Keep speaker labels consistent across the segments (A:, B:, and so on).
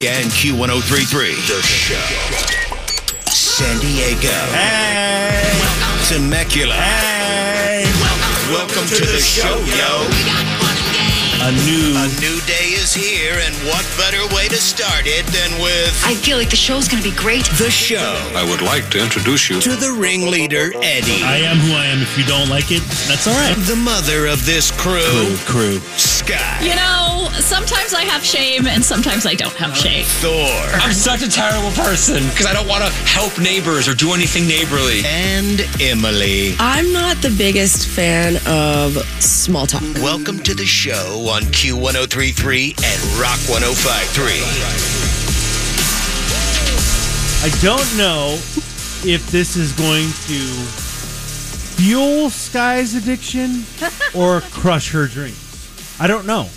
A: And Q1033, the show. San Diego. Hey. Temecula. Hey. Welcome, to, the, show, yo.
B: A new
A: A new day is here, and what better way to start it than with
C: I feel like the show's gonna be great.
A: the show
D: I would like to introduce you
A: to the ringleader, Eddie.
B: I am who I am. If you don't like it, that's all right.
A: the mother of this crew,
B: crew.
A: Scott.
E: You know, sometimes I have shame and sometimes I don't have shame.
A: Thor.
F: I'm such a terrible person because I don't want to help neighbors or do anything neighborly.
A: And Emily.
G: I'm not the biggest fan of small talk.
A: Welcome to the show on Q1033 and Rock 1053.
B: I don't know if this is going to fuel Sky's addiction or crush her dreams. I don't know.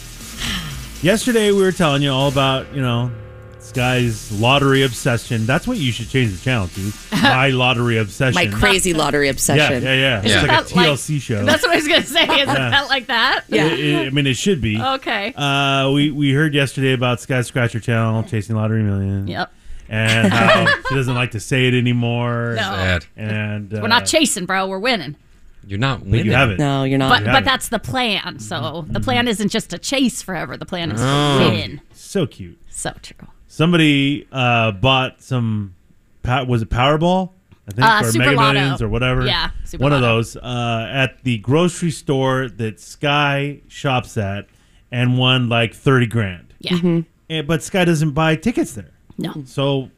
B: Yesterday we were telling you all about, you know, Sky's lottery obsession. That's what you should change the channel to. My lottery
G: My
B: obsession.
G: crazy lottery
B: yeah, yeah,
G: obsession.
B: yeah. It's
F: Isn't
B: like a
E: that like-
B: TLC show.
E: That's what I was going to say. Is it felt like that?
G: Yeah.
B: It- it- I mean, it should be.
E: Okay.
B: Uh, we we heard yesterday about Sky Scratcher Channel chasing lottery million.
E: Yep.
B: And how she doesn't like to say it anymore.
E: No.
F: Sad.
B: And uh,
E: We're not chasing, bro. We're winning.
F: You're not
B: but
F: winning.
B: you haven't.
G: No, you're not.
B: have
E: But
B: it.
E: but that's the plan. So the plan isn't just to chase forever. The plan is to
G: Oh.
E: win.
B: So cute.
E: So true.
B: Somebody uh, bought some. pow- Was it Powerball? I think
E: Uh,
B: or
E: Super
B: Mega
E: Lotto.
B: Millions or whatever.
E: Yeah, Super
B: one of
E: Lotto.
B: those uh, at the grocery store that Sky shops at, and won like thirty grand.
E: Yeah.
G: Mm-hmm.
B: And, but Sky doesn't buy tickets there,
E: No.
B: so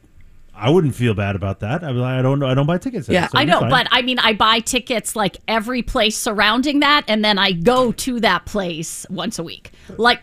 B: I wouldn't feel bad about that. I'd be like, I don't know. I don't buy tickets. there,
G: Yeah,
B: so
E: I
B: you're
E: know,
B: fine.
E: but I mean, I buy tickets like every place surrounding that, and then I go to that place once a week. Like,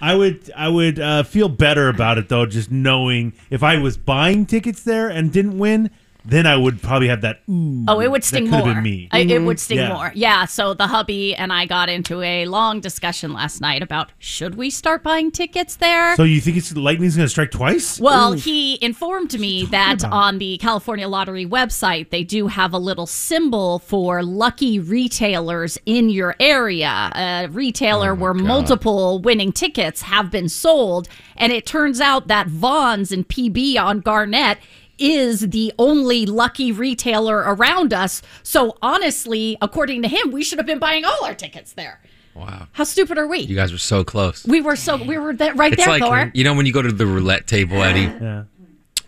B: I would I would uh, feel better about it though, just knowing if I was buying tickets there and didn't win, then I would probably have that. Ooh,
E: Oh, it would sting
B: could've
E: more.
B: been me. Mm-hmm.
E: I- it would sting
B: Yeah.
E: more. Yeah. So the hubby and I got into a long discussion last night about should we start buying tickets there?
B: So you think it's lightning's going to strike twice?
E: well, he informed me that
B: about?
E: on the California Lottery website, they do have a little symbol for lucky retailers in your area, a retailer
F: Oh,
E: where multiple winning tickets have been sold. And it turns out that Vaughn's and PB on Garnett is the only lucky retailer around us. So honestly, according to him, we should have been buying all our tickets there.
F: Wow.
E: How stupid are we?
F: You guys were so close.
E: we were so we were that right
F: it's
E: there,
F: like
E: Thor.
F: you know when you go to the roulette table, Eddie,
B: Yeah.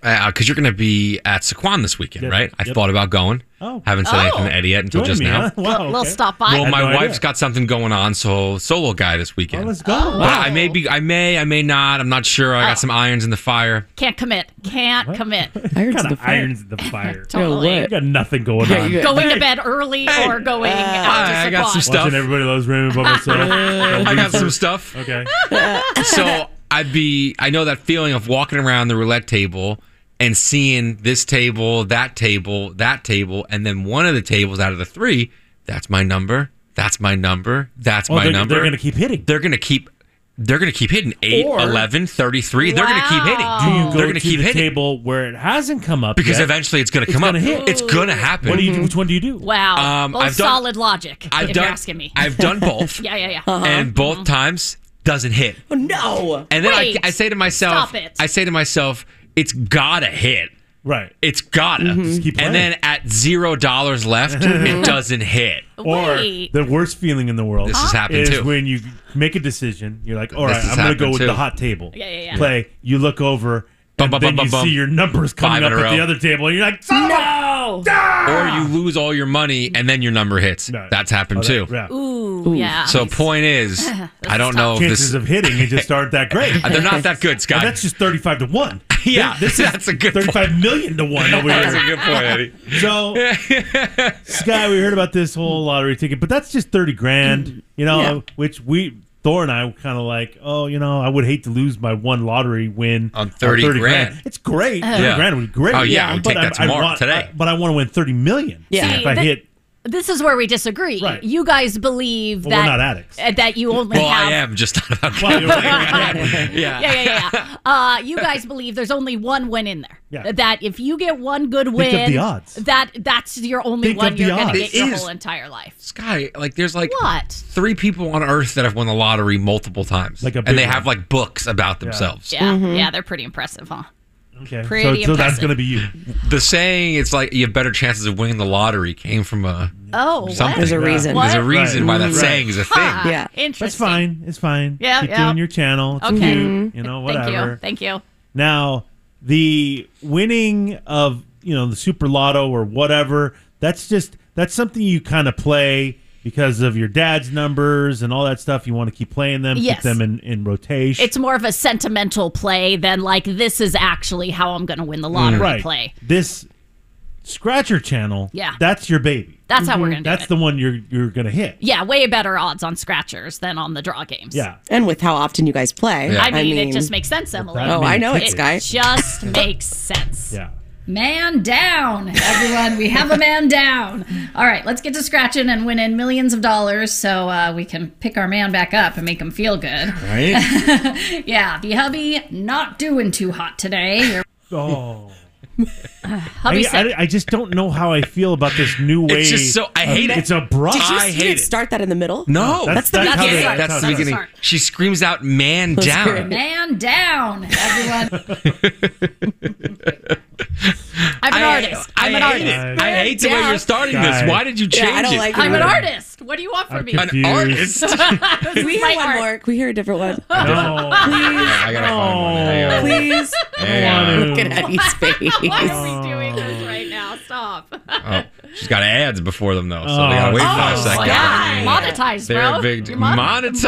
F: because you're going to be at Sequan this weekend,
B: Yep.
F: right? I
B: Yep.
F: thought about going.
B: Oh.
F: haven't said anything to Eddie yet until
B: Join
F: just
B: me,
F: now.
B: huh? Wow,
E: We'll
B: okay.
E: stop by.
F: Well,
B: had
F: my
B: no
F: wife's
B: idea.
F: got something going on, so solo guy this
B: Well,
F: weekend.
B: let's go.
E: Oh.
F: But I may be, I may, I may not. I'm not sure. I got some irons in the fire.
E: Can't commit. Can't commit.
G: Irons
B: kind
G: in the
B: of
G: fire.
B: irons in the fire.
E: Totally.
B: I got nothing going
G: Yeah,
B: on.
G: you-
E: Going to bed early or going out to
F: Hi, Uh, I got
E: Saquon.
F: some stuff.
B: Watching everybody loves Raymond by myself.
F: I got some stuff.
B: Okay. Oh,
F: so I'd be I know that feeling of walking around the roulette table and seeing this table, that table, that table, and then one of the tables out of the three, that's my number, that's my number, that's
B: Well,
F: my
B: they're,
F: number.
B: they're going to keep hitting.
F: they're gonna keep they're gonna keep hitting 8,
B: Or-
F: 11, 33. They're gonna keep hitting.
E: Wow.
B: Do you
F: they're
B: go
F: gonna
B: to
F: keep
B: the
F: hitting
B: table where it hasn't come up
F: because
B: yet?
F: eventually it's gonna come
B: gonna
F: up.
B: hit.
F: It's gonna happen.
B: What do you do? Which one do you do?
E: Wow.
F: Um,
E: Both
F: I've done-
E: solid logic,
F: I've
E: if
F: done
E: you're asking me.
F: I've done both.
E: yeah, yeah, yeah.
G: Uh-huh.
F: And both times doesn't hit.
G: Oh, no.
F: And then I,
E: Wait.
F: I say to myself,
E: Stop it.
F: I say to myself, it's gotta hit.
B: Right.
F: It's gotta.
B: Mm-hmm. keep playing.
F: And then at zero dollars left, it doesn't hit.
B: Or
E: Wait.
B: the worst feeling in the world.
F: This has happened
B: is
F: too.
B: when you make a decision. You're like, all
F: This
B: right,
F: has
B: I'm going to go
F: happened
B: with
F: too.
B: the hot table.
E: Yeah, yeah, yeah.
B: Play. You look over.
F: Bum,
B: and
F: bum,
B: then
F: bum,
B: you
F: bum,
B: see
F: bum.
B: your numbers coming up
F: Five in a
B: at the
F: row.
B: other table, and you're like, son of a-
E: Oh.
F: Or you lose all your money and then your number hits.
B: No.
F: That's happened too.
B: Oh, Yeah.
E: Ooh, yeah.
F: So point is, I don't know if
B: Chances
F: this
B: of hitting it just aren't that great.
F: Uh, they're not that good,
B: And
F: Scott.
B: that's just 35 to 1.
F: yeah,
B: This is
F: that's a good point.
B: thirty-five million to 1 over
F: That's a
B: here.
F: good point, Eddie.
B: So, Sky, we heard about this whole lottery ticket, but that's just 30 grand, you know,
G: Yeah.
B: which we. Thor and I were kind of like, oh, you know, I would hate to lose my one lottery win
F: On 30 grand.
B: It's great.
E: Oh.
B: 30
F: Yeah.
B: grand would be great.
F: Oh, yeah, I would
B: but
F: take that
B: I- I
F: tomorrow-
B: want-
F: today.
B: I- but I want to win 30 million.
G: Yeah.
B: If I
E: that-
B: hit
E: This is where we disagree.
B: Right.
E: You guys believe
B: Well,
E: that
B: we're not addicts.
E: uh, that you only
F: Well,
E: have
F: I am just not about
B: Well, you're right,
F: calculating. Yeah.
E: yeah, yeah, yeah. Uh, you guys believe there's only one win in there.
B: Yeah.
E: That if you get one good win,
B: Think of the odds.
E: that that's your only
B: Think
E: one
B: of the
E: you're going
B: odds.
E: to get
F: It
E: your
F: is.
E: whole entire life.
F: Sky, like there's like
E: What?
F: three people on Earth that have won the lottery multiple times,
B: Like a big
F: and they
B: one.
F: have like books about themselves.
E: Yeah,
G: Mm-hmm.
E: yeah, they're pretty impressive, huh?
B: Okay. So,
E: Pretty
B: so that's
E: impressive.
B: going to be you.
F: The saying it's like you have better chances of winning the lottery came from a
E: Oh,
F: something. uh,
G: There's a reason.
E: What?
F: There's a reason why that
B: Right.
F: saying is a thing.
E: Huh,
G: Yeah.
E: interesting.
B: That's fine. It's fine.
E: Yeah,
B: Keep
E: yeah.
B: doing your channel. It's
E: Okay. Mm-hmm.
B: cute. You know, whatever.
E: Thank you. Thank you.
B: Now, the winning of you know the Super Lotto or whatever, that's just that's something you kind of play because of your dad's numbers and all that stuff. You want to keep playing them,
E: Yes.
B: keep them in in rotation.
E: It's more of a sentimental play than like this is actually how I'm going to win the lottery
B: Mm. right.
E: play.
B: This scratcher channel,
E: Yeah.
B: that's your baby.
E: That's how we're going to do
B: Mm-hmm. That's
E: it.
B: the one you're you're gonna hit.
E: yeah, way better odds on scratchers than on the draw games.
B: Yeah.
G: And with how often you guys play.
F: Yeah.
E: I mean, it just makes sense, Emily.
B: that
G: Oh, I know it,
E: It
G: Sky.
E: just makes sense.
B: Yeah.
E: Man down, everyone. we have a man down. All right, let's get to scratching and winning millions of dollars so uh, we can pick our man back up and make him feel good.
F: Right?
E: Yeah, the hubby not doing too hot today. Your
B: Oh.
E: hubby
B: I,
E: sick.
B: I, I just don't know how I feel about this new way.
F: It's just so- I
B: of-
F: hate it.
B: It's abrupt.
F: Did
G: You
F: I hate
G: didn't
F: it.
G: start that in the middle?
F: No,
B: That's-
F: that's,
B: that's
E: how they-
F: that's,
E: that's how
F: the
E: they
F: beginning.
E: start.
F: She screams out, "Man down!"
E: Man down, everyone. I'm an artist. I'm an
F: hate
E: artist.
F: it. I hate the way
E: down.
F: you're starting
B: Guy.
F: this. Why did you
G: Yeah,
F: change
G: I don't
F: it?
G: like
E: I'm an
G: it.
E: artist. What do you want from me?
B: confused.
F: An artist.
E: This
G: We
E: is
G: hear
E: my
G: one
E: art.
G: more. Can we hear a different one.
B: No.
F: I
E: Oh,
F: gotta find one. Hang on.
G: Please.
F: Hang on.
G: Look at Eddie's
E: Why
G: face.
E: are we doing this right now? Stop.
F: Oh, she's got ads before them though, so they gotta wait for a
B: Oh,
F: second.
E: Yeah, monetize,
F: They're
E: bro.
F: big-
E: You're
F: monetized,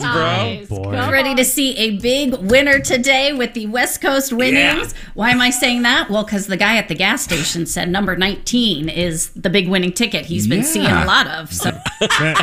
E: monetized.
B: bro.
E: Come
B: Boy.
E: on.
D: Ready to see a big winner today with the West Coast winnings. Why am I saying that? Well, because the guy at the gas station said number 19 is the big winning ticket he's been
F: Yeah.
D: seeing a lot of. So
B: Man,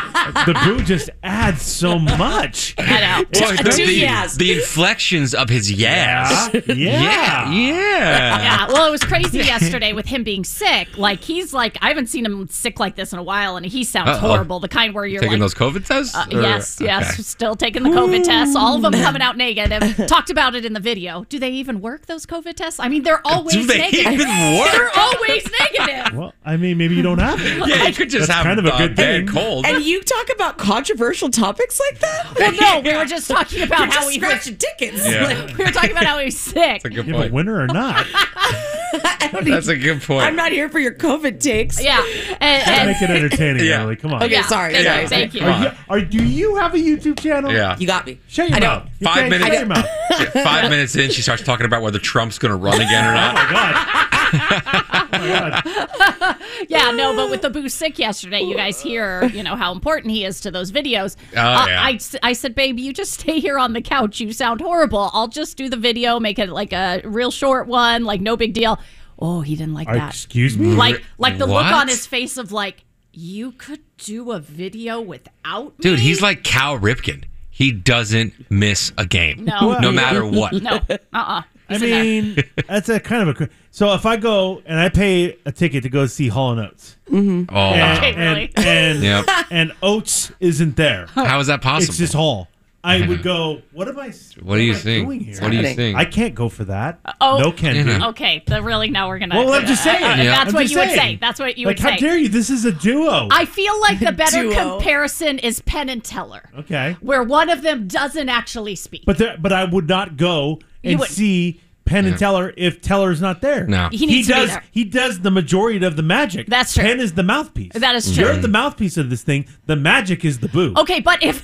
B: the boo just adds so much.
E: Head out.
F: Well, the,
G: Two
F: the-
G: yes.
F: the inflections of his yes.
B: Yeah.
F: Yeah. Yeah.
E: Yeah, well, it was crazy yesterday with him being sick. Like he's like, I haven't seen him sick like this in a while, and he sounds
F: Uh-oh.
E: horrible. The kind where you're
F: Taking
E: like,
F: those COVID tests?
E: Uh,
F: Or-
E: yes, yes.
F: okay.
E: Still taking the COVID tests. All of them coming out negative. Talked about it in the video. Do they even work those COVID tests? I mean, they're always
F: Do they
E: negative.
F: even
E: They're
F: work?
E: always negative.
B: Well, I mean, maybe you don't have it.
F: Yeah, you could just
B: That's
F: have
B: kind of a good thing.
F: bad cold.
G: And you talk about controversial topics like that?
E: Well, no, we were just talking about how
G: Just
E: he
G: scratch
E: was.
G: tickets.
F: Yeah.
G: Like,
E: We were talking about how he was sick.
F: That's a good
B: You have a
F: point.
B: winner or not.
G: I don't
F: That's
G: even-
F: a good point.
G: I'm not here for your COVID takes.
E: Yeah, and,
B: Make it
E: and
B: entertaining,
F: Yeah.
B: Emily. Come on.
G: Okay,
E: yeah.
G: sorry,
E: Thank
G: sorry,
E: you.
G: sorry.
E: Thank you.
B: Are you, are, do you have a YouTube channel?
F: yeah.
G: You got me.
B: Shut your
G: I
B: mouth.
G: don't.
B: You
F: Five
B: can't
F: minutes-
B: Shut your mouth. Oh
F: Yeah, Five minutes in, she starts talking about whether Trump's going to run again or not.
E: Yeah, no, but with the boo sick yesterday, you guys hear, you know, how important he is to those videos.
F: Oh,
E: Uh,
F: yeah.
E: I, s- I said, babe, you just stay here on the couch. You sound horrible. I'll just do the video, make it like a real short one, like no big deal. Oh, he didn't like
B: Are-
E: that.
B: excuse me.
E: Like, like the look
F: What?
E: on his face of like, you could do a video without me?
F: Dude, he's like Cal Ripken. He doesn't miss a game.
E: No.
F: No matter what.
E: no, uh, uh
B: I mean, that's a kind of a. cr- So if I go and I pay a ticket to go see Hall and Oates,
F: Oh, wow.
E: Okay.
B: and
E: really?
B: and, and,
F: Yep.
B: and Oates isn't there,
F: How is that possible?
B: it's just Hall. I would go. What am I?
F: Mm-hmm. what do you
B: am I
F: think?
B: doing here?
F: What do you
G: happening?
F: think?
B: I can't go for that.
E: oh.
B: no, can
F: You
B: do.
F: know.
E: Okay, the really, now we're going to.
B: Well, I'm just saying.
F: Yeah.
E: That's
B: I'm
E: what
B: just
E: you would
B: saying.
E: say. That's what you
B: like,
E: would
B: how
E: say.
B: dare you? This is a duo.
E: I feel like the better
G: Duo.
E: comparison is Penn and Teller.
B: okay,
E: where one of them doesn't actually speak.
B: but there, but I would not go
E: You
B: and
E: would-
B: see Penn and Teller if Teller's not there.
F: No.
E: He needs to be
B: does.
E: there.
B: He does the majority of the magic.
E: That's true.
B: Penn is the mouthpiece.
E: That is true.
B: You're the mouthpiece of this thing. The magic is the boo.
E: okay, but if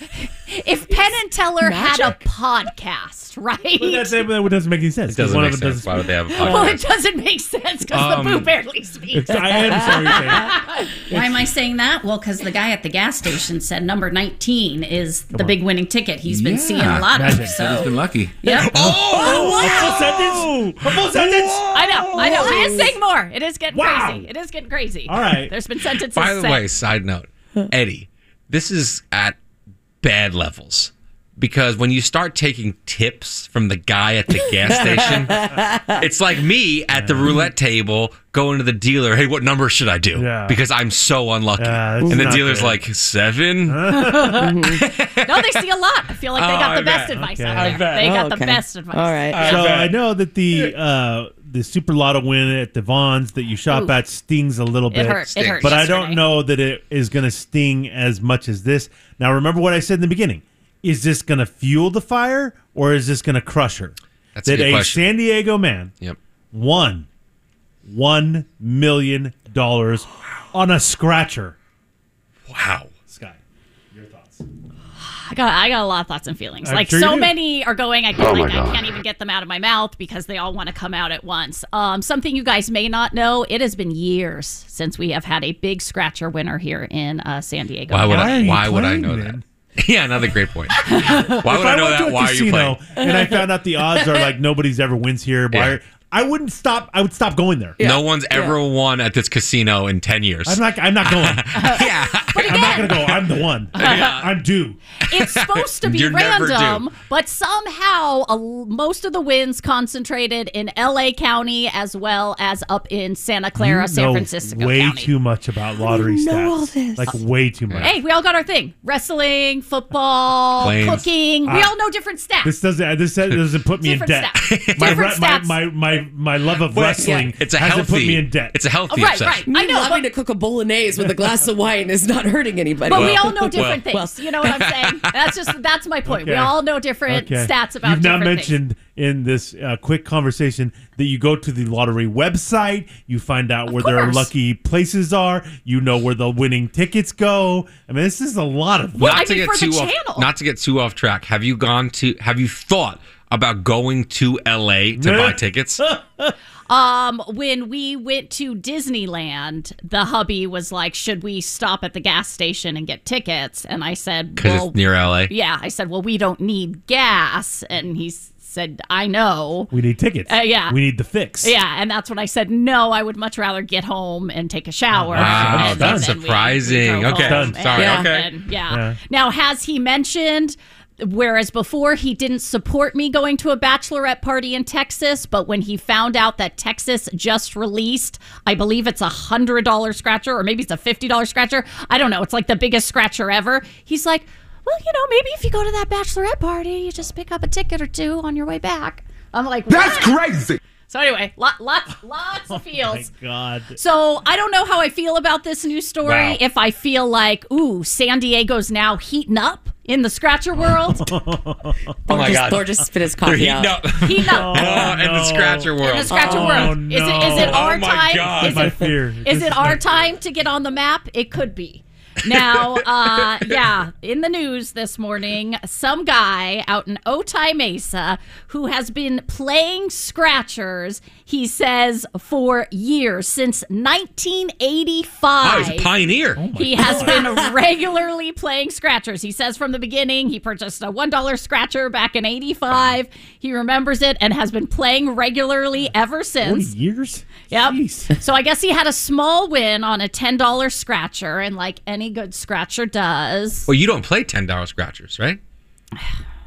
E: if Penn and Teller had a
G: Magic.
E: podcast,
B: But that,
E: right?
B: that, that doesn't make any sense.
F: It doesn't
B: One
F: make
B: of them
F: sense. Why would they have a
E: Well, it
F: podcast?
E: doesn't make sense because
F: Um,
E: the boo barely speaks.
B: I am sorry. Sam.
D: why am I saying that? Well, because the guy at the gas station said number 19 is the big winning ticket he's been seeing a lot of. So
A: been lucky.
D: yeah.
E: Oh,
B: A full sentence. A full sentence.
E: I know, I know.
G: Oh.
E: It is saying more. It is getting
B: Wow.
E: crazy. It is getting crazy.
B: All right.
E: There's been sentences.
F: By the
E: said.
F: way, side note, Eddie, this is at bad levels. because when you start taking tips from the guy at the gas station, it's like me at the roulette table going to the dealer. Hey, what number should I do?
B: Yeah.
F: Because I'm so unlucky.
B: Yeah, that's
F: and the
B: not
F: dealer's
B: good.
F: like seven.
E: no, they see a lot. I feel like they
F: Oh,
E: got the
F: I
E: best
F: bet.
E: advice
F: Okay.
E: out
F: I
E: there.
F: bet.
E: They got
F: Oh,
E: the
F: okay.
E: best advice.
G: All right.
B: So I know that the uh, the super lotto win at the Vons that you shop
E: Oof.
B: at stings a little
E: It
B: bit,
E: hurt- it Stings. hurt
B: but I
E: yesterday.
B: don't know that it is going to sting as much as this. Now remember what I said in the beginning: is this going to fuel the fire or is this going to crush her?
F: That's a
B: that
F: good question.
B: San Diego man
F: Yep.
B: won one million dollars on a scratcher.
F: Wow,
B: Sky, your thoughts?
E: I got I got a lot of thoughts and feelings.
G: Uh,
B: I'm
E: like
B: sure you
E: so
B: do.
E: many are going, I can't,
B: Oh my
E: like, I
B: God.
E: can't even get them out of my mouth because they all want to come out at once. Um, something you guys may not know: it has been years since we have had a big scratcher winner here in uh, San Diego.
F: Why would
B: Why are
F: I?
B: you
F: Why would I
B: playing
F: know that? Yeah, another great point. Why
B: If
F: would I know
B: went to
F: that?
B: a
F: Why are you
B: casino
F: playing?
B: And I found out the odds are like nobody's ever wins here. Why?
F: Yeah.
B: are- I wouldn't stop. I would stop going there.
F: No one's ever won at this casino in ten years.
B: I'm not. I'm not going. yeah, I'm not going to go. I'm the one. I'm due.
E: it's supposed to be
B: You're never
E: random,
B: due.
E: but somehow a, most of the wins concentrated in L.A. County as well as up in Santa Clara,
B: You
E: San
B: know
E: Francisco
B: Way
E: County.
B: too much about lottery
E: know
B: stats.
E: all this.
B: Like way too much.
E: Hey, we all got our thing: wrestling, football,
B: Planes.
E: cooking. We
B: Ah.
E: all know different stats.
B: This doesn't. This doesn't put me in
E: Different
B: debt. My, re-
E: Different
B: my,
E: stats.
B: my my my love of
F: Well,
B: wrestling
F: yeah. It's a
B: hasn't put
F: healthy-
B: me in debt.
F: it's a
E: Oh,
F: healthy
G: Right,
F: obsession.
G: right. I know. Loving to cook a bolognese with a glass of wine is not hurting anybody.
E: But we all know different things.
G: Well,
E: you know what I'm saying? That's just that's my point. We
B: Okay.
E: all know different
B: Okay.
E: stats about
B: You've not
E: different things.
B: mentioned in this uh, quick conversation that you go to the lottery website, you find out where their
E: course.
B: lucky places are, you know where the winning tickets go. I mean, this is a lot of.
F: not to get too off, not to get too off track. Have you gone to? Have you thought about going to L.A. to buy tickets?
E: Um, when we went to Disneyland, the hubby was like, "Should we stop at the gas station and get tickets?" And I said,
F: 'Cause it's
E: "Well,
F: near LA.
E: Yeah, I said, "Well, we don't need gas," and he s- said, "I know."
B: we need tickets.
E: Uh, yeah.
B: we need the fix.
E: Yeah, and that's when I said, "No, I would much rather get home and take a
F: Uh-huh.
E: shower."
F: Wow,
E: and
F: that's
E: then we-
F: surprising.
E: drove
F: okay,
E: home.
F: sorry.
E: Yeah.
F: Okay,
E: And- yeah. Now, has he mentioned? Whereas before he didn't support me going to a bachelorette party in Texas, but when he found out that Texas just released, I believe it's a hundred dollar scratcher, or maybe it's a fifty dollar scratcher. I don't know. It's like the biggest scratcher ever. He's like, well, you know, maybe if you go to that bachelorette party, you just pick up a ticket or two on your way back. I'm like, what?
H: crazy.
E: So anyway, lot, lots, lots of feels.
B: Oh God.
E: So I don't know how I feel about this new story.
B: Wow.
E: If I feel like, ooh, San Diego's now heating up in the scratcher world.
F: Oh my
G: just-
F: God.
G: Thor just spit his
F: They're
G: coffee
F: heating
G: out.
F: up.
E: Heating up.
F: Oh, in the scratcher world.
E: In the scratcher
B: Oh,
E: world. Is it is it
F: Oh
E: our
F: my
E: time?
F: God.
E: Is, it, is it our time to get on the map? It could be. Now, uh, yeah, in the news this morning, some guy out in Otay Mesa who has been playing scratchers, he says, for years, since 1985.
F: Oh, he's a pioneer.
E: He has been regularly playing scratchers. He says from the beginning he purchased a $1 scratcher back in 85. He remembers it and has been playing regularly ever since.
B: years?
E: Yep. So I guess he had a small win on a $10 scratcher, and like any good scratcher does.
F: Well, you don't play ten dollar scratchers, right?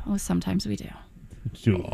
E: Oh, sometimes we do.
B: Dude.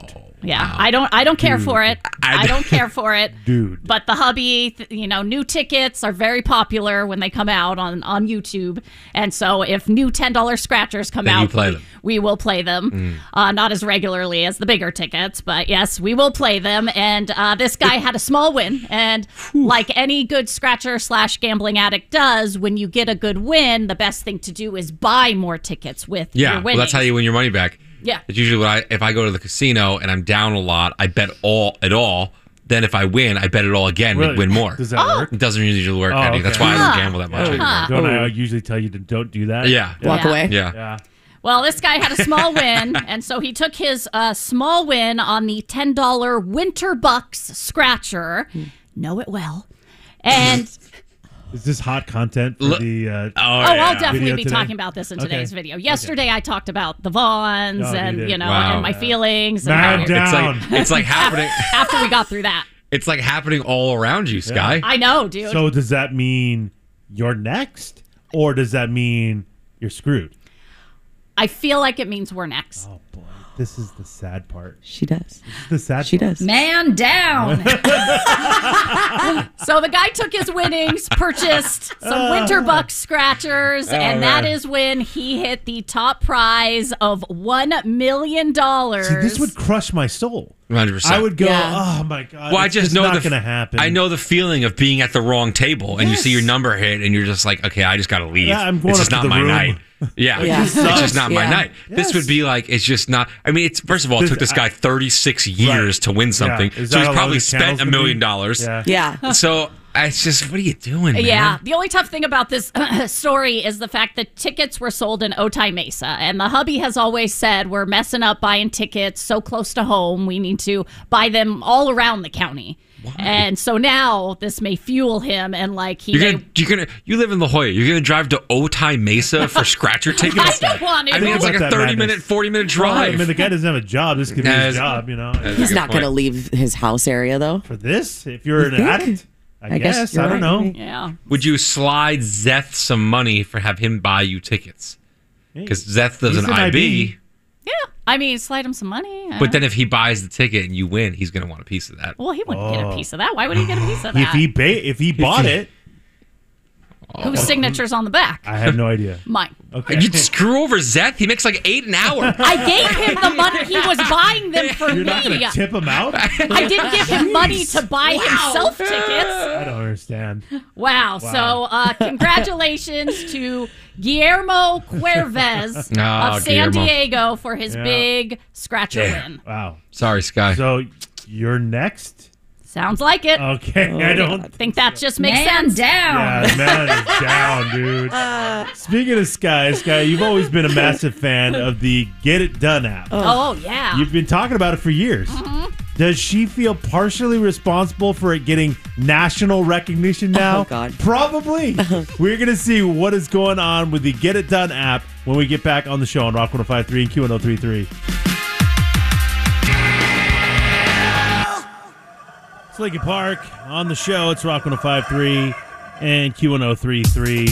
E: Yeah, I don't. I don't care
D: Hmm.
F: Dude.
E: for it.
F: Hmm. I-
E: I, don't care for it.
B: Dude.
E: But the hubby, th- you know, new tickets are very popular when they come out on on YouTube, and so if new ten dollars scratchers come
F: Then you
E: out,
F: play
E: we,
F: them.
E: we will play them.
F: Mm.
E: Uh, not as regularly as the bigger tickets, but yes, we will play them. And uh, this guy had a small win, and like any good scratcher slash gambling addict does, when you get a good win, the best thing to do is buy more tickets with
F: Yeah.
E: your
F: Well,
E: winnings.
F: that's how you win your money back.
E: Yeah.
F: It's usually what I if I go to the casino and I'm down a lot, I bet all at all. Then if I win, I bet it all again
B: Really?
F: and win more.
B: Does that Oh. work?
F: It doesn't usually work,
B: Oh,
F: Eddie. That's
B: okay.
F: why I
E: Huh.
F: don't gamble that much.
E: Oh, Huh.
B: Don't I usually tell you to don't do that?
F: Yeah. Walk away. Yeah.
B: Yeah.
E: Well, this guy had a small win, and so he took his uh, small win on the $10 Winter Bucks scratcher.
F: Hmm.
E: Know it well. And
B: Is this hot content for the? Uh,
E: oh, I'll definitely be talking about this in today's video. Yesterday, I talked about the Vaughns
B: Oh, you
E: and,
B: did.
E: you know,
F: Wow.
E: and my
F: Yeah.
E: feelings. and how-
F: It's like it's like happening.
E: After we got through that.
F: It's like happening all around you, Sky.
E: I know, dude.
B: So does that mean you're next, or does that mean you're screwed?
E: I feel like it means we're next.
B: Oh, This is the sad part.
H: She does.
B: The sad.
H: She does.
E: Man down. so the guy took his winnings, purchased some winter
D: Ah.
E: buck scratchers,
I: Oh,
E: and that
I: man.
E: is when he hit the top prize of one million dollars.
B: See, this would crush my soul.
F: 100%.
B: I would go,
E: Yeah.
B: oh my god.
F: well, I
B: it's
F: just know
B: not
F: the,
B: going to happen.
F: I know the feeling of being at the wrong table and you see your number hit and you're just like, okay, I just got to leave.
B: Yeah, I'm going
F: it's
B: up
F: just
B: to
F: not
B: the
F: my
B: room.
F: night. Yeah,
B: It just
F: it's
B: sucks.
F: just not my
B: Yeah.
F: night. This would be like it's just not. I mean, it's first of all, it
B: This-
F: took this guy 36 years to win something,
B: Is that
F: so he's
B: how long
F: probably
B: his channel's
F: spent a
B: gonna
F: million
B: be?
F: dollars.
B: Yeah.
E: Yeah.
F: So it's just, what are you doing? man?
E: Yeah. The only tough thing about this story is the fact that tickets were sold in Otay Mesa. And the hubby has always said, we're messing up buying tickets so close to home. We need to buy them all around the county. And so now this may fuel him and like he.
F: You're
E: may-
F: gonna, you're gonna, you live in La Jolla. You're gonna drive to Otay Mesa for scratcher tickets.
E: I don't want to.
F: I mean, it's like a
B: About that
F: 30
B: madness.
F: minute, 40 minute
B: I
F: drive.
B: mean, the guy doesn't have a job. This could be
F: Nah,
B: his
F: it's-
B: job. You know.
F: that's a
H: He's
F: good
H: not going to
F: point.
H: leave his house area though.
B: For this, if you're an
H: think?
B: addict, I,
H: I guess
B: guess,
H: you're
B: I don't
H: right.
B: know.
E: Yeah.
F: Would you slide Zeth some money for have him buy you tickets? Because Zeth does
B: He's
F: an,
B: an
F: IB,
E: yeah. I mean, slide him some money. I
F: but
E: don't-
F: then if he buys the ticket and you win, he's gonna want a piece of that.
E: Well, he wouldn't get a
F: Oh.
E: piece of that. Why would he get a piece of
F: If
E: that?
F: he-
B: Ba- if he bought it, Oh.
E: Whose signature's on the back?
B: I have no idea.
E: Mine.
F: Okay. You'd screw over Zeth. He makes like eight an hour.
E: I gave him the money. He was buying them for
B: You're
E: me.
B: not going to tip him out?
E: I didn't give him money to buy
B: Wow.
E: himself tickets.
B: I don't understand. Wow.
E: Wow. So, uh, congratulations to Guillermo Cuervez
F: Ah,
E: of San
F: Guillermo.
E: Diego for his
B: Yeah.
E: big scratcher
B: Yeah.
E: win.
B: Wow.
F: Sorry, Sky.
B: So you're next.
E: Sounds like it.
B: Okay, I don't.
E: think that just makes
D: Man
E: sense.
D: down.
B: Yeah, man is down, dude. Speaking of Sky, Sky, you've always been a massive fan of the Get It Done app.
E: Oh, yeah.
B: You've been talking about it for years. Does she feel partially responsible for it getting national recognition now? Oh, God. Probably. We're going to see what is going on with the Get It Done app when we get back on the show on Rock 1053 and Q1033. It's Lincoln Park on the show. It's Rock 1053 and Q1033.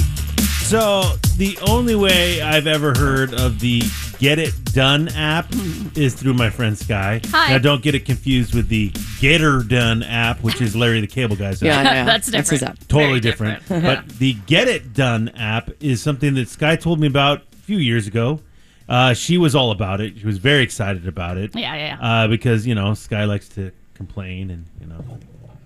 B: So, the only way I've ever heard of the Get It Done app is through my friend Sky.
E: Hi.
B: Now, don't get it confused with the Getter Done app, which is Larry the Cable Guy's
E: Yeah,
B: app.
E: I know. That's That's his different. app.
B: Totally
E: Very
B: different.
E: different.
B: but the Get It Done app is something that Sky told me about a few years ago. Uh, she was all about it. She was very excited about it.
E: Yeah, yeah, yeah.
B: Uh, because you know Sky likes to complain and you know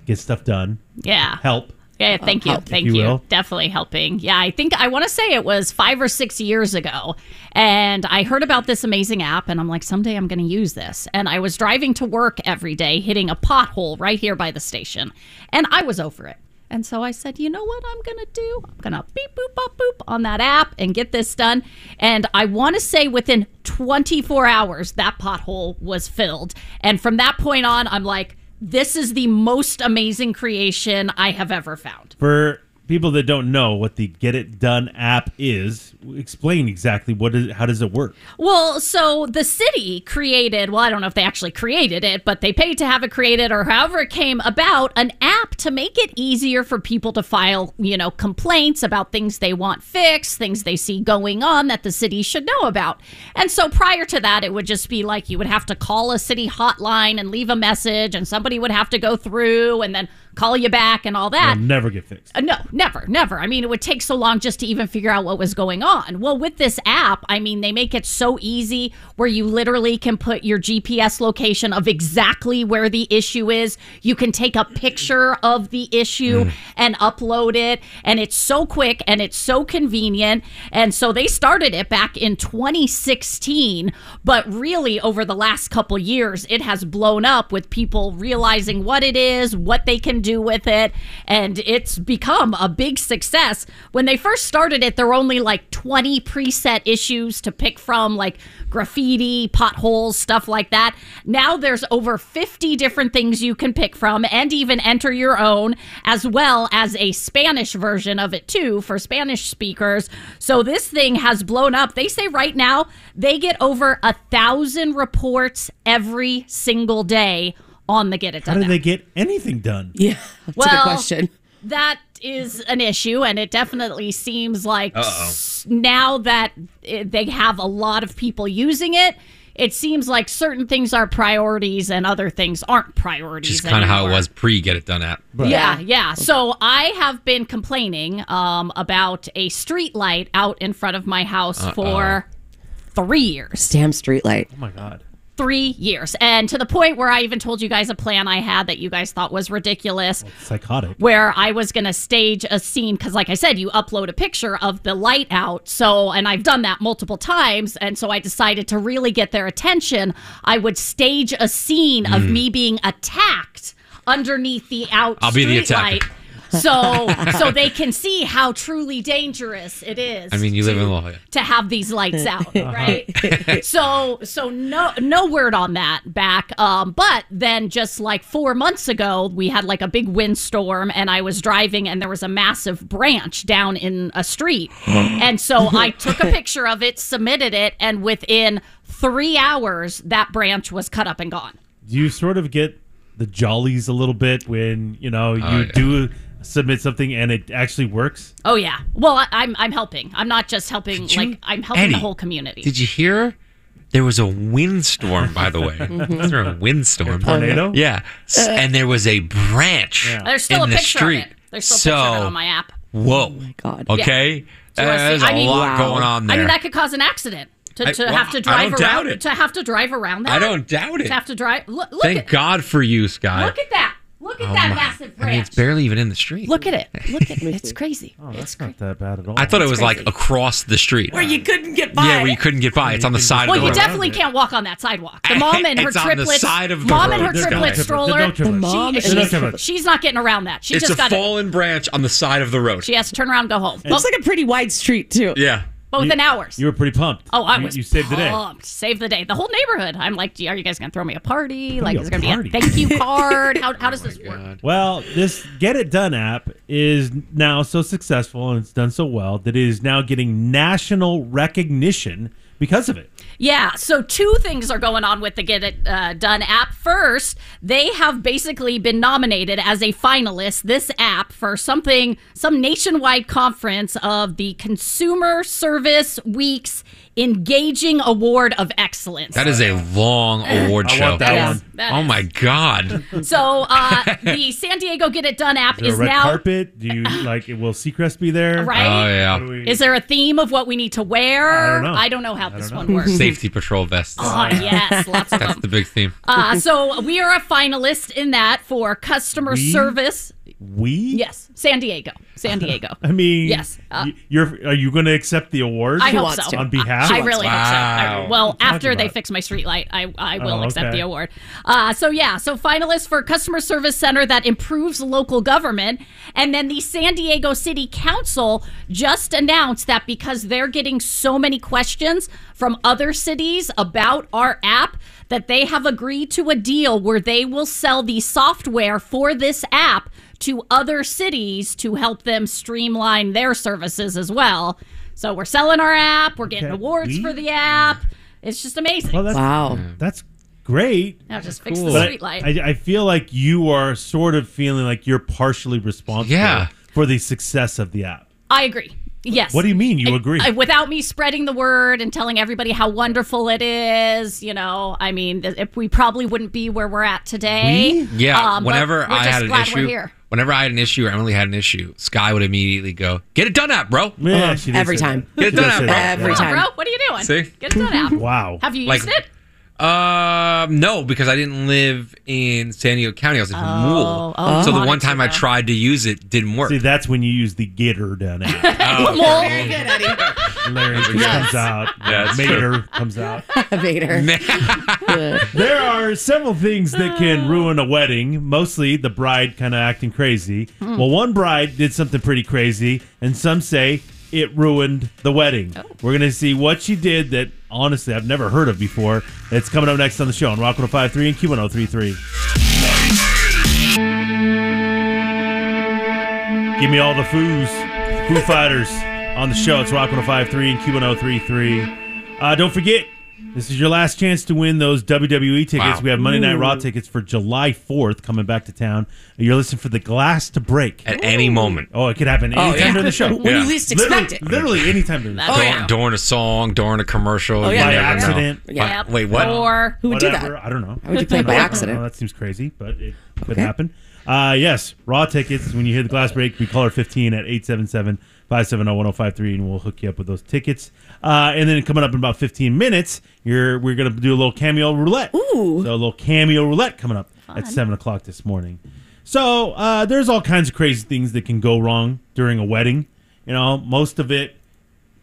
B: get stuff done.
E: Yeah.
B: Help.
E: Yeah, thank you.
B: Uh, Help, if
E: thank
B: you
E: you.
B: will.
E: Definitely helping. Yeah, I think I want to say it was five or six years ago. And I heard about this amazing app, and I'm like, someday I'm going to use this. And I was driving to work every day, hitting a pothole right here by the station. And I was over it. And so I said, you know what I'm going to do? I'm going to beep, boop, bop, boop on that app and get this done. And I want to say within 24 hours, that pothole was filled. And from that point on, I'm like, this is the most amazing creation I have ever found.
B: For people that don't know what the Get It Done app is, explain exactly what is how does it work.
E: Well, so the city created, well, I don't know if they actually created it, but they paid to have it created or however it came about, an app to make it easier for people to file, you know, complaints about things they want fixed, things they see going on that the city should know about. And so prior to that, it would just be like you would have to call a city hotline and leave a message, and somebody would have to go through and then call you back and all that.
B: It'll never get fixed.
E: Uh, no, never, never. I mean, it would take so long just to even figure out what was going on. Well, with this app, I mean, they make it so easy where you literally can put your GPS location of exactly where the issue is. You can take a picture of the issue
I: Mm.
E: and upload it. And it's so quick and it's so convenient. And so they started it back in 2016. But really, over the last couple years, it has blown up with people realizing what it is, what they can do with it. And it's become a big success. When they first started it, there were only like 20 preset issues to pick from, like graffiti, potholes, stuff like that. Now there's over 50 different things you can pick from and even enter your own, as well as a Spanish version of it too for Spanish speakers. So this thing has blown up. They say right now they get over a thousand reports every single day on the Get It
B: How
E: Done.
B: do
E: app.
B: they get anything done? Yeah,
E: well, That is an issue, and it definitely seems like
B: Uh-oh.
E: s- now that eh, they have a lot of people using it, it seems like certain things are priorities and other things aren't priorities.
F: Just kind of
E: anymore.
F: how it was pre get it done app.
E: Yeah, yeah. So I have been complaining um, about a street light out in front of my house
G: Uh-oh.
E: for three years.
G: Damn streetlight. Oh
B: my god.
E: Three years. And to the point where I even told you guys a plan I had that you guys thought was ridiculous
B: Psychotic.
E: where I was going to stage a scene because, like I said, you upload a picture of the light out. So, and I've done that multiple times. And so I decided to really get their attention. I would stage a scene of
F: Mm.
E: me being attacked underneath the out
F: I'll be the
E: street light.
F: attacker.
E: So, so they can see how truly dangerous it is
F: I mean, you live in La Jolla.
E: to have these lights out, right? so so no no word on that back. Um, but then just like four months ago, we had like a big windstorm, and I was driving, and there was a massive branch down in a street, and so I took a picture of it, submitted it, and within three hours, that branch was cut up and gone.
B: Do you sort of get the jollies a little bit when you know you
E: Oh, yeah.
B: do submit something and it actually works?
E: Oh yeah. Well, I, I'm I'm helping. I'm not just helping. like I'm helping
F: Eddie,
E: the whole community.
F: Did you hear? There was a windstorm, by the way.
E: Mhm.
F: there a windstorm?
B: tornado?
F: Yeah. S-
E: Uh,
F: and there was a branch
E: There's still a
F: in the
E: picture
F: street.
E: of it. There's still a
F: so,
E: picture of it on my app.
F: Whoa. Oh, my God. Okay.
E: Do you
F: Uh,
E: wanna see-
F: there's a
E: I mean-
F: lot going on there.
E: I mean, that could cause an accident to,
F: I-
E: to
F: well,
E: have
F: I
E: to drive
F: don't doubt
E: around.
F: it.
E: To have to drive around that.
F: I don't doubt it.
E: To have to drive. Look, look
F: Thank
E: at
F: God for you, Sky.
E: look at that. Look at
F: Oh
E: that
F: my-
E: massive
F: I mean,
E: branch.
F: it's barely even in the street.
E: Look at it. Look at it. It's crazy.
B: That's not that bad at all.
F: I thought it was like across the street.
E: Where you couldn't get
F: Yeah, where you couldn't get by. It's on the side
E: Well,
F: of the
E: you
F: road.
E: definitely can't walk on that sidewalk. The mom and her
F: It's on the
E: triplets.
F: side of the
E: mom
F: road.
E: and her
F: There's no
E: triplet
F: triplets.
E: stroller.
F: There's no triplets.
E: she-
F: There's no
E: she's,
F: triplets.
E: she's not getting around that. She
F: it's
E: just
F: a
E: got to.
F: fallen branch on the side of the road.
E: She has to turn around and go home.
B: It looks
E: like a pretty wide street too.
F: yeah.
E: But within hours.
B: You were pretty pumped.
E: Oh, I
B: you,
E: was
B: You saved the day.
E: pumped. Save the day. The whole neighborhood. I'm like, "Gee, are you guys gonna throw me a party?
B: Throw
E: Like,
B: you
E: is
B: a
E: there gonna
B: party?
E: be a thank you card? How,
G: Oh
E: how does this work?
B: Well, this Get It Done app is now so successful and it's done so well that it is now getting national recognition because of it.
E: Yeah, so two things are going on with the Get It uh, Done app. First, they have basically been nominated as a finalist, this app, for something, some nationwide conference of the Consumer Service Week's Engaging Award of Excellence.
F: That is a long award
B: I
F: show.
B: want that That is- one.
E: that
F: oh my god.
E: So uh, the San Diego Get It Done
B: Is
E: app
B: there
E: is,
B: a red
E: now.
B: carpet? Do you like? Will Seacrest be there?
E: Right? Oh,
F: yeah.
B: What do we-
E: Is there a theme of what we need to wear? I
B: don't know.
E: how this
F: know.
E: one works.
F: Safety patrol vests.
E: Oh, yes, lots of
F: That's the big theme.
E: Uh, so we are a finalist in that for customer
B: We?
E: service.
B: we?
E: Yes, San Diego, San Diego.
B: I mean,
E: yes. Uh,
B: y- you're are you going to accept the award?
E: I hope so.
B: on behalf.
E: I really hope so. I- well, after they fix my streetlight, I, I will
B: Oh,
E: accept
B: okay.
E: the award. Uh, so yeah, so finalists for customer service center that improves local government, and then the San Diego City Council just announced that because they're getting so many questions from other cities about our app. That they have agreed to a deal where they will sell the software for this app to other cities to help them streamline their services as well. So we're selling our app, we're getting
B: Okay.
E: awards
B: We-
E: for the app. It's just amazing.
B: Well, that's, wow, that's great.
E: Now just fix the
B: But I-
E: street light.
B: I, I feel like you are sort of feeling like you're partially responsible
F: Yeah.
B: for the success of the app.
E: I agree. Yes.
B: What do you mean you agree?
E: I- without me spreading the word and telling everybody how wonderful it is, you know, I mean, th- if we probably wouldn't be where we're at today.
F: Yeah.
E: Um, but
F: whenever
E: we're
F: I
E: just
F: had an
E: glad We're
F: issue,
E: here.
F: whenever I had an issue or Emily had an issue, Sky would immediately go, "Get it done up, bro."
B: Yeah, she did Every say time. that.
F: Uh-huh. Get it
B: She did
F: done
B: say
F: up, bro.
B: that, Every yeah.
E: Come on, bro, what are you doing?
F: See?
E: Get it done out.
B: Wow.
E: Have you
F: Like-
E: used it?
F: Um, no, because I didn't live in San Diego County. I was in Mool.
B: oh,
F: so
B: you
F: the one
B: wanted
F: time I tried to use it, didn't work.
B: See, that's when you use the getter done app.
F: Oh,
E: Well,
B: Larry just comes out.
F: Yeah, that's
B: Mater
F: true.
B: comes out.
G: Vader.
B: there are several things that
G: Oh.
B: can ruin a wedding, mostly the bride kind of acting crazy.
G: Hmm.
B: Well, one bride did something pretty crazy, and some say it ruined the wedding.
G: Oh.
B: We're going to see what she did that, honestly, I've never heard of before. It's coming up next on the show on Rock 1053 and Q1033. Give me all the foos. oh Foo Fighters on the show. It's Rock 1053 and Q1033. Uh, don't forget, This is your last chance to win those WWE tickets.
F: Wow.
B: We have Monday Night Raw
F: Ooh.
B: tickets for July 4th coming back to town. You're listening for the glass to break.
F: At any moment.
B: Oh, it could happen
F: Oh,
B: anytime
F: yeah.
B: during the show.
F: When you Yeah. least
B: Literally-
F: expect it.
B: Literally anytime during the show.
E: Oh,
F: during, during a song, during a commercial.
B: Oh,
F: you
B: yeah. By
F: never know.
B: accident.
F: Uh, Wait, what?
E: Or
B: who
F: would do
B: that? I don't know.
F: Why would you play by
B: I don't know.
F: accident?
B: Well, that seems crazy, but it could happen. Uh, yes, raw tickets. When you hear the glass break, we call her 15 at 877 570 1053, and we'll hook you up with those tickets. Uh, and then coming up in about 15 minutes, you're we're going to do a little cameo roulette. Ooh. So a little cameo roulette coming up at 7 o'clock this morning. So uh, there's all kinds of crazy things that can go wrong during a wedding. You know, most of it,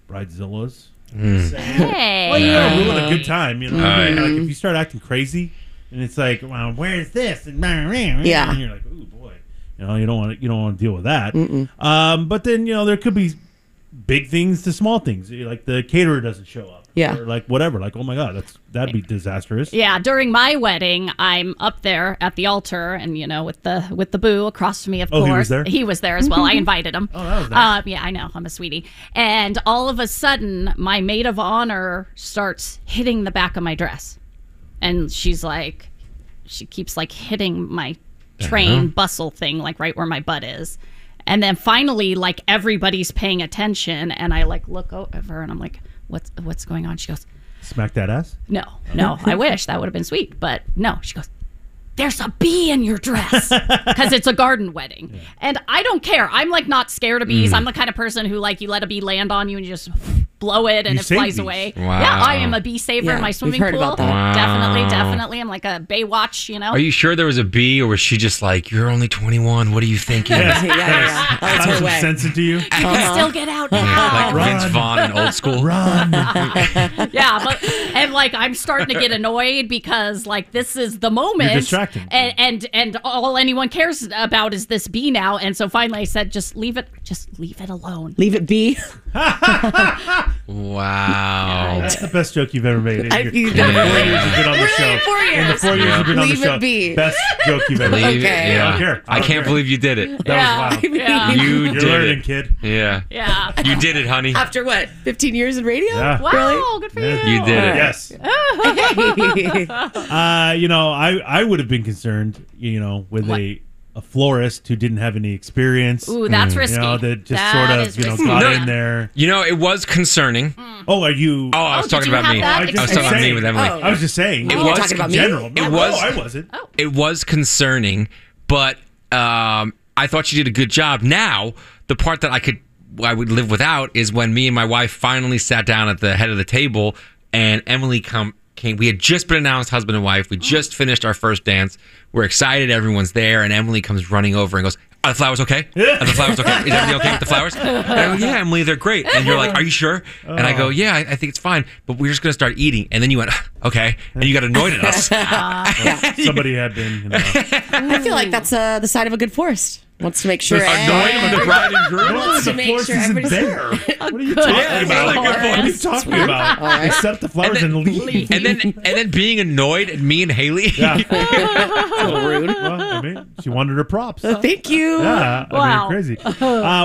B: bridezillas.
E: Hey.
B: Well, you know, ruin a good time. You know,
F: Oh, yeah.
B: like if you start acting crazy, and it's like, well, where's this? And
F: Yeah.
B: and you're like, ooh boy, you know, you don't want to, you don't want to deal with that. Um, but then you know, there could be big things to small things, like the caterer doesn't show up,
E: Yeah.
B: or like whatever. Like, oh my god, that's that'd be disastrous.
E: Yeah, during my wedding, I'm up there at the altar, and you know, with the with the boo across from me, of
B: Oh,
E: course,
B: he was there?
E: there as well. I invited him.
B: Oh, that was nice.
E: um, yeah, I know, I'm a sweetie. And all of a sudden, my maid of honor starts hitting the back of my dress, and she's like, she keeps like hitting my train
H: Uh-huh.
E: bustle thing, like right where my butt is. And then finally, like everybody's paying attention, and I like look over, and I'm like, "What's what's going on?" She goes,
B: Smack that ass.
E: no, no, I wish that would have been sweet, but no. She goes, There's a bee in your dress because it's a garden wedding. And I don't care. I'm like not scared of bees.
H: Mm.
E: I'm the kind of person who like you let a bee land on you and you just blow it and
H: You
E: it
H: save
E: flies
H: bees.
E: away.
F: Wow.
E: Yeah, I am a bee saver
G: Yeah,
E: in my
G: we've
E: swimming
G: heard
E: pool.
G: about that.
F: Wow.
E: Definitely, definitely. I'm like a Baywatch, you know?
F: Are you sure there was a B, or was she just like, "You're only 21. What are you thinking?"
B: Yes. Yeah, yeah, yeah. That was her
F: Some
B: way.
F: sense
B: into you.
E: You can still get out now.
F: Like Vince Vaughn in old school.
B: Um,
E: yeah, but and like I'm starting to get annoyed because like this is the moment,
F: You're distracting.
E: and and and all anyone cares about is this bee now. And so finally, I said, just leave it, just leave it alone.
G: Leave it be.
F: Wow.
B: That's the best joke you've ever made. In
G: I-
B: your
G: you-
B: four years you've been on the show.
G: four
B: In the
G: years.
B: four years you've been on the
G: Leave it
B: show.
G: be.
B: Best joke you've ever made.
F: Leave it-
G: Okay.
F: yeah.
B: I don't care.
F: I
B: don't care.
F: can't believe you did it.
G: Yeah.
B: That was wild.
E: Yeah.
F: You
B: You're
F: did
B: learning,
F: it.
B: kid.
F: Yeah.
E: Yeah.
F: You did it, honey.
G: After what? 15 years in radio?
B: Yeah.
E: Wow,
G: Really?
E: good for
F: You did it.
B: Yes. Uh, you know, I, I would have been concerned, you know, with a, a florist who didn't have any experience.
E: Ooh, that's
B: You know,
E: risky.
B: that just
E: That
B: sort
E: is
B: of, you know,
E: risky.
B: got
F: No.
B: in there.
F: You know, it was concerning.
B: Oh, are you?
F: Oh, I
E: Mm.
F: was
E: Oh, did
F: talking
E: you
F: about
E: have
F: me.
E: that
F: I was talking about
B: saying-
F: me with Emily.
B: I was just saying.
F: It
B: You were
F: was
B: talking about me?
F: general.
B: No,
F: It was.
B: I wasn't.
F: It was concerning, but um, I thought she did a good job. Now, the part that I could, I would live without is when me and my wife finally sat down at the head of the table, and Emily come came. We had just been announced husband and wife. We just finished our first dance. We're excited. Everyone's there, and Emily comes running over and goes. Are the flowers okay? Are the flowers okay? Is everything okay with the flowers? And I go, yeah, Emily, they're great. And you're like, are you sure? And I go, yeah, I, I think it's fine. But we're just gonna start eating. And then you went, okay. And you got annoyed at us.
B: Somebody had been. You know,
G: I feel like that's uh, the side of a good forest. Wants to make sure.
B: Just annoying
G: everyone-
B: with the bride and groom?
G: Wants to
B: The
G: make
B: forest
G: sure
B: isn't
G: everybody's
B: there.
G: What
B: are you talking about? What are you talking about?
G: All right.
B: Accept the flowers and, leave.
F: and then and then being annoyed at me and Haley.
B: rude. Well, I mean, she wanted her props.
G: Thank you.
B: Yeah, I mean, crazy. Uh,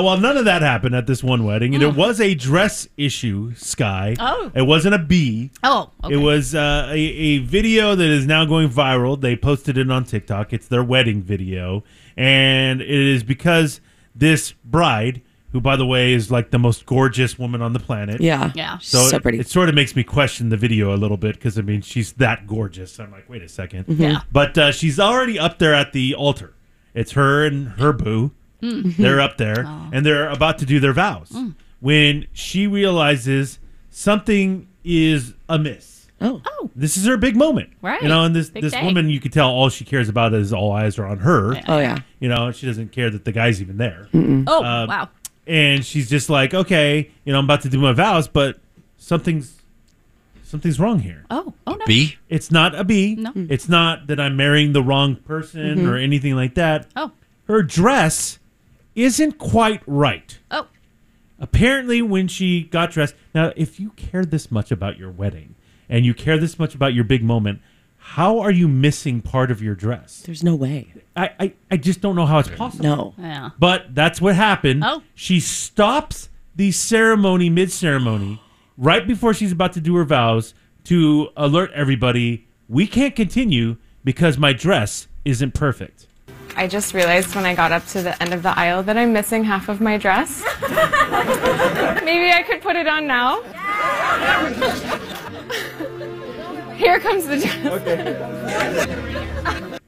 B: well, none of that happened at this one wedding. And there was a dress issue, Sky.
E: Mm. Oh.
B: It wasn't a bee.
E: Oh, okay.
B: It was uh, a, a video that is now going viral. They posted it on TikTok. It's their wedding video. And it is because this bride, who, by the way, is like the most gorgeous woman on the planet.
G: Yeah. Yeah.
B: So,
G: So
B: it,
G: pretty.
B: it sort of makes me question the video a little bit because, I mean, she's that gorgeous. I'm like, wait a second.
G: Yeah.
B: But uh, she's already up there at the altar. It's her and her boo.
G: Mm.
B: They're up there and they're about to do their vows
G: Mm.
B: when she realizes something is amiss.
G: Oh.
B: This is her big moment.
G: Right.
B: You know, and this
G: Big
B: this
G: day.
B: woman you could tell all she cares about is all eyes are on her.
G: Oh, yeah.
B: You know, she doesn't care that the guy's even there.
G: Mm-mm.
E: Oh,
B: Uh,
E: wow.
B: And she's just like, "Okay, you know, I'm about to do my vows, but something's something's wrong here."
E: Oh, oh no.
F: B?
B: It's not a B.
E: No.
B: It's not that I'm marrying the wrong person
E: Mhm.
B: or anything like that.
E: Oh.
B: Her dress isn't quite right.
E: Oh.
B: Apparently, when she got dressed, now, if you care this much about your wedding and you care this much about your big moment, how are you missing part of your dress?
G: There's no way.
B: I, I, I just don't know how it's possible.
G: No.
E: Yeah.
B: But that's what happened.
E: Oh.
B: She stops the ceremony mid ceremony right before she's about to do her vows to alert everybody we can't continue because my dress isn't perfect.
H: I just realized when I got up to the end of the aisle that I'm missing half of my dress. Maybe I could put it on now. Here comes the dress.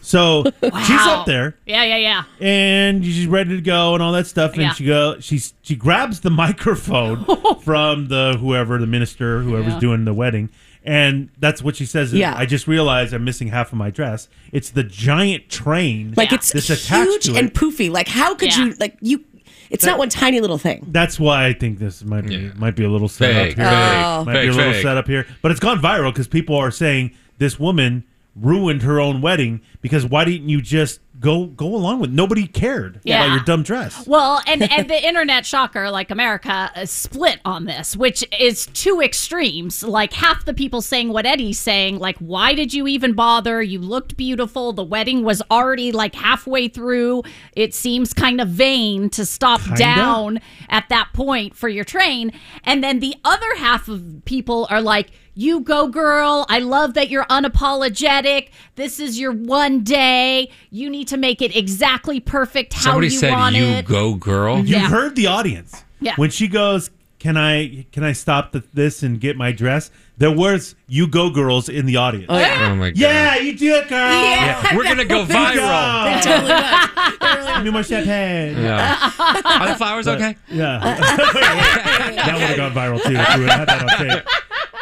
B: So she's up there
E: Yeah, yeah, yeah.
B: and she's ready to go and all that stuff. And
E: Yeah.
B: she go she's she grabs the microphone from the whoever, the minister, whoever's
I: Yeah.
B: doing the wedding. And that's what she says. is,
G: Yeah.
B: I just realized I'm missing half of my dress. It's the giant train.
G: Like it's
B: that's attached
G: huge
B: to it.
G: and poofy. Like how could you like you? It's
B: That-
G: not one tiny little thing.
B: That's why I think this might be might be a little setup
G: Fake,
B: here.
G: fake, Oh.
B: Might be a
G: fake,
B: little
G: fake.
B: setup here, but it's gone viral because people are saying this woman ruined her own wedding because why didn't you just go go along with? Nobody cared
E: Yeah.
B: about your dumb dress.
E: Well, and, and the internet shocker, like America, is split on this, which is two extremes. Like half the people saying what Eddie's saying, like, why did you even bother? You looked beautiful. The wedding was already like halfway through. It seems kind of vain to stop
J: Kinda.
E: down at that point for your train. And then the other half of people are like, you go, girl. I love that you're unapologetic. This is your one day. You need to make it exactly perfect how
F: Somebody
E: you
F: said
E: want
F: you
E: it.
F: go girl.
B: You
E: Yeah.
B: heard the audience.
E: Yeah.
B: When she goes, can I can I stop the, this and get my dress? There was you go girls in the audience.
F: Oh, yeah. Oh, my God.
B: Yeah, you do it, girl.
F: Yeah, Yeah. we're gonna go
B: You
F: viral.
B: go. New more champagne.
F: Yeah. Are the flowers
B: But-
F: okay?
B: Yeah. that would have gone viral too. If we would have had that on tape.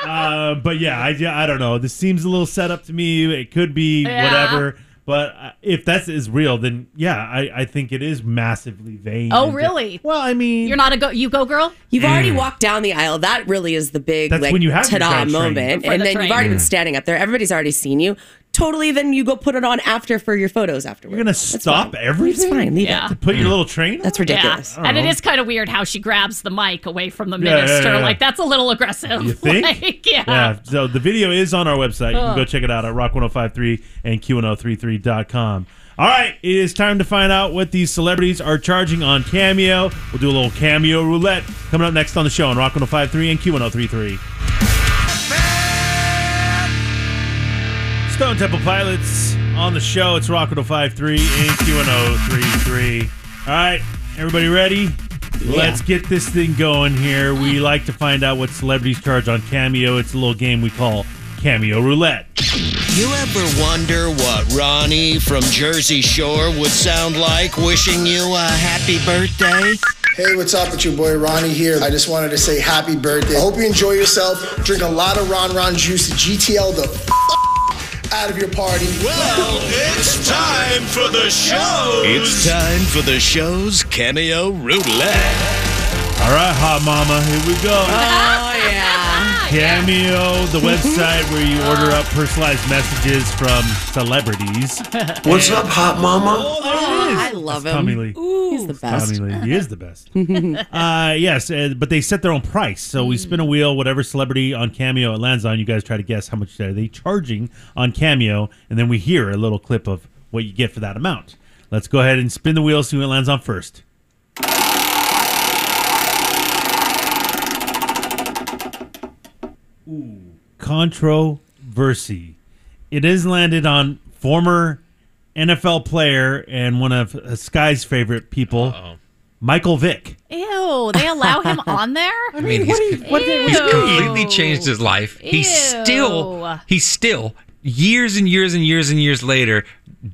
B: Uh, but yeah, I, ju- I don't know. This seems a little set up to me. It could be
E: Yeah.
B: whatever. But uh, if that is real, then yeah, I, I think it is massively vain.
E: Oh,
B: and-
E: really?
B: Well, I mean,
E: you're not a go. You go, girl.
G: You've already
B: Mm.
G: walked down the aisle. That really is the big
B: That's
G: like
B: when you have your
G: ta-da
B: giant train.
G: moment,
B: For
G: and
B: the
G: then
B: train.
G: you've already been
B: Mm.
G: standing up there. Everybody's already seen you. Totally. Then you go put it on after for your photos afterwards.
B: You're gonna stop everything.
G: It's fine. Leave
E: Yeah. Mm.
G: it.
B: To put your little train.
G: That's ridiculous.
E: And
F: Uh-huh.
E: it is kind of weird how she grabs the mic away from the
B: Yeah, yeah,
E: minister.
B: yeah, yeah.
E: Like that's a little aggressive.
B: You think?
E: Like, yeah.
B: Yeah. So the video is on our website. You can
E: Ugh.
B: go check it out at rock1053 and q1033.com. All right, it is time to find out what these celebrities are charging on Cameo. We'll do a little Cameo roulette coming up next on the show on Rock 1053 and Q1033. Stone Temple Pilots on the show. It's Rock 1053 and Q1033. All right, everybody ready? Let's get this thing going here. We like to find out what celebrities charge on Cameo. It's a little game we call Cameo Roulette.
A: You ever wonder what Ronnie from Jersey Shore would sound like wishing you a happy birthday?
K: Hey, what's up? It's your boy Ronnie here. I just wanted to say happy birthday. I hope you enjoy yourself. Drink a lot of Ron Ron juice. GTL the f- out of your party. Well,
A: It's time for the show. It's time for the show's cameo roulette.
B: All right, hot mama, here we go.
E: Oh,
G: yeah.
B: Cameo, the website where you order up personalized messages from celebrities.
G: What's up,
B: hot
G: mama?
B: Oh, there it is.
G: I love
B: That's
G: him.
B: Tommy Lee.
G: He's the best.
B: Tommy Lee. He is the best. uh, yes, uh, but they set their own price. So we spin a wheel, whatever celebrity on Cameo it lands on, you guys try to guess how much are they charging on Cameo, and then we hear a little clip of what you get for that amount. Let's go ahead and spin the wheel, see what it lands on first. Controversy. It is landed on former NFL player and one of uh, Sky's favorite people, Michael Vick.
E: Ew. They allow him on there. I
F: mean, he's, he's completely changed his life. He's still,
E: Ew.
F: he still, years and years and years and years later,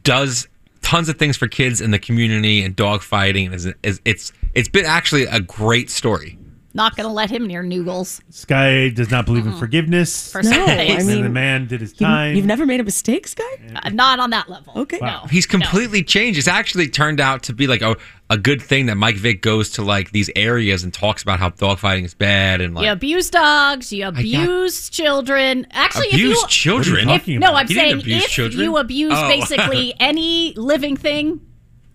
F: does tons of things for kids in the community and dog fighting. And is, is, it's, it's been actually a great story.
E: Not gonna let him near Noogles.
B: Sky does not believe in
F: Uh-huh.
B: forgiveness.
E: For some No, I things.
B: And the
E: mean,
B: man did his time.
G: You've never made a mistake, Sky.
E: Uh, not on that level. Okay. No.
F: He's completely changed. It's actually turned out to be like a, a good thing that Mike Vick goes to like these areas and talks about how dog fighting is bad and like
E: you abuse dogs. You abuse children. Actually,
F: abuse
E: if you
F: children.
E: If, no, I'm
F: He didn't
E: saying
F: abuse
E: if
F: children.
E: you abuse
F: Oh.
E: basically any living thing,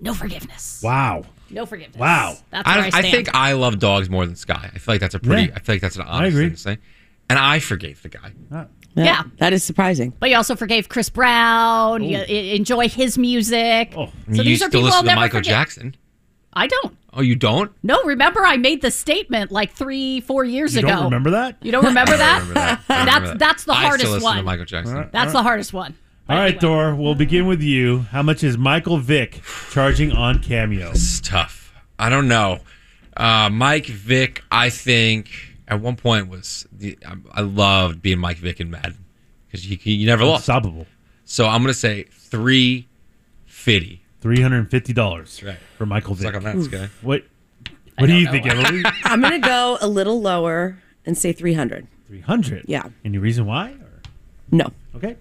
E: no forgiveness.
B: Wow.
E: No forgiveness.
F: Wow.
E: That's where I, stand.
F: think I love dogs more than Sky. I feel like that's a pretty. I feel like that's an honest thing to say. And I forgave the guy.
G: Yeah,
E: Yeah.
G: That is surprising.
E: But you also forgave Chris Brown. You
F: Ooh. Oh.
E: e- enjoy his music.
F: you used to
B: Oh,
E: people I'll
F: listen to
E: never
F: Michael
E: forget.
F: Jackson.
E: I don't.
F: Oh, you don't?
E: No, remember I made the statement like three, four years
F: You
E: ago.
F: don't remember that?
E: You don't remember that?
F: remember that. I
E: that's
F: remember that.
E: that's the
F: I still
E: hardest
F: listen to
E: one.
F: Michael Jackson.
B: All right,
E: That's
B: all
E: the hardest one.
B: right, Thor. We'll begin with you. How much is Michael Vick charging on Cameo?
F: It's tough. I don't know. Uh, Mike Vick, I think at one point was the, I, I loved being Mike Vick and Madden because you, you never lost.
B: Unstoppable.
F: So I'm gonna say three fifty.
B: Three hundred and fifty dollars
F: right.
B: for Michael Vick.
F: Suck on that, Oof. Sky.
B: What? What do you think, Emily?
G: I'm going to go a little lower and say 300.
B: Three hundred.
G: Yeah.
B: Any reason why?
G: No.
B: Okay.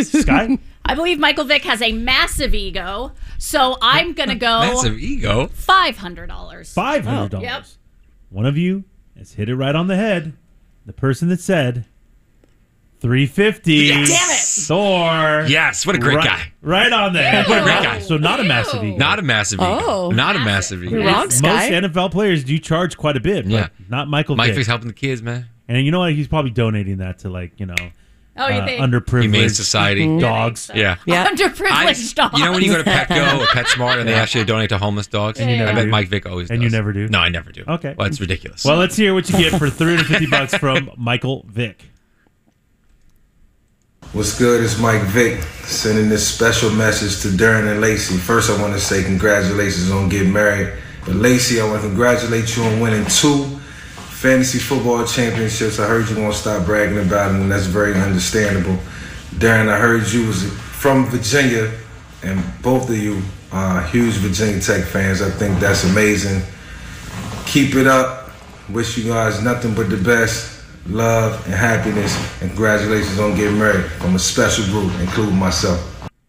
B: Sky.
E: I believe Michael Vick has a massive ego, so I'm gonna go
B: Massive ego?
E: Five hundred dollars.
B: Five hundred dollars.
E: Yep.
B: One of you has hit it right on the head. The person that said three fifty.
F: Yes. Damn
B: it. Thor.
F: Yes, what a great
B: Right-
F: guy.
B: Right on the head.
F: What a great guy.
B: So not a massive ego.
F: Not a massive ego.
B: Oh.
F: Not a massive ego.
B: Most NFL players do charge quite a bit, but
F: Yeah.
B: not Michael
F: Mike
B: Vick.
F: Vick's helping the kids, man.
B: And you know what? He's probably donating that to like you know,
E: Oh, you
B: uh,
E: think?
B: underprivileged
F: Humane Society. Mhm.
B: dogs.
F: Yeah.
E: Underprivileged dogs.
F: You know when you go to Petco or PetSmart and they
B: Yeah.
F: actually donate to homeless dogs?
B: And you never
F: I bet
B: do.
F: Mike Vick always
B: And
F: does.
B: you never do.
F: No, I never do.
B: Okay.
F: Well, it's ridiculous.
B: Well, let's hear what you get for three hundred fifty bucks from Michael Vick.
I: What's good? It's Mike Vick sending this special message to Darren and Lacey. First, I want to say congratulations on getting married. But Lacey, I want to congratulate you on winning two fantasy football championships. I heard you won't stop bragging about it, and that's very understandable. Darren, I heard you was from Virginia, and both of you are huge Virginia Tech fans. I think that's amazing. Keep it up. Wish you guys nothing but the best. Love and happiness. And congratulations on getting married from a special group, including myself.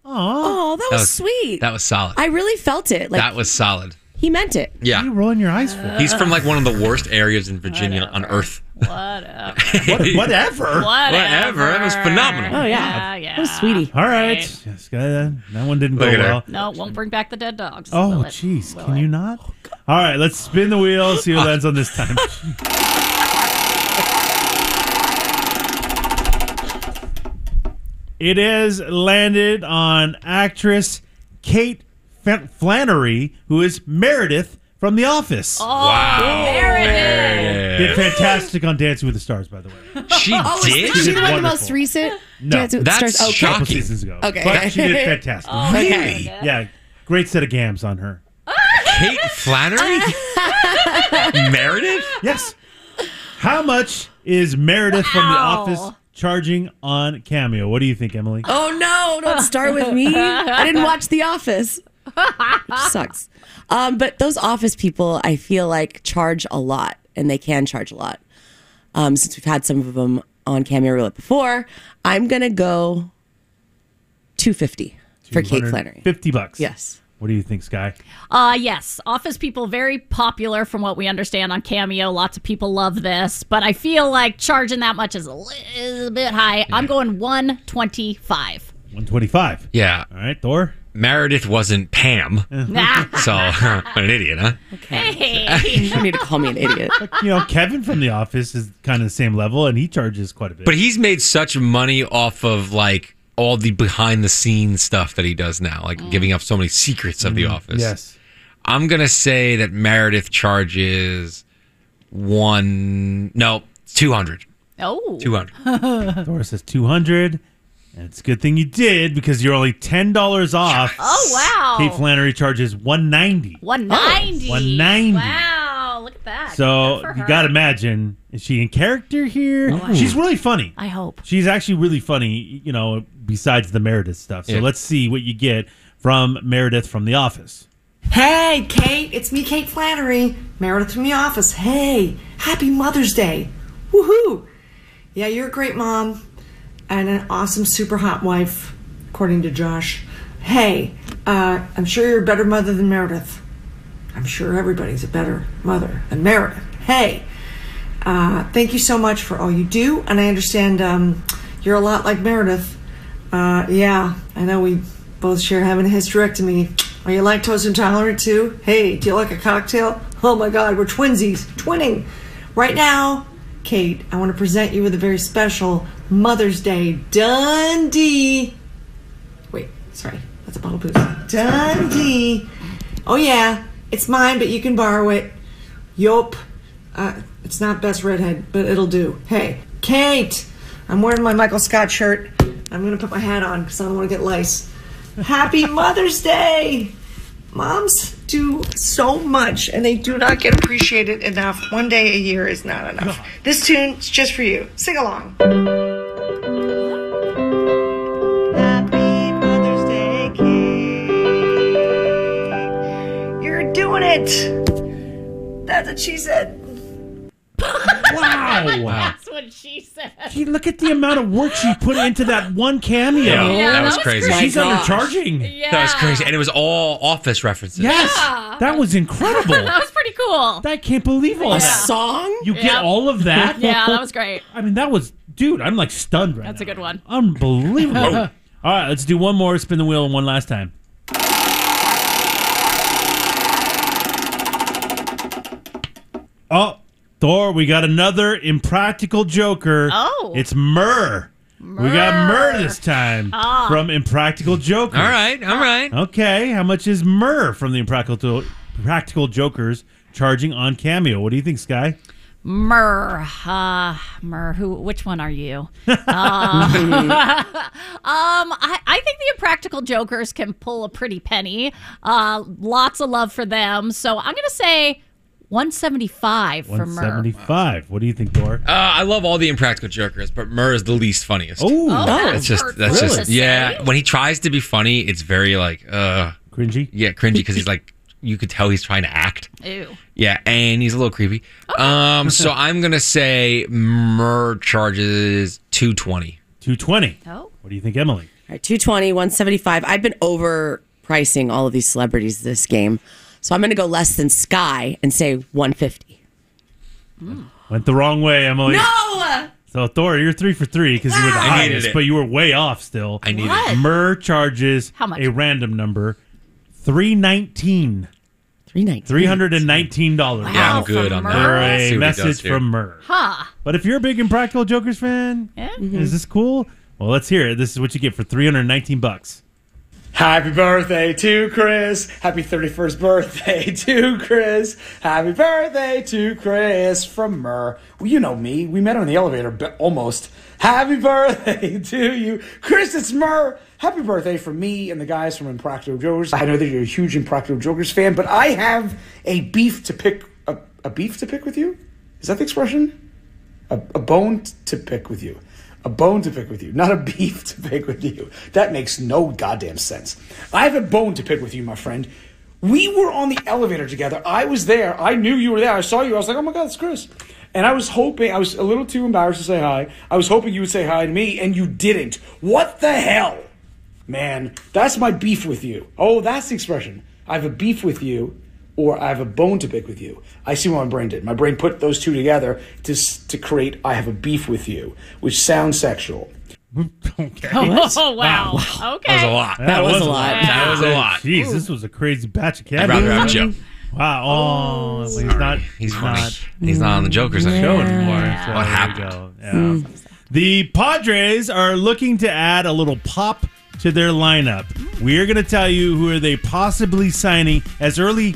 G: Oh, that, was, sweet.
F: That was solid.
G: I really felt it. Like
F: that was solid.
G: he meant it.
F: Yeah.
B: you rolling your eyes for?
F: He's from like one of the worst areas in Virginia on earth.
E: Whatever.
B: Whatever.
F: Whatever. That was phenomenal.
G: Oh yeah. That was sweetie.
B: All right. Yes, guy, that, that one didn't
F: Look
B: go
F: at her.
B: well.
E: No, it won't bring back the dead dogs.
B: Oh,
E: will it?
B: jeez. Can you not? All right, let's spin the wheel, see who lands on this time. it is landed on actress Kate Fa- Flannery, who is Meredith from The Office.
E: Oh, Wow. Meredith.
B: Did fantastic on Dancing with the Stars, by the way.
F: She
J: oh, is-
B: did?
J: Is she the one of the
B: Wonderful.
J: most recent?
B: No,
J: Dance with the Stars? Okay.
B: A couple seasons ago.
J: Okay,
B: but she did fantastic.
J: Okay.
B: Yeah, great set of gams on her.
F: Kate Flannery? Meredith?
B: Yes. How much is Meredith from The
G: Wow.
B: Office charging on Cameo? What do you think, Emily?
G: Oh no, don't start with me. I didn't watch The Office. Which sucks. Um, but those office people, I feel like charge a lot, and they can charge a lot. Um, since we've had some of them on Cameo Roulette before, I'm gonna go two fifty for Kate Flannery.
B: 50 bucks.
G: Yes.
B: What do you think, Sky?
E: Uh yes, office people very popular from what we understand on Cameo. Lots of people love this, but I feel like charging that much is a little bit high. I'm going 125.
B: 125.
F: Yeah.
B: All right, Thor.
F: Meredith wasn't Pam.
E: Nah.
F: so, what an idiot, huh?
E: Hey.
G: You need to call me an idiot.
B: You know, Kevin from The Office is kind of the same level, and he charges quite a bit.
F: But he's made such money off of like all the behind the scenes stuff that he does now, like giving up so many secrets of the
B: Mm,
F: office.
B: yes.
F: I'm going to say that Meredith charges one, no, 200.
E: Oh.
F: 200.
B: Thor says 200. And it's a good thing you did because you're only $10 off.
E: Oh, wow.
B: Kate Flannery charges 190
E: 190.
B: 190.
E: Wow, look at that.
B: So you got to imagine, is she in character here?
E: Oh, wow.
B: She's really funny.
E: I hope.
B: She's actually really funny, you know, besides the Meredith stuff. So
L: Yeah.
B: let's see what you get from Meredith from The Office.
L: Hey, Kate, it's me, Kate Flannery, Meredith from the office. Hey, happy Mother's Day. Woohoo! Yeah, you're a great mom and an awesome, super hot wife, according to Josh. Hey, uh, I'm sure you're a better mother than Meredith. I'm sure everybody's a better mother than Meredith. Hey, uh, thank you so much for all you do, and I understand um, you're a lot like Meredith. Uh, yeah, I know we both share having a hysterectomy. Are you lactose intolerant too? Hey, do you like a cocktail? Oh my God, we're twinsies, twinning. Right now, Kate, I want to present you with a very special Mother's Day Dundee. Wait, sorry, that's a bottle of booze. Dundee. Oh yeah, It's mine, but you can borrow it. Yup. Uh, it's not best redhead, but it'll do. Hey, Kate, I'm wearing my Michael Scott shirt. I'm gonna put my hat on because I don't want to get lice. Happy Mother's Day! Moms do so much, and they do not get appreciated enough. One day a year is not enough. This tune's just for you. Sing along. You're doing it. That's what she said.
B: Wow.
E: That's what she said.
B: Gee, look at the amount of work she put into that one cameo.
F: Yeah, Yeah, Oh, that was that was crazy. crazy.
B: She's
E: Oh
F: My gosh.
B: undercharging.
F: That was crazy. And it was all office references.
B: Yes. That was incredible.
E: that was pretty cool.
B: I can't believe all that.
E: Yeah. song?
B: You get
E: Yep.
B: all of that?
E: yeah, that was great.
B: I mean, that was, dude, I'm like stunned right
E: That's
B: now.
E: a good one.
B: Unbelievable. all right, let's do one more spin the wheel one last time. Oh, Thor, we got another impractical joker.
E: Oh.
B: It's Myrrh. We got Myrrh this time
E: Ah.
B: from Impractical Joker.
F: All right, all right.
B: Okay, how much is Myrrh from the Impractical Practical Jokers charging on Cameo? What do you think, Sky?
E: Myrrh. Uh, Myrrh. Who? Which one are you? Uh, um, I, I think the Impractical Jokers can pull a pretty penny. Uh, lots of love for them. So I'm going to say 175 for Myrrh.
B: 175. What do you think, Thor?
F: Uh, I love all the impractical jokers, but Murr is the least funniest.
B: Oh,
E: Oh,
F: that's
E: that's
F: just that's
E: hurtful
F: just
E: to
F: yeah. When he tries to be funny, it's very like uh
B: cringy.
F: Yeah, cringy because he's like you could tell he's trying to act.
E: Ew.
F: Yeah, and he's a little creepy. Um, so I'm gonna say Murr charges two twenty.
B: Two twenty.
E: Oh.
B: What do you think, Emily?
G: All right, 220, 175. I've been overpricing all of these celebrities this game. So I'm going to go less than Sky and say 150.
B: Went the wrong way, Emily.
E: Oh,
G: No!
B: So Thor, you're three for three because you were
E: Ah.
B: the
F: I needed
B: highest,
F: it.
B: but you were way off still. I
F: needed What? it.
B: Myrrh charges
E: How much?
B: a random number, three nineteen.
G: Three nineteen.
B: Three hundred and nineteen dollars.
F: Yeah, I'm Wow, good from on that.
B: For
F: Myrrh? Let's see
B: a
F: what he does
B: message
F: here.
B: from Myrrh.
E: Huh.
B: But if you're a big Impractical Jokers fan, is this cool? Well, let's hear it. This is what you get for three hundred nineteen bucks.
J: Happy birthday to Chris. Happy 31st birthday to Chris. Happy birthday to Chris from Myrrh. Well, you know me. We met on the elevator but almost. Happy birthday to you. Chris, it's Myrrh. Happy birthday from me and the guys from Impractical Jokers. I know that you're a huge Impractical Jokers fan, but I have a beef to pick. A, a beef to pick with you? Is that the expression? A, a bone t- to pick with you. A bone to pick with you, not a beef to pick with you. That makes no goddamn sense. I have a bone to pick with you, my friend. We were on the elevator together. I was there. I knew you were there. I saw you. I was like, oh my God, it's Chris. And I was hoping, I was a little too embarrassed to say hi. I was hoping you would say hi to me, and you didn't. What the hell? Man, that's my beef with you. Oh, that's the expression. I have a beef with you, or I have a bone to pick with you. I see what my brain did. My brain put those two together to, s- to create I have a beef with you, which sounds sexual.
B: okay.
E: Oh, wow. Okay.
J: That was a lot.
F: That was a lot.
B: Jeez, this was a crazy batch of
F: Ah, I'd
B: candy.
F: rather have Joe.
B: Wow. Oh, he's not. He's
F: funny.
B: not.
F: He's not on the Jokers
B: show
F: anymore.
B: anymore.
F: Yeah.
B: So there
F: What
B: you go.
F: happened?
B: Yeah. The Padres are looking to add a little pop to their lineup. We are going to tell you who are they possibly signing as early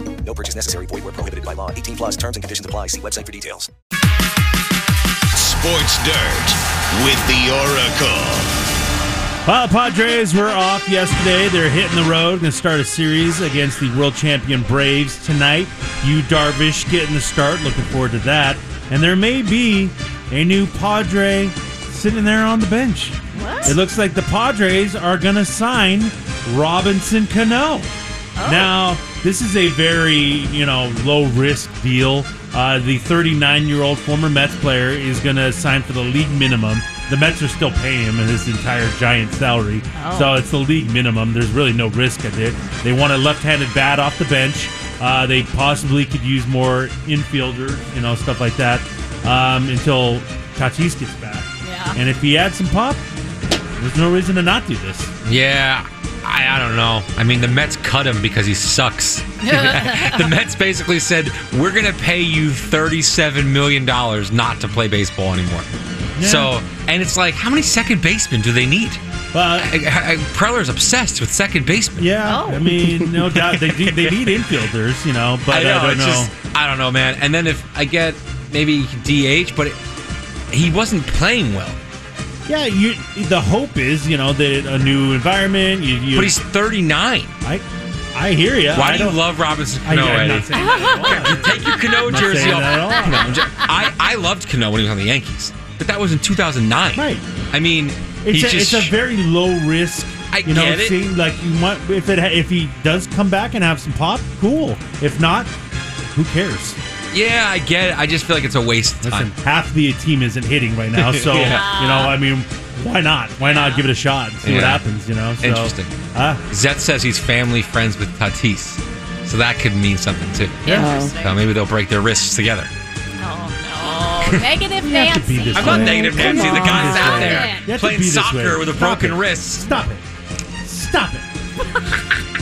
M: No purchase necessary. Void where prohibited by law. 18 plus terms and conditions apply. See website for details.
A: Sports Dirt with the Oracle.
B: Well, the Padres were off yesterday. They're hitting the road. Going to start a series against the world champion Braves tonight. You Darvish getting the start. Looking forward to that. And there may be a new Padre sitting there on the bench. What? It looks like the Padres are going to sign Robinson Cano. Now, this is a very you know low risk deal. Uh, the 39 year old former Mets player is going to sign for the league minimum. The Mets are still paying him his entire giant salary,
N: Oh.
B: so it's the league minimum. There's really no risk at it. They want a left handed bat off the bench. Uh, they possibly could use more infielders, you know, stuff like that, um, until Tatis gets back.
E: Yeah.
B: And if he adds some pop, there's no reason to not do this.
F: Yeah, I, I don't know. I mean, the Mets cut him because he sucks. the Mets basically said, "We're going to pay you thirty-seven million dollars not to play baseball anymore."
B: Yeah.
F: So, and it's like, how many second basemen do they need? I, I, Preller's obsessed with second baseman.
B: Yeah, I mean, no doubt they do, they need infielders, you know, but I, don't
F: it's
B: know.
F: Just, I don't know, man. And then if I get maybe DH, but it, he wasn't playing well.
B: yeah, you. The hope is, you know, that a new environment. You, you
F: But he's 39.
B: I, I hear you.
F: Why do you love Robinson
B: I-
F: Cano,
B: I'm not
F: Eddie?
B: saying that
F: Take your Cano
B: Not
F: jersey
B: saying
F: off.
B: that at all.
F: No, I'm just- I, I loved Cano when he was on the Yankees, but that was in 2009. Right. I mean, he
B: It's, a, it's
F: just.
B: a very low risk.
F: I
B: you know,
F: get it.
B: seeing, like you want if it ha- if he does come back and have some pop, cool. If not, who cares?
F: yeah, I get it. I just feel like it's a waste of time.
B: Half the team isn't hitting right now, so
F: Yeah.
B: you know, I mean, why not? Why not give it a shot? and See what
F: Yeah.
B: happens. You know, so,
F: Interesting.
B: Ah.
F: Zet says he's family friends with Tatis, so that could mean something too.
E: Yeah. Interesting.
F: So maybe they'll break their wrists together.
E: Oh, negative Nancy.
F: I'm not negative
E: Come
F: Nancy. The
E: on.
F: guy's out there
E: You have to
F: playing
B: be this
F: soccer
B: way.
F: with a
B: Stop
F: broken
B: it.
F: wrist.
B: Stop it. Stop it.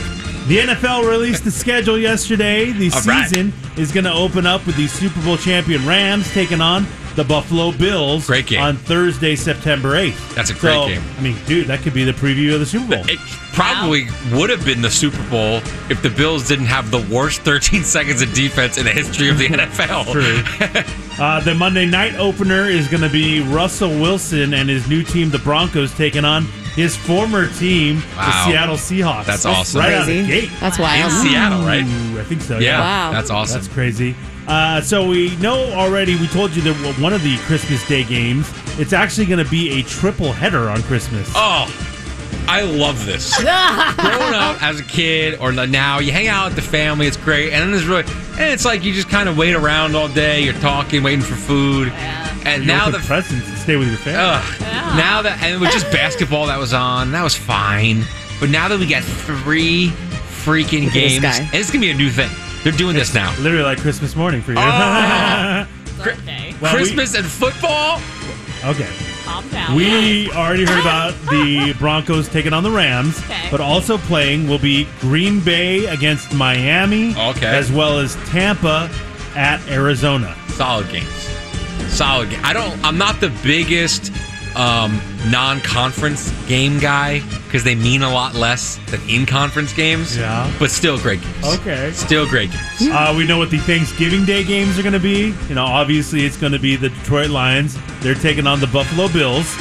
B: The NFL released the schedule yesterday. The
F: All right.
B: season is going to open up with the Super Bowl champion Rams taking on the Buffalo Bills great game. on Thursday, September 8th.
F: That's a great
B: So,
F: game.
B: I mean, dude, that could be the preview of the Super Bowl.
F: It probably would have been the Super Bowl if the Bills didn't have the worst 13 seconds of defense in the history of the NFL.
B: True. Uh, the Monday night opener is going to be Russell Wilson and his new team, the Broncos, taking on his former team,
F: Wow.
B: the Seattle Seahawks.
F: That's awesome.
B: Right out of the
F: Crazy.
B: gate.
F: That's wild. In Seattle, right?
B: Ooh, I think so. Yeah.
F: Yeah, Wow. that's awesome.
B: That's crazy. Uh, so we know already. We told you that one of the Christmas Day games. It's actually going to be a triple header on Christmas.
F: Oh, I love this. Growing up as a kid or now, you hang out with the family. It's great, and then it's really, and it's like you just kind of wait around all day. You're talking, waiting for food, and
B: You
F: now
B: open
F: the
B: presents and stay with your family.
F: Ugh. Now that and it was just basketball that was on, that was fine. But now that we got three freaking
B: Look at this
F: games,
B: guy.
F: and it's gonna be a new thing. They're doing this now.
B: Literally like Christmas morning for you. Well, we-
F: Oh. Christmas and football.
B: Okay.
E: Calm
B: We already heard about the Broncos taking on the Rams,
E: Okay.
B: but also playing will be Green Bay against Miami,
F: Okay.
B: as well as Tampa at Arizona.
F: Solid games. Solid game. I don't. I'm not the biggest um, non-conference game guy because they mean a lot less than in-conference games. Yeah. But still great games.
B: Okay.
F: Still great games.
B: Uh, we know what the Thanksgiving Day games are going to be. You know, obviously it's going to be the Detroit Lions. They're taking on the Buffalo Bills.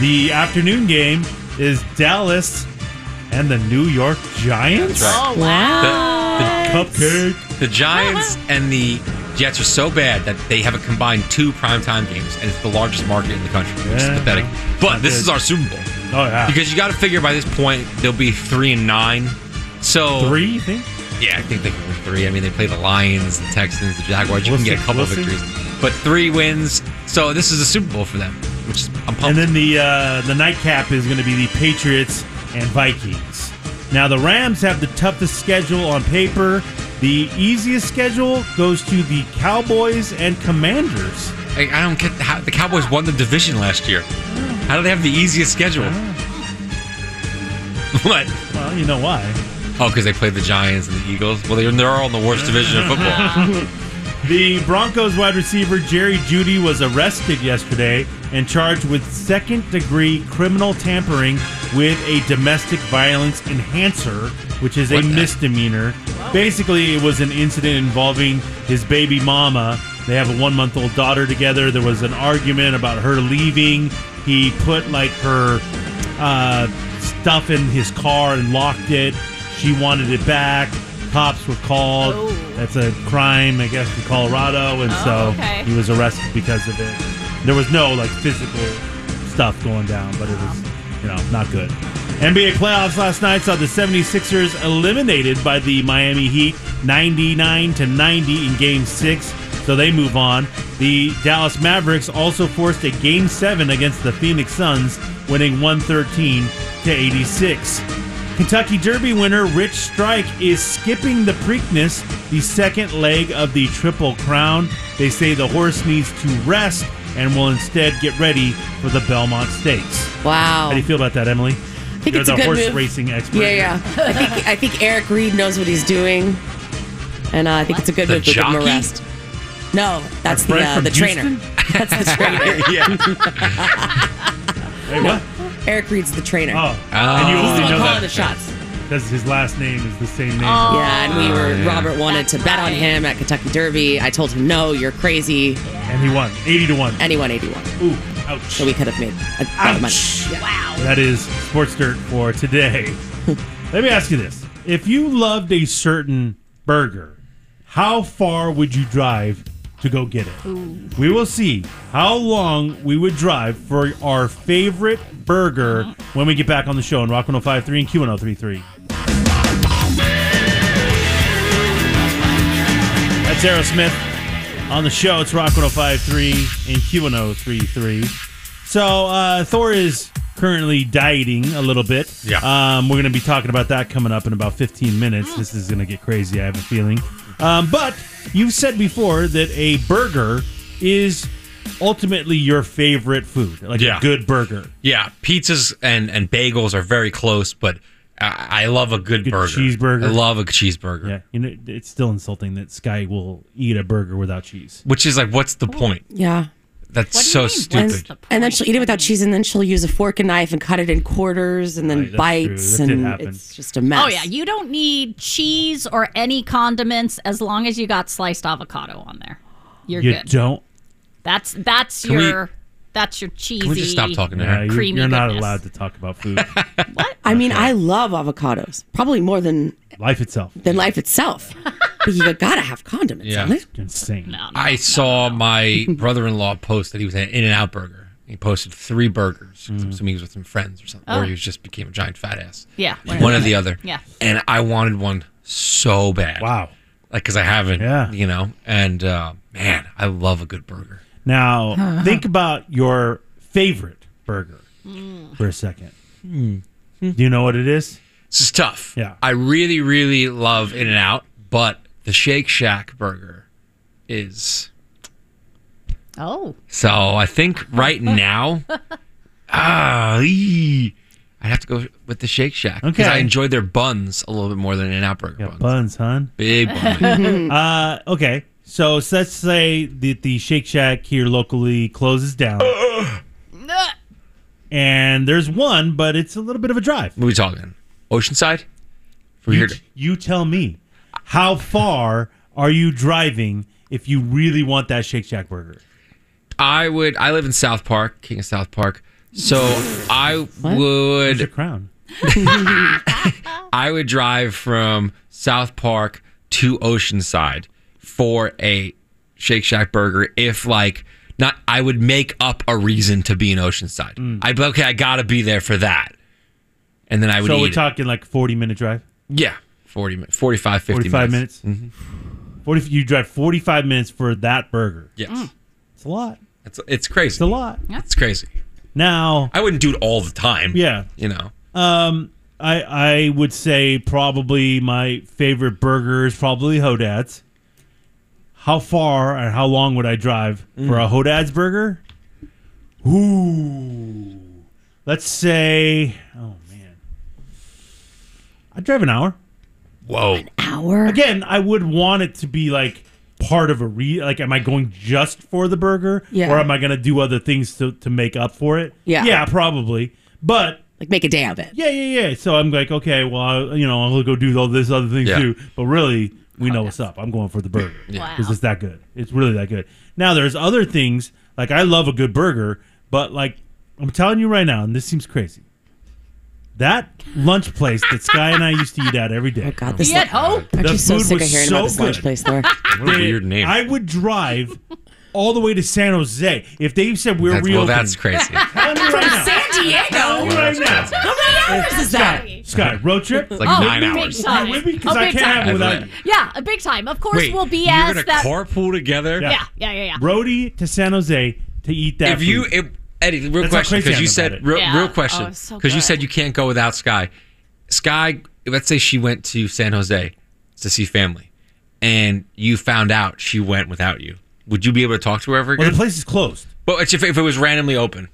B: The afternoon game is Dallas and the New York Giants.
F: That's right. The, the- The Giants and the Jets are so bad that they have a combined two primetime games, and it's the largest market in the country, which
B: Yeah.
F: is pathetic. But this
B: good.
F: is our Super Bowl.
B: Oh yeah.
F: Because you got to figure by this point they'll be three and nine. So
B: Three, you think?
F: Yeah, I think they can win three. I mean, they play the Lions, the Texans, the Jaguars. You
B: We'll
F: can get a
B: see.
F: couple
B: We'll see.
F: victories, but three wins. So this is a Super Bowl for them, which I'm pumped.
B: And then the uh, the nightcap is going to be the Patriots and Vikings. Now the Rams have the toughest schedule on paper. The easiest schedule goes to the Cowboys and Commanders.
F: I, I don't get how the Cowboys won the division last year.
B: Hmm.
F: How do they have the easiest schedule?
B: Oh.
F: What?
B: Well, you know why.
F: Oh, because they played the Giants and the Eagles. Well, they're, they're all in the worst division of football.
B: the Broncos wide receiver Jerry Judy was arrested yesterday and charged with second degree criminal tampering with a domestic violence enhancer, which is
F: What
B: a
F: the-
B: misdemeanor. Basically, it was an incident involving his baby mama. They have a one month old daughter together. There was an argument about her leaving. He put like her uh, stuff in his car and locked it. She wanted it back. Cops were called. That's a crime, I guess, in Colorado, and so
E: okay.
B: he was arrested because of it. There was no like physical stuff going down, but it was, you know, not good. NBA playoffs last night saw the 76ers eliminated by the Miami Heat 99 to 90 in game 6, so they move on. The Dallas Mavericks also forced a game 7 against the Phoenix Suns, winning 113 to 86. Kentucky Derby winner Rich Strike is skipping the Preakness, the second leg of the Triple Crown. They say the horse needs to rest and will instead get ready for the Belmont Stakes.
G: Wow.
B: How do you feel about that, Emily?
G: I think
B: You're
G: it's
B: the
G: a good
B: horse
G: move.
B: racing expert.
G: Yeah, yeah. I think I think Eric Reed knows what he's doing, and uh, I think it's a good
B: The
G: move to give him a
B: jockey?
G: rest. No, that's the
B: friend
G: uh,
B: from
G: the trainer.
B: Houston?
G: That's the trainer.
B: Hey, what?
G: Eric Reed's the trainer.
B: Oh. And you
G: He's
B: only
G: the one
B: know
G: calling
B: that
G: the shots.
B: because his last name is the same name.
E: Oh,
G: yeah, and we were Robert wanted to bet on him at Kentucky Derby. I told him no, you're crazy.
B: And he won eighty to one.
G: And he won eighty one.
B: Ooh, ouch!
G: So we could have made a lot of money. Wow.
B: That is sports dirt for today. Let me ask you this: If you loved a certain burger, how far would you drive to go get it? We will see how long we would drive for our favorite burger when we get back on the show on Rock 105.3 and Q1033. That's Aerosmith on the show. It's Rock 105.3 and Q1033. So uh, Thor is currently dieting a little bit. Yeah. Um, we're going to be talking about that coming up in about 15 minutes. This is going to get crazy. I have a feeling. Um, but you've said before that a burger is ultimately your favorite food, like
F: Yeah.
B: a good burger.
F: Yeah, pizzas and, and bagels are very close, but I, I love a good, burger.
B: cheeseburger.
F: I love a cheeseburger.
B: Yeah. You know, it's still insulting that Sky will eat a burger without cheese.
F: Which is like, what's the point?
G: Yeah.
F: That's
A: Oh,
F: so stupid.
G: And, and then she'll eat it without cheese, and then she'll use a fork and knife and cut it in quarters, and then
B: that's
G: bites,
B: true. That did
G: and
B: happen.
G: it's just a mess.
E: Oh yeah, you don't need cheese or any condiments as long as you got sliced avocado on there. You're
B: you
E: good.
B: don't.
E: That's that's
B: Can we-
E: your that's your cheesy.
B: we just
G: stop talking to
B: Yeah,
G: her?
B: you-
G: Creamy
B: you're not
G: goodness.
B: allowed to talk about food.
G: I mean, I love avocados, probably more than
B: Life itself.
G: than life itself. but you gotta have condiments.
F: Yeah.
B: Insane.
F: I saw my brother in law post that he was at In N Out Burger. He posted three burgers. 'cause I'm
B: Mm.
F: assuming he was with some friends or something. Or
E: Oh.
F: he was just became a giant fat ass.
E: Yeah,
F: One,
E: one or
F: or
E: the
F: the
E: other.
F: other.
E: Yeah.
F: And I wanted one so bad.
B: Wow.
F: Like, because I haven't,
B: Yeah.
F: you know? And uh, man, I love a good burger.
B: Now, think about your favorite burger for a second.
F: Hmm.
B: Do you know what it is?
F: This is tough.
B: Yeah.
F: I really, really love In N Out, but the Shake Shack burger is.
E: Oh.
F: So I think right now, ah, ee, I'd have to go with the Shake Shack because
B: Okay.
F: I enjoyed their buns a little bit more than In Out Burger buns.
B: Buns, hon.
F: Big bun.
B: uh, okay. So, so let's say that the Shake Shack here locally closes down. and there's one, but it's a little bit of a drive.
F: What are we talking? Oceanside? From
B: You,
F: here to-
B: you tell me. How far are you driving if you really want that Shake Shack burger?
F: I would. I live in South Park, King of South Park. So I would.
B: crown?
F: I would drive from South Park to Oceanside for a Shake Shack burger if like not I would make up a reason to be in Oceanside.
B: Mm.
F: I'd be okay, I gotta be there for that. And then I would
B: so
F: eat
B: we're
F: it.
B: talking like 40 minute drive?
F: Yeah. 40 minutes, 45, 50
B: 45
F: minutes.
B: minutes. 40, you drive 45 minutes for that burger.
F: Yes.
B: It's a lot.
F: It's it's crazy. It's
B: a lot.
F: It's crazy.
B: Now,
F: I wouldn't do it all the time.
B: Yeah.
F: You know.
B: um, I I would say probably my favorite burger is probably Hodad's. How far and how long would I drive for a Hodad's burger? Ooh, let's say, oh man, I'd drive an hour.
F: Whoa, an
B: hour again. I would want it to be like part of a re. Like, am I going just for the burger,
G: Yeah.
B: or am I going to do other things to to make up for it?
G: Yeah.
B: yeah, probably. But
G: Like make a day out of it.
B: yeah, yeah, yeah. So I'm like, okay, well, I, you know, I'll go do all this other thing
F: Yeah.
B: too. But really, we
G: Oh,
B: know what's up. I'm going for the burger because
F: Yeah.
B: it's that good. It's really that good. Now, there's other things like I love a good burger, but like I'm telling you right now, and this seems crazy. That lunch place that Sky and I used to eat at every day. Oh
G: God,
E: this- Yet, oh.
G: Aren't you so
B: food
G: sick
B: was
G: of hearing
B: so
G: about this lunch
B: good.
G: place, Laura?
F: What a weird name.
B: I would drive all the way to San Jose if they said we're
F: That's-
B: reopening.
F: well, that's crazy.
B: Tell me
G: From
B: right now.
G: San Diego?
B: Tell me right now.
G: How many hours is that?
B: Sky, Sky, road trip?
F: It's like Oh, nine
E: Big time.
B: With me? Because
E: A
B: I
E: big
B: can't
E: time.
B: have it without you.
E: Yeah, a big time. Of course,
B: Wait,
E: we'll be
F: You're
E: as
F: gonna
E: that.
F: carpool together?
E: yeah, yeah, yeah, yeah.
B: Roadie to San Jose to eat that.
F: if you
B: food.
F: if, Eddie, real
B: That's how
F: question
B: crazy I
F: because
B: am
F: you
B: about
F: said
B: it.
F: real,
B: Yeah.
F: real
B: Oh,
F: question
B: it's so
F: because you
B: good.
F: said you can't go without Sky. Sky, let's say she went to San Jose to see family, and you found out she went without you. Would you be able to talk to her ever again?
B: Well, the place is closed.
F: But if, if it was randomly open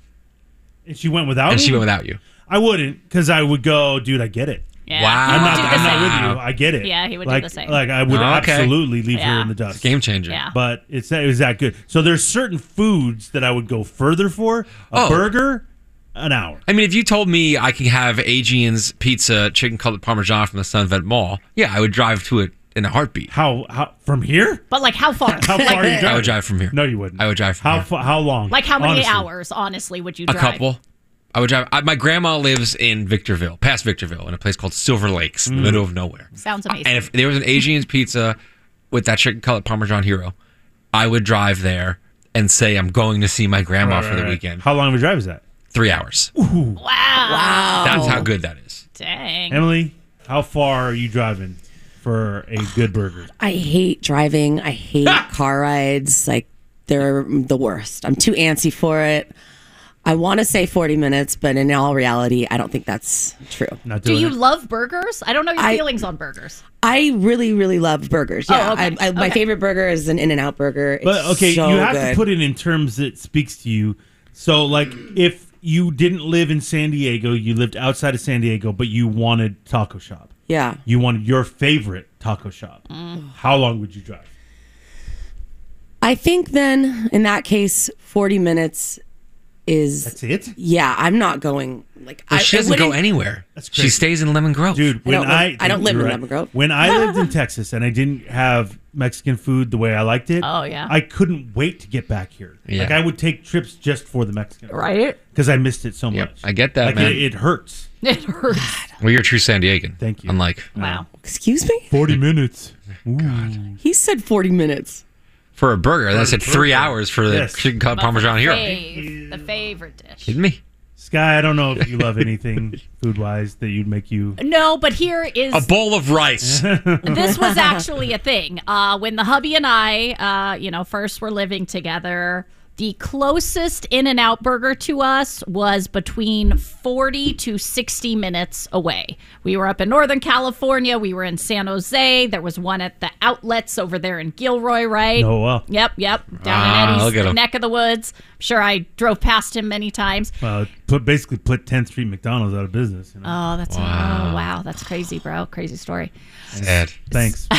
B: And she went without
F: and
B: me?
F: she went without you,
B: I wouldn't, because I would go, dude. I get it.
F: Yeah. Wow.
B: I'm
F: He
B: not.
F: would do
B: I'm
F: the
B: not
F: same.
B: with you. I get it.
E: Yeah, he would do
B: like,
E: the same.
B: Like I would
F: Oh, Okay.
B: absolutely leave her
E: Yeah.
B: in the dust.
F: game changer.
E: Yeah.
B: But it's that it was that good. So there's certain foods that I would go further for. A
F: Oh.
B: burger, an hour.
F: I mean, if you told me I could have Aegean's pizza, chicken cutlet parmesan from the Sunvent Mall, yeah, I would drive to it in a heartbeat.
B: How? How from here?
E: But like how far?
B: How far are you
F: I
B: driving?
F: would drive from here.
B: No, you wouldn't.
F: I would drive from
B: How
F: here.
B: fa- how long?
E: Like how many
F: Honestly.
E: hours? Honestly, would you
F: a
E: drive?
F: couple. I would drive. I, my grandma lives in Victorville, past Victorville, in a place called Silver Lakes, in the
E: Mm.
F: middle of nowhere.
E: Sounds amazing.
F: And if there was an Asian's pizza with that chicken cutlet parmesan hero, I would drive there and say I'm going to see my grandma
B: Right,
F: for
B: right,
F: the
B: right.
F: weekend.
B: How long of a drive is that?
F: Three hours.
E: Wow.
F: That's
G: Oh.
F: how good that is.
E: Dang.
B: Emily, how far are you driving for a good burger?
G: I hate driving. I hate car rides. Like they're the worst. I'm too antsy for it. I want to say 40 minutes, but in all reality, I don't think that's true.
B: Not
E: Do you love burgers? I don't know your feelings on burgers.
G: I really, really love burgers.
E: Oh,
G: Yeah,
E: okay.
G: I, I, my
E: Okay.
G: favorite burger is an In-N-Out burger. It's
B: But Uh, okay,
G: so
B: you have
G: good.
B: to put it in terms that speaks to you. So like if you didn't live in San Diego, you lived outside of San Diego, but you wanted taco shop.
G: Yeah. Mm.
B: You wanted your favorite taco shop. How long would you drive?
G: I think then in that case, 40 minutes is
B: That's it.
G: Yeah, I'm not going. Like
F: Well,
G: I,
F: she
G: I
F: doesn't go
G: wouldn't-
F: anywhere. She stays in Lemon Grove.
B: Dude, when
G: don't live-
B: I
G: I don't live in
B: you're
G: Lemon Grove.
B: When I lived in Texas and I didn't have Mexican food the way I liked it,
E: Oh, yeah.
B: I couldn't wait to get back here.
F: Yeah.
B: Like I would take trips just for the Mexican,
E: Right.
B: Because I missed it so
F: Yep,
B: much.
F: I get that,
B: Like,
F: man.
B: It, it hurts.
E: It hurts.
F: Well, you're a true San Diegan. Thank you. Unlike
E: Wow.
G: Excuse me?
B: 40 minutes.
G: He said 40 minutes.
F: for a burger, that said three hours for the
B: Yes.
F: chicken cutlet parmesan hero.
E: Fave, the favorite dish.
F: Kidding me?
B: Sky, I don't know if you love anything food wise that you'd make you
E: No, but here is
F: A bowl of rice.
E: this was actually a thing. Uh, when the hubby and I, uh, you know, first were living together, the closest In and Out burger to us was between 40 to 60 minutes away. We were up in Northern California. We were in San Jose. There was one at the outlets over there in Gilroy, right?
B: Oh, wow.
E: Yep, yep. Down
B: Ah,
E: in
B: look at
E: Eddie's
B: 'em.
E: neck of the woods. I'm sure I drove past him many times.
B: uh, put basically put 10th Street McDonald's out of business. You know?
E: Oh, that's wow.
B: Wow.
E: Oh, wow. That's crazy, bro. Crazy story.
F: Sad.
B: Thanks.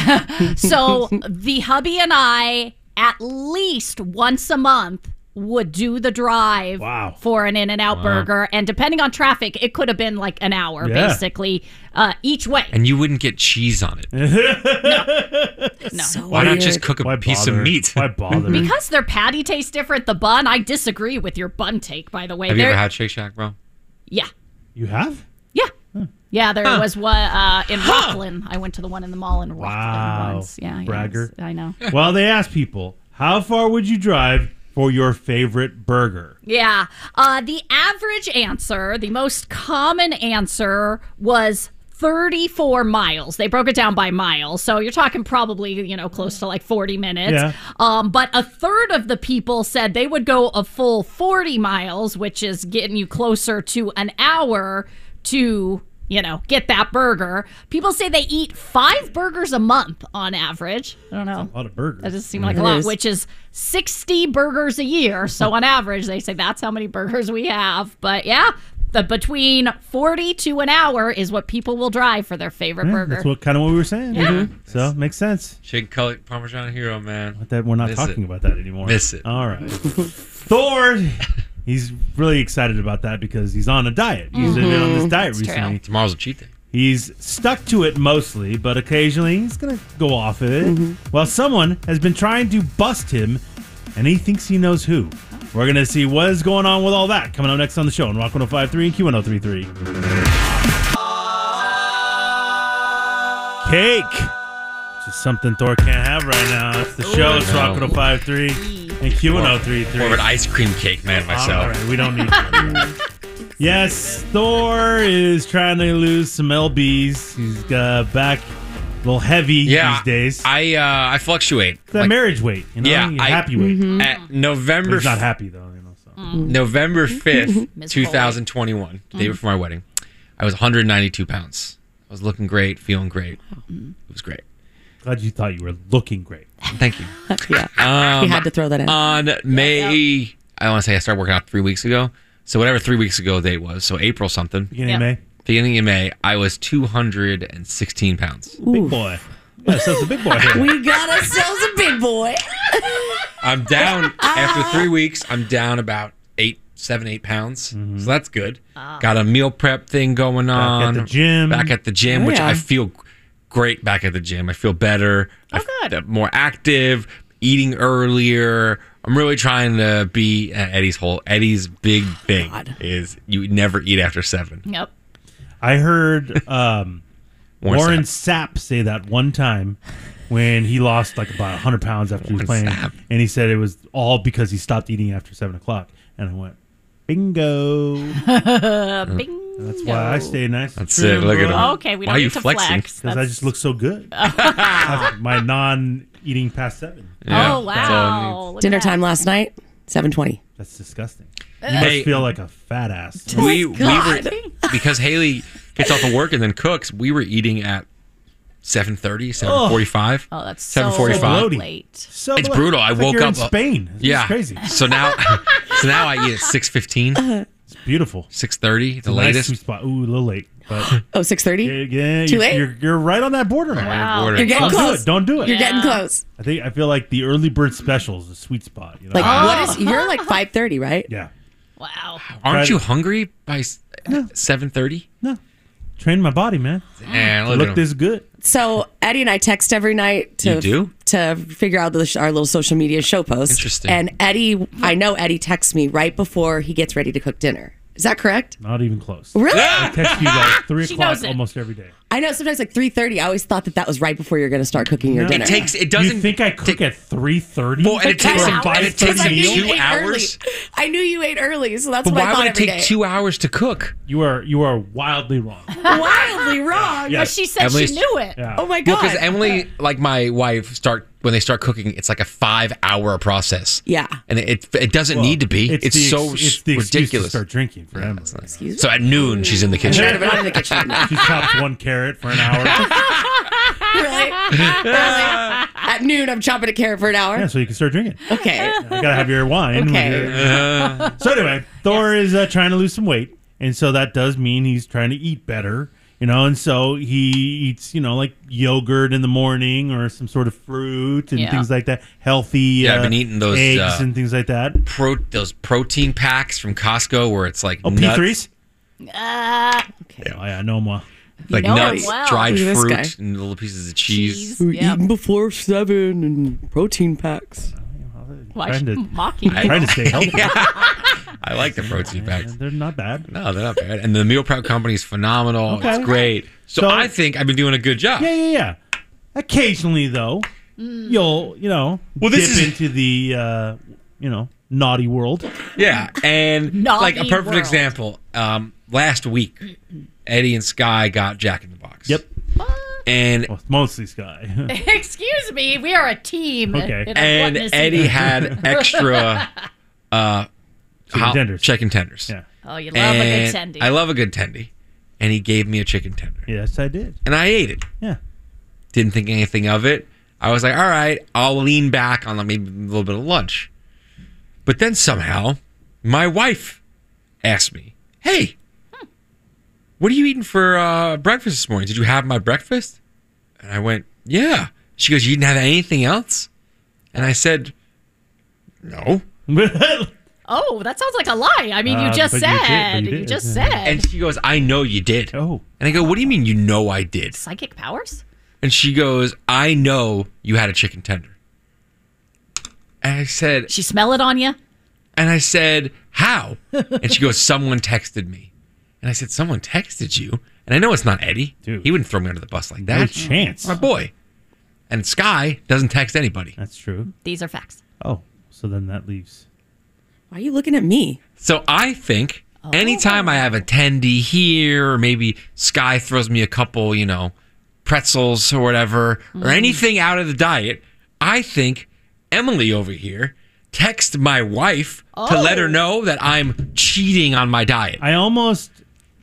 E: so the hubby and I, at least once a month, would do the drive
B: Wow.
E: for an In and Out
F: Wow.
E: burger. And depending on traffic, it could have been like an hour
F: Yeah.
E: basically uh, each way.
F: And you wouldn't get cheese on it.
E: No.
F: Why not just cook a piece of
B: bother?
F: meat?
B: Why bother?
E: Because their patty tastes different, the bun, I disagree with your bun take, by the way.
F: Have you
E: There-
F: ever had Shake Shack, bro?
E: yeah.
B: you have?
F: Hmm.
E: Yeah, there
B: Huh.
E: was one uh, in Rockland. I went to the one in the mall in Rockland once. Yeah, yeah,
B: bragger.
E: I know.
B: well, they asked people, how far would you drive for your favorite burger?
E: Yeah. Uh, the average answer, the most common answer was 34 miles. They broke it down by miles. So you're talking probably, you know, close to like 40 minutes.
N: Yeah.
E: Um, but a third of the people said they would go a full 40 miles, which is getting you closer to an hour to, you know, get that burger. People say they eat five burgers a month on average. I don't know.
B: A lot of burgers.
E: That doesn't seem like
B: It
E: a lot,
B: is.
E: which is 60 burgers a year. So on average, they say that's how many burgers we have. But yeah, the between 40 to an hour is what people will drive for their favorite
B: Yeah,
E: burger.
B: That's what kind of what we were saying.
E: Yeah.
B: So makes sense.
F: Chicken cutlet parmesan hero, man.
B: That we're not
F: Miss
B: talking
F: it.
B: about that anymore.
F: Miss it.
B: All right. Thor, he's really excited about that because he's on a diet. He's been on this
F: Mhm.
B: diet
F: That's true.
B: recently.
F: Tomorrow's a cheat day.
B: He's stuck to it mostly, but occasionally he's going to go off of it.
F: Mm-hmm.
B: Well, someone has been trying to bust him, and he thinks he knows who. We're going to see what is going on with all that coming up next on the show on Rock 1053 and Q1033. Cake! Just something Thor can't have right now. It's the
F: Oh,
B: show. It's Rock 1053 and Q1033.
F: More of an ice cream cake man myself.
B: All right, we don't need Yes, Thor is trying to lose some lbs. He's uh, back a little heavy
F: yeah,
B: these days.
F: I uh, I fluctuate.
B: That marriage weight, you know,
F: yeah,
B: your
F: I-
B: happy weight.
G: Mm-hmm.
F: At November,
B: He's not happy though.
F: November fifth,
B: Miss
F: two thousand twenty-one, the day
B: Mhm.
F: before my wedding, I was one hundred ninety-two pounds. I was looking great, feeling great. It was great.
B: Glad you thought you were looking great.
F: Thank you.
G: yeah.
F: Um,
G: He had to throw that in.
F: On May, I want to say I started working out three weeks ago. So whatever three weeks ago date was, so April something.
B: Beginning of May.
F: Beginning of May, I was 216 pounds.
B: Big boy. Yeah, so it's a big boy. here.
G: We got ourselves a big boy.
F: I'm down after three weeks. I'm down about eight, seven, eight pounds. So that's good. Got a meal prep thing going on.
B: the gym.
F: Back at the gym,
B: Oh,
F: which
B: yeah.
F: I feel great. Back at the gym, I feel better. Oh, good. more active, eating earlier. I'm really trying to be uh, Eddie's whole. Eddie's big thing is you never eat after seven.
E: Yep.
B: I heard um,
F: Warren
B: Warren, Sapp. say that one time when he lost like about 100 pounds after he was
F: Warren
B: playing. And he said it was all because he stopped eating after 7 o'clock. And I went, bingo.
E: Bingo.
B: That's why I stay nice. and
F: That's
B: trim,
F: it, look at
B: bro.
F: him. Okay, we Why don't are need you to flexing? flex,
B: Because I
F: that's-
B: just look so good. After my non eating past 7.
F: Yeah, Oh, that's all it wow.
G: Dinner time last night, seven twenty.
B: That's disgusting. You
F: Hey.
B: must feel like a fat ass.
F: we we were because Haley gets off of work and then cooks. We were eating at 7.30, 7.45.
E: Oh, that's so
F: 7:45.
E: late.
B: So
F: it's brutal. I
B: It's like
F: woke
B: you're
F: up uh,
B: in Spain. It's
F: yeah,
B: crazy.
F: So now, so now I eat at six fifteen. It's
B: beautiful.
F: Six thirty, the
B: a nice
F: latest.
B: sweet spot. Ooh, a little late. But
G: Oh, 630?
B: Yeah, yeah,
G: Too
B: you're,
G: late?
B: You're, you're right on that border.
G: Wow. You're getting
B: Don't do
G: close.
B: it. Don't do it.
G: You're getting Yeah. close.
B: I think I feel like the early bird special is the sweet spot. You know?
G: Like what is? You're like five thirty, right?
B: Yeah.
E: Wow.
F: Aren't you hungry by seven thirty?
B: No. Train my body, man.
F: Eh, look at
B: look
F: him.
B: this good.
G: So Eddie and I text every night to
B: You do?
G: to figure out the, our little social media show post.
B: Interesting.
G: And Eddie, I know Eddie texts me right before he gets ready to cook dinner. Is that correct?
B: Not even close.
G: Really?
B: I text you like three
G: She
B: o'clock
G: knows it.
B: almost every day.
G: I know sometimes like three thirty. I always thought that that was right before you're going to start cooking your
B: No.
G: dinner.
F: It doesn't.
B: You think I cook at three thirty?
F: Well, and it takes and it takes
G: I knew you
F: two
G: ate
F: hours.
G: Early. I knew you ate early, so that's
F: But
G: what
F: why
G: I thought
F: would it
G: Oh every
F: take
G: day.
F: two hours to cook?
B: You are you are wildly wrong.
G: Wildly wrong.
F: Yes. But she said Emily's- she knew
E: it.
G: Oh my
F: Well,
G: god.
F: because Emily, like my wife, start when they start cooking, it's like a five-hour process.
G: Yeah.
F: and it it, it doesn't need to be. It's,
B: the
F: so
B: ex- it's the excuse to
F: ridiculous.
B: start drinking for Emily.
F: So at noon, she's in the kitchen.
G: in the kitchen.
B: she chopped one carrot for an hour.
G: really? Really? At noon, I'm chopping a carrot for an hour.
B: Yeah, so you can start drinking.
G: Okay.
B: You gotta have your wine.
G: Okay.
B: with
F: Uh.
B: your- so anyway, Thor is uh, trying to lose some weight, and so that does mean he's trying to eat better, you know. And so he eats, you know, like yogurt in the morning or some sort of fruit and
F: Yeah.
B: things like that, healthy.
F: Yeah, I've
B: uh,
F: been eating those,
B: eggs
F: uh,
B: and things like that.
F: pro those protein packs from Costco where it's like
B: Oh,
F: nuts,
B: P3s?
E: Uh,
B: Oh, yeah, I know more.
F: like
E: You know him
F: nuts,
E: well.
F: dried
E: Look at this
F: fruit,
E: guy.
F: and little pieces of cheese.
G: We're eating before seven and protein packs.
E: Why
F: Trying
E: is she
G: Mm-hmm.
F: to-
E: mocking
F: I-
E: you?
F: Trying to stay healthy. I like the protein packs.
B: They're not bad.
F: No, they're not bad. And the meal prep company is phenomenal.
B: Okay.
F: It's great. So,
B: So-
F: I think I've been doing a good job.
B: Yeah, yeah, yeah. Occasionally, though,
E: Mm.
B: you'll you know
F: Well,
B: dip
F: this is-
B: into the uh, you know naughty world.
F: Yeah, and
B: Naughty
F: like a perfect
B: world.
F: example. Um, last week, Eddie and Sky got Jack in the Box. Yep. And
B: mostly Sky.
E: Excuse me, we are a team. in our
F: and
E: gluttonous
F: Eddie
E: eating.
F: had extra uh,
B: Chicken
F: hot-
B: tenders.
F: Chicken tenders.
B: Yeah.
E: Oh, you love a good
F: And
E: tendy.
F: I love a good tendy, and he gave me a chicken tender,
B: Yes, I did.
F: and I ate it.
B: Yeah.
F: Didn't think anything of it. I was like, all right, I'll lean back on like maybe a little bit of lunch. But then somehow, my wife asked me, "Hey, what are you eating for uh, breakfast this morning? Did you have my breakfast?" And I went, "Yeah." She goes, "You didn't have anything else?" And I said, "No."
E: Oh, that sounds like a lie. I mean, you
F: Uh,
E: just
F: but you did, but
E: said.
F: you
E: You,
F: did.
E: just said.
F: And she goes, I know you did.
B: Oh.
F: And I go, What do you mean you know I did?
E: Psychic powers?
F: And she goes, I know you had a chicken tender. And I said,
E: She smell it on you?
F: And I said, How? and she goes, Someone texted me. And I said, Someone texted you. And I know it's not Eddie. Dude. He wouldn't throw me under the bus like that.
B: No chance.
F: My boy. And Sky doesn't text anybody.
B: That's true.
E: These are facts.
B: Oh, so then that leaves.
G: Why are you looking at me?
F: So I think anytime I have a tendy here, or maybe Sky throws me a couple, you know, pretzels or whatever, or anything out of the diet, I think Emily over here text my wife to let her know that I'm cheating on my diet.
B: I almost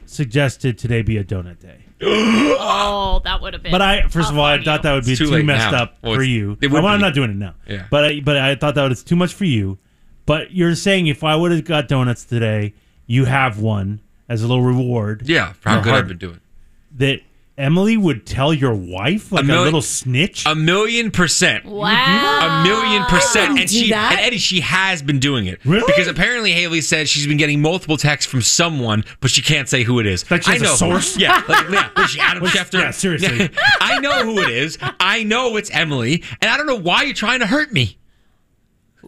B: suggested today be a donut day.
E: oh, that would have been.
B: But I, first of all, I thought that would be
F: It's too
B: too,
F: late
B: messed
F: now.
B: up
F: Well,
B: for
F: it's-
B: you.
F: it would
B: Well, I'm
F: be.
B: not doing it now.
F: Yeah.
B: But I, but I thought that was too much for you. But you're saying if I would have got donuts today, you have one as a little reward.
F: Yeah, for how
B: Your
F: good
B: hard-
F: I've been doing.
B: That Emily would tell your wife like a,
F: million-
B: little snitch.
F: A million percent.
E: Wow.
F: A million percent. And
E: do
F: she
E: that.
F: and Eddie, she has been doing it. Really? Because apparently Haley says she's been getting multiple texts from someone, but she can't say who it is.
B: Like she has
F: I
B: a
F: know.
B: source?
F: Yeah. Like, yeah. Was she Adam Schefter?
B: yeah, seriously.
F: I know who it is. I know it's Emily. And I don't know why you're trying to hurt me.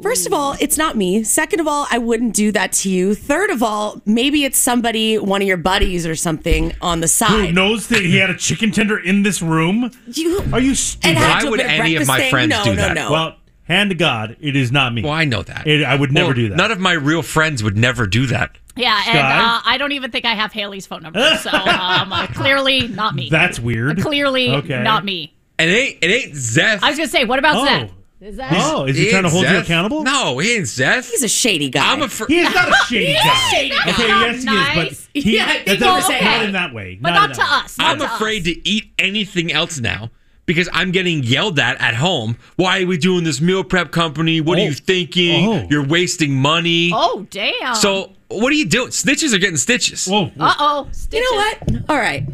G: First of all, it's not me. Second of all, I wouldn't do that to you. Third of all, maybe it's somebody, one of your buddies or something on the
B: Who
G: side.
B: knows that he had a chicken tender in this room?
G: You
B: are you stupid?
G: And had Why to would put a any of breakfast my thing? friends No, do no, that? no.
B: Well, hand to God, it is not me. Well, I
F: Oh, know that.
B: I would never
F: Well,
B: do that.
F: None of my real friends would never do that.
E: Yeah, and
F: Sky?
E: uh, I don't even think I have Haley's phone number, so um, uh, clearly not me.
F: That's weird.
E: Clearly
F: Okay.
E: not me.
F: And it ain't it ain't Zeth.
E: I was gonna say, what about
F: Oh.
E: Zach? Is that?
B: Oh,
F: It ain't Zeth.
B: accountable?
F: No, he ain't Zeth. He's
G: a shady guy.
F: I'm a fr-
B: He is not a shady
F: He's a
B: guy.
F: shady guy.
B: Okay, yes, he is,
F: Nice.
B: but he,
F: Yeah,
B: that
F: people-
B: doesn't-
F: okay.
B: not in that way.
F: But
B: in
F: not
B: that way.
F: I'm afraid to eat anything else now because I'm getting yelled at at home. Why are we doing this meal prep company? What are you thinking? You're wasting money.
E: Oh damn.
F: So what are you doing? Snitches are getting stitches. Whoa.
E: Uh oh. You know what?
G: All right.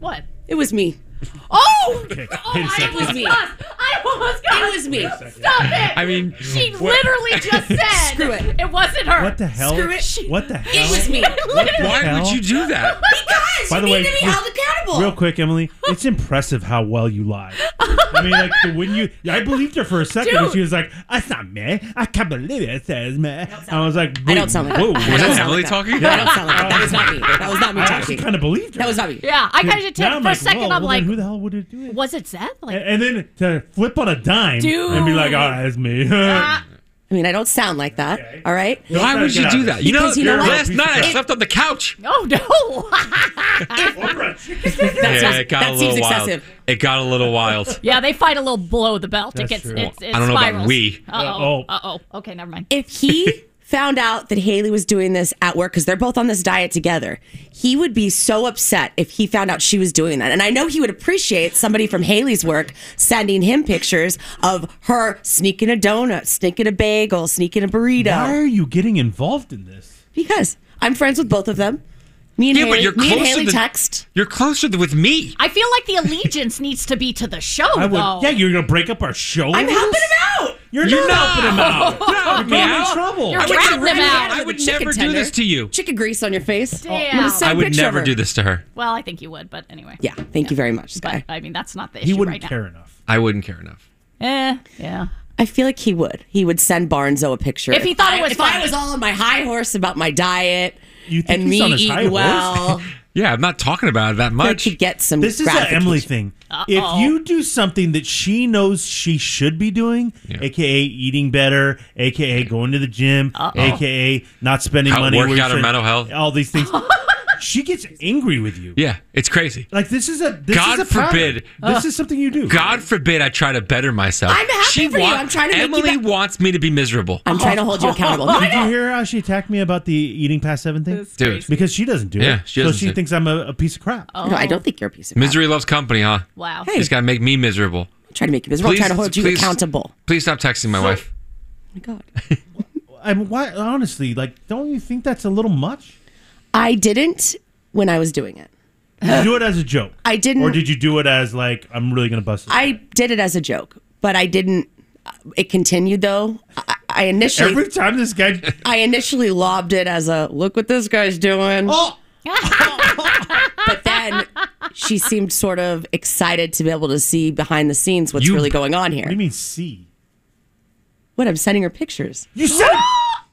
E: What?
G: It was me.
E: Oh!
F: Wait a
E: I
F: second.
E: was me. I almost got
G: It was me.
E: Stop it!
F: I mean,
E: She
F: what-
E: literally just said
G: Screw it.
E: It wasn't her.
B: What the hell?
E: Screw it. She-
B: What the hell?
E: was me.
B: What the
F: Why
B: hell?
F: would you do that?
G: Because
B: By the way, just
G: accountable.
B: real quick, Emily, it's impressive how well you lie. I mean, like the- when you, I believed her for a second when
G: Dude.
B: she was like, "That's not me. I can't believe it says me." I was like,
G: I
B: "Wait,
G: don't sound like
B: whoa,
G: that.
B: whoa."
G: I don't sound like that. I don't sound like that. That was not me. That was not me
B: I
G: talking.
B: actually kind of believed her.
G: That was not me.
E: Yeah, I
B: Dude,
E: kind of just
B: now
E: took
B: I'm
E: for a
B: like,
E: second.
B: whoa,
E: I'm
B: well,
E: like,
B: then who the hell would it do it?
E: Was it Seth? Like,
B: And then to flip on a dime
E: Dude. Uh,
B: and be like, "All right, it's me."
G: I mean, I don't sound like that. All right.
F: Why would you do that? You know,
G: Because you know what?
F: last night I
G: It-
F: slept on the couch.
E: Oh no!
F: yeah, it got
E: that
F: a
E: seems
F: little wild.
E: excessive.
F: It got a little wild.
E: yeah, they fight a little below the belt.
F: That's
E: it gets
F: true.
E: it's, it's
F: I don't know about
E: spirals.
F: we.
E: Uh oh. Uh oh. Okay, never mind.
G: If he found out that Haley was doing this at work because they're both on this diet together, he would be so upset if he found out she was doing that. And I know he would appreciate somebody from Haley's work sending him pictures of her sneaking a donut, sneaking a bagel, sneaking a burrito.
B: Why are you getting involved in this?
G: Because I'm friends with both of them. Me and
F: Yeah, but
G: Haley,
F: you're
G: me and
F: closer
G: Haley
F: than-
G: text.
F: You're closer with me.
E: I feel like the allegiance needs to be to the show,
B: I would.
E: though.
B: Yeah, you're gonna break up our show.
E: I'm
B: over
E: helping
B: this?
G: him out.
B: You're, not helping him out.
F: Help
B: You're
F: me
B: getting in
F: out.
B: trouble.
F: You're I would trapping never- him out. I would
G: Chicken
F: never do
G: tender.
F: this to you.
G: Chicken grease on your face.
E: Damn.
G: I'm gonna send
F: I
G: a
F: would
G: picture of
F: never
G: her.
F: do this to her.
E: Well, I think you would, but anyway.
G: Yeah, thank you very much, Sky.
E: I mean, that's not the issue
G: He wouldn't
E: right
G: care
E: now.
F: I wouldn't care enough.
E: Eh, yeah.
G: I feel like he would. He would send Barnzo a picture
E: If he thought it was
G: If
E: funny.
G: I was all on my high horse about my diet and
B: he's
G: me
B: on his high
G: eating
B: horse?
G: well,
F: Yeah, I'm not talking about it that
G: I
F: much.
G: could get some.
B: This is that
G: gratification.
B: Emily thing. If you do something that she knows she should be doing, aka eating better, aka going to the gym,
F: Uh-oh.
B: aka not spending
F: How-
B: money,
F: working
B: where you
F: out her
B: should-
F: mental health.
B: all these things, she gets angry with you.
F: Yeah, it's crazy.
B: Like this is a this
F: God
B: is a pattern.
F: forbid.
B: This is something you do.
F: God forbid I try to better myself.
B: I'm happy
F: she
B: for you. I'm trying to make you
F: Emily
B: be-
F: wants me to be miserable.
B: Did you hear how she attacked me about the eating past seven thing?
F: Dude. crazy.
B: Because she doesn't do it.
F: Yeah, she
B: so
F: doesn't
B: she
F: do it.
B: thinks I'm a, a piece of crap.
G: No, I don't think you're a piece of
F: Misery loves company, huh?
E: Wow.
G: Hey.
F: Just gotta make me miserable.
G: Try to make you miserable.
F: Please-
G: Try to hold you
F: please-
G: accountable.
F: Please stop texting my wife.
B: I mean, why? Honestly, like, don't you think that's a little much?
G: I didn't when I was doing it.
B: Did you do it as a joke?
G: I didn't-
B: Or did you do it as like I'm really gonna bust it?
G: I did it as a joke, but I didn't. It continued though. I, I initially
B: Every time this guy,
G: I initially lobbed it as a look what this guy's doing.
B: Oh.
E: Oh!
G: but then she seemed sort of excited to be able to see behind the scenes what's really going on here. What do you
B: mean see?
G: What I'm sending her pictures.
B: You said.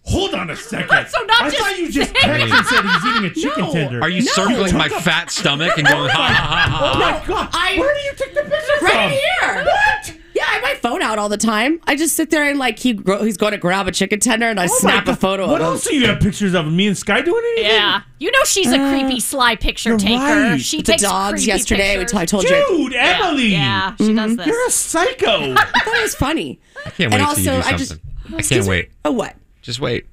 B: Hold on a second.
E: So not
B: I
E: just
B: thought you just
E: saying-
B: texted and said he's eating a chicken tender.
F: Are you circling my fat stomach and going, ha ha ha
G: Oh
F: ha?
G: my god! Where do you take the pictures
B: from?
G: Right here. What? Yeah, I have my phone out all the time. I just sit there and like he gro- he's going to grab a chicken tender and
B: Oh
G: I
B: my
G: snap a
B: God.
G: photo
B: What
G: of him.
B: else do you have pictures of? Me and Sky doing anything?
E: Yeah. You know she's a creepy, sly picture
B: you're
E: taker.
B: right.
E: She
G: With Uh, the
E: takes
G: dogs
E: creepy
G: yesterday, we
E: Pictures.
G: t- I told you.
B: Dude,
E: Yeah,
B: Emily.
E: yeah, she does
G: Mhm.
E: this.
B: You're a psycho.
G: I thought it was funny.
F: I can't wait
G: and
F: till you do
G: also,
F: something.
G: I just-
F: I can't
G: Excuse me?
F: wait.
G: Oh what?
F: Just wait.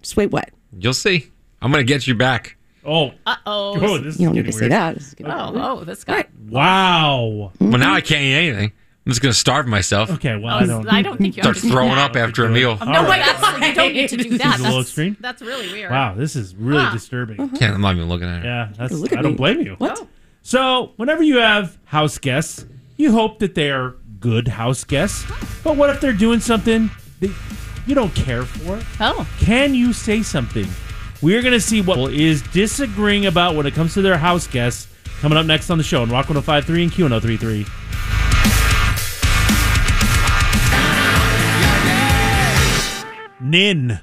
G: Just wait. What?
F: You'll see. I'm gonna get you back.
B: Oh.
E: Uh-oh.
B: Oh, this
G: you
B: is
G: don't need
B: getting
G: to say
B: weird.
G: that. This is getting
E: Oh,
G: weird.
E: oh, this guy.
B: Wow.
F: Well, now I can't eat anything. I'm just gonna starve myself.
B: Okay. Well,
E: I don't- I don't think you
F: start
E: have to do
F: throwing
E: that.
F: up after a meal.
E: Oh, No, wait, that's, you don't need to do
B: This
E: that.
B: is a little
E: That's,
B: extreme.
E: that's really weird.
B: Wow, this is really
E: Huh.
B: disturbing.
F: Mm-hmm. Can't. I'm not even looking at it.
B: Yeah, that's,
E: Look at
B: I don't
E: me.
B: blame you.
E: What?
B: So, whenever you have house guests, you hope that they are good house guests. But what if they're doing something that you don't care for?
E: Oh.
B: Can you say something? We're going to see what people is disagreeing about when it comes to their house guests coming up next on the show on Rock 1053 and Q1033. Nin.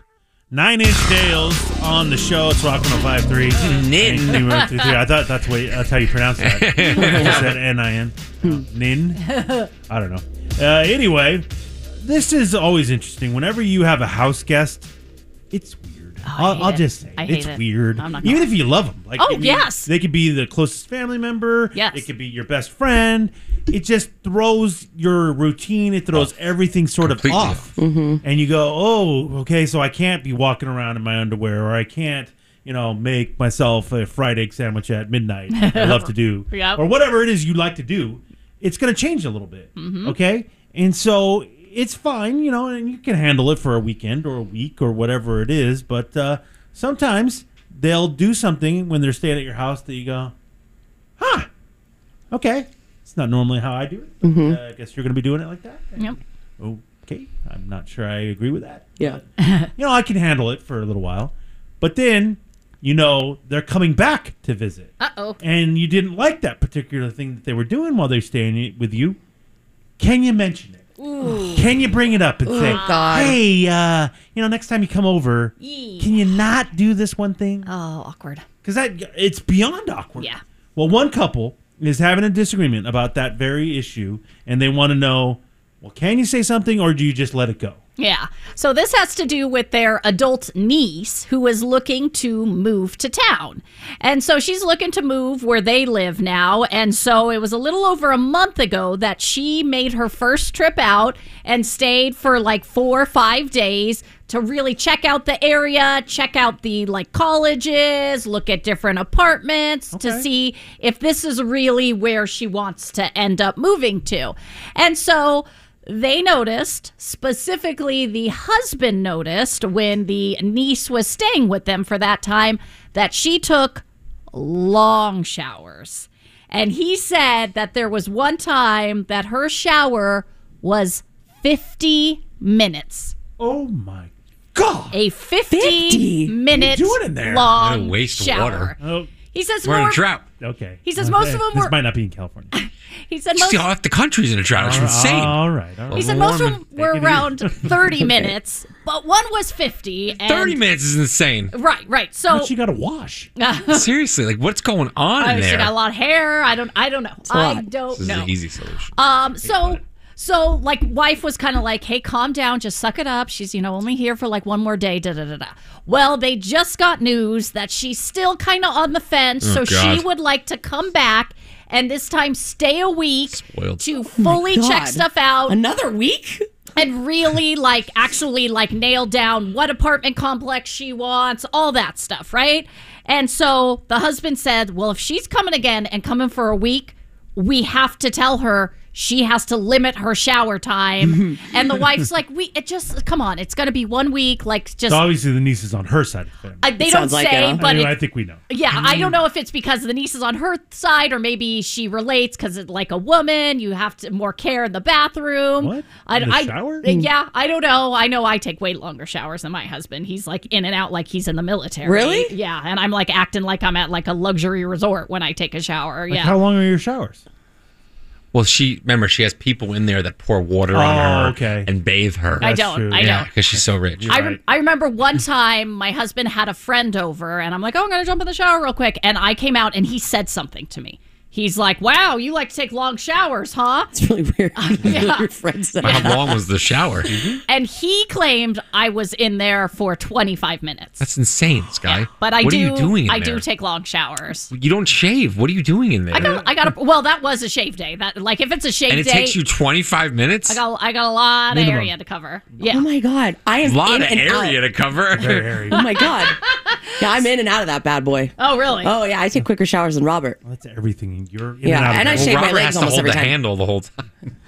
B: Nine Inch Nails on the show. It's Rock 1053.
F: Nin.
B: Thank you, 1033. I thought that's, way, that's how you pronounce that. You said N-I-N. Nin. I don't know. Uh, anyway, this is always interesting. Whenever you have a house guest, it's weird. I'll,
E: hate
B: I'll
E: it.
B: just say
E: Oh, I hate
B: it's
E: it.
B: weird.
E: I'm not gonna
B: Even if you love them. Like,
E: Oh,
B: I mean,
E: yes.
B: They could be the closest family member. Yes. It could be your best friend. It just throws your routine. It throws everything sort
F: Completely
B: of off. And you go, oh, okay, so I can't be walking around in my underwear, or I can't, you know, make myself a fried egg sandwich at midnight. I love to do,
E: Yep.
B: or whatever it is you like to do. It's going to change a little bit,
E: Mhm.
B: okay? And so it's fine, you know, and you can handle it for a weekend or a week or whatever it is. But uh, sometimes they'll do something when they're staying at your house that you go, huh, okay, it's not normally how I do it. But,
G: Mhm.
B: uh, I guess you're going to be doing it like that.
E: Yep.
B: Okay, I'm not sure I agree with that
G: Yeah.
B: you know, I can handle it for a little while. But then, you know, they're coming back to visit.
E: Uh oh.
B: And you didn't like that particular thing that they were doing while they're staying with you. Can you mention it? Can you bring it up and say,
G: Oh, God.
B: hey, uh, you know, next time you come over, can you not do this one thing?
E: Oh, awkward.
B: Because that it's beyond awkward.
E: Yeah.
B: Well, one couple is having a disagreement about that very issue, and they want to know, well, can you say something or do you just let it go?
E: Yeah. So this has to do with their adult niece who is looking to move to town. And so she's looking to move where they live now. And so it was a little over a month ago that she made her first trip out and stayed for like four or five days to really check out the area, check out the like colleges, look at different apartments to see if this is really where she wants to end up moving to. And so they noticed, specifically the husband noticed when the niece was staying with them for that time, that she took long showers. And he said that there was one time that her shower was 50 minutes.
B: Oh my God.
E: A 50,
B: What are
E: minute
B: you doing in there?
E: long
B: Gonna
F: waste
E: shower.
F: water.
B: Oh.
E: He says
F: We're in
E: more,
F: a drought.
B: Okay.
E: He says most of them
B: this
E: were-
B: might not be in California.
E: He said most
F: See, half the country's in a drought. It's
B: All right,
F: insane.
B: all right, all right.
E: He said most of them were around 30 minutes, but one was 50. And,
F: 30 minutes is insane.
E: Right, right. So uh,
B: got to wash.
F: Seriously, like what's going on in
E: she got a
F: there?
E: lot of hair. I don't. I don't know.
F: a
E: I
F: lot.
E: don't
F: This is
E: know.
F: an easy solution.
E: Um. So. So like wife was kind of like, "Hey, calm down, just suck it up. She's, you know, only here for like one more day." Da da da da. Well, they just got news that she's still kind of on the fence,
F: Oh,
E: so she
F: God.
E: would like to come back and this time stay a week
F: Spoiled.
E: to fully check
G: Oh, God.
E: stuff out.
G: Another week?
E: and really like actually like nail down what apartment complex she wants, all that stuff, right? And so the husband said, "Well, if she's coming again and coming for a week, we have to tell her she has to limit her shower time." and the wife's like, "We it just come on, it's going to be one week, like just
B: So obviously the niece is on her side of the family.
E: I- they don't
G: Sounds like
E: say,
G: it, huh?
E: Uh, but
B: Anyway,
E: it-
B: I think we know.
E: yeah, I don't know if it's because the niece is on her side or maybe she relates because it's like a woman, you have to more care in the bathroom. What? I,
B: In the
E: I-
B: shower? Hmm.
E: Yeah, I don't know. I know I take way longer showers than my husband. He's like in and out like he's in the military.
B: Really?
E: Yeah, and I'm like acting like I'm at like a luxury resort when I take a shower.
B: Like,
E: yeah.
B: How long are your showers?
F: Well, she remember she has people in there that pour water on
B: Oh,
F: her
B: okay.
F: and bathe her.
E: I That's don't, true. I
F: yeah,
E: don't.
F: because she's so rich.
E: I, rem- I remember one time my husband had a friend over, and I'm like, oh, I'm going to jump in the shower real quick. And I came out, and he said something to me. He's like, wow, you like to take long showers, huh?
G: It's really weird.
E: yeah.
G: Your friends that
F: How long was the shower?
E: And he claimed I was in there for 25 minutes.
F: That's insane, Sky.
E: But I
F: what
E: do,
F: Are you doing in
E: I
F: there?
E: do take long showers.
F: You don't shave. What are you doing in there?
E: I got, I got. A, well, that was a shave day. That like if it's a shave
F: and it
E: day,
F: takes you 25 minutes?
E: I got, I got a lot
F: Minimum.
E: of area to cover. Yeah.
G: Oh my god, I am
F: lot
G: in
F: of
G: and out.
F: area to cover.
G: Oh my god, yeah, I'm in and out of that bad boy.
E: Oh really?
G: Oh yeah, I take quicker showers than Robert.
B: That's everything. You're in
G: Yeah,
B: and, out of
G: and I
B: it.
G: shave my
F: Robert
G: legs
F: has to
G: almost
F: hold
G: every
F: the
G: time.
F: handle the whole time.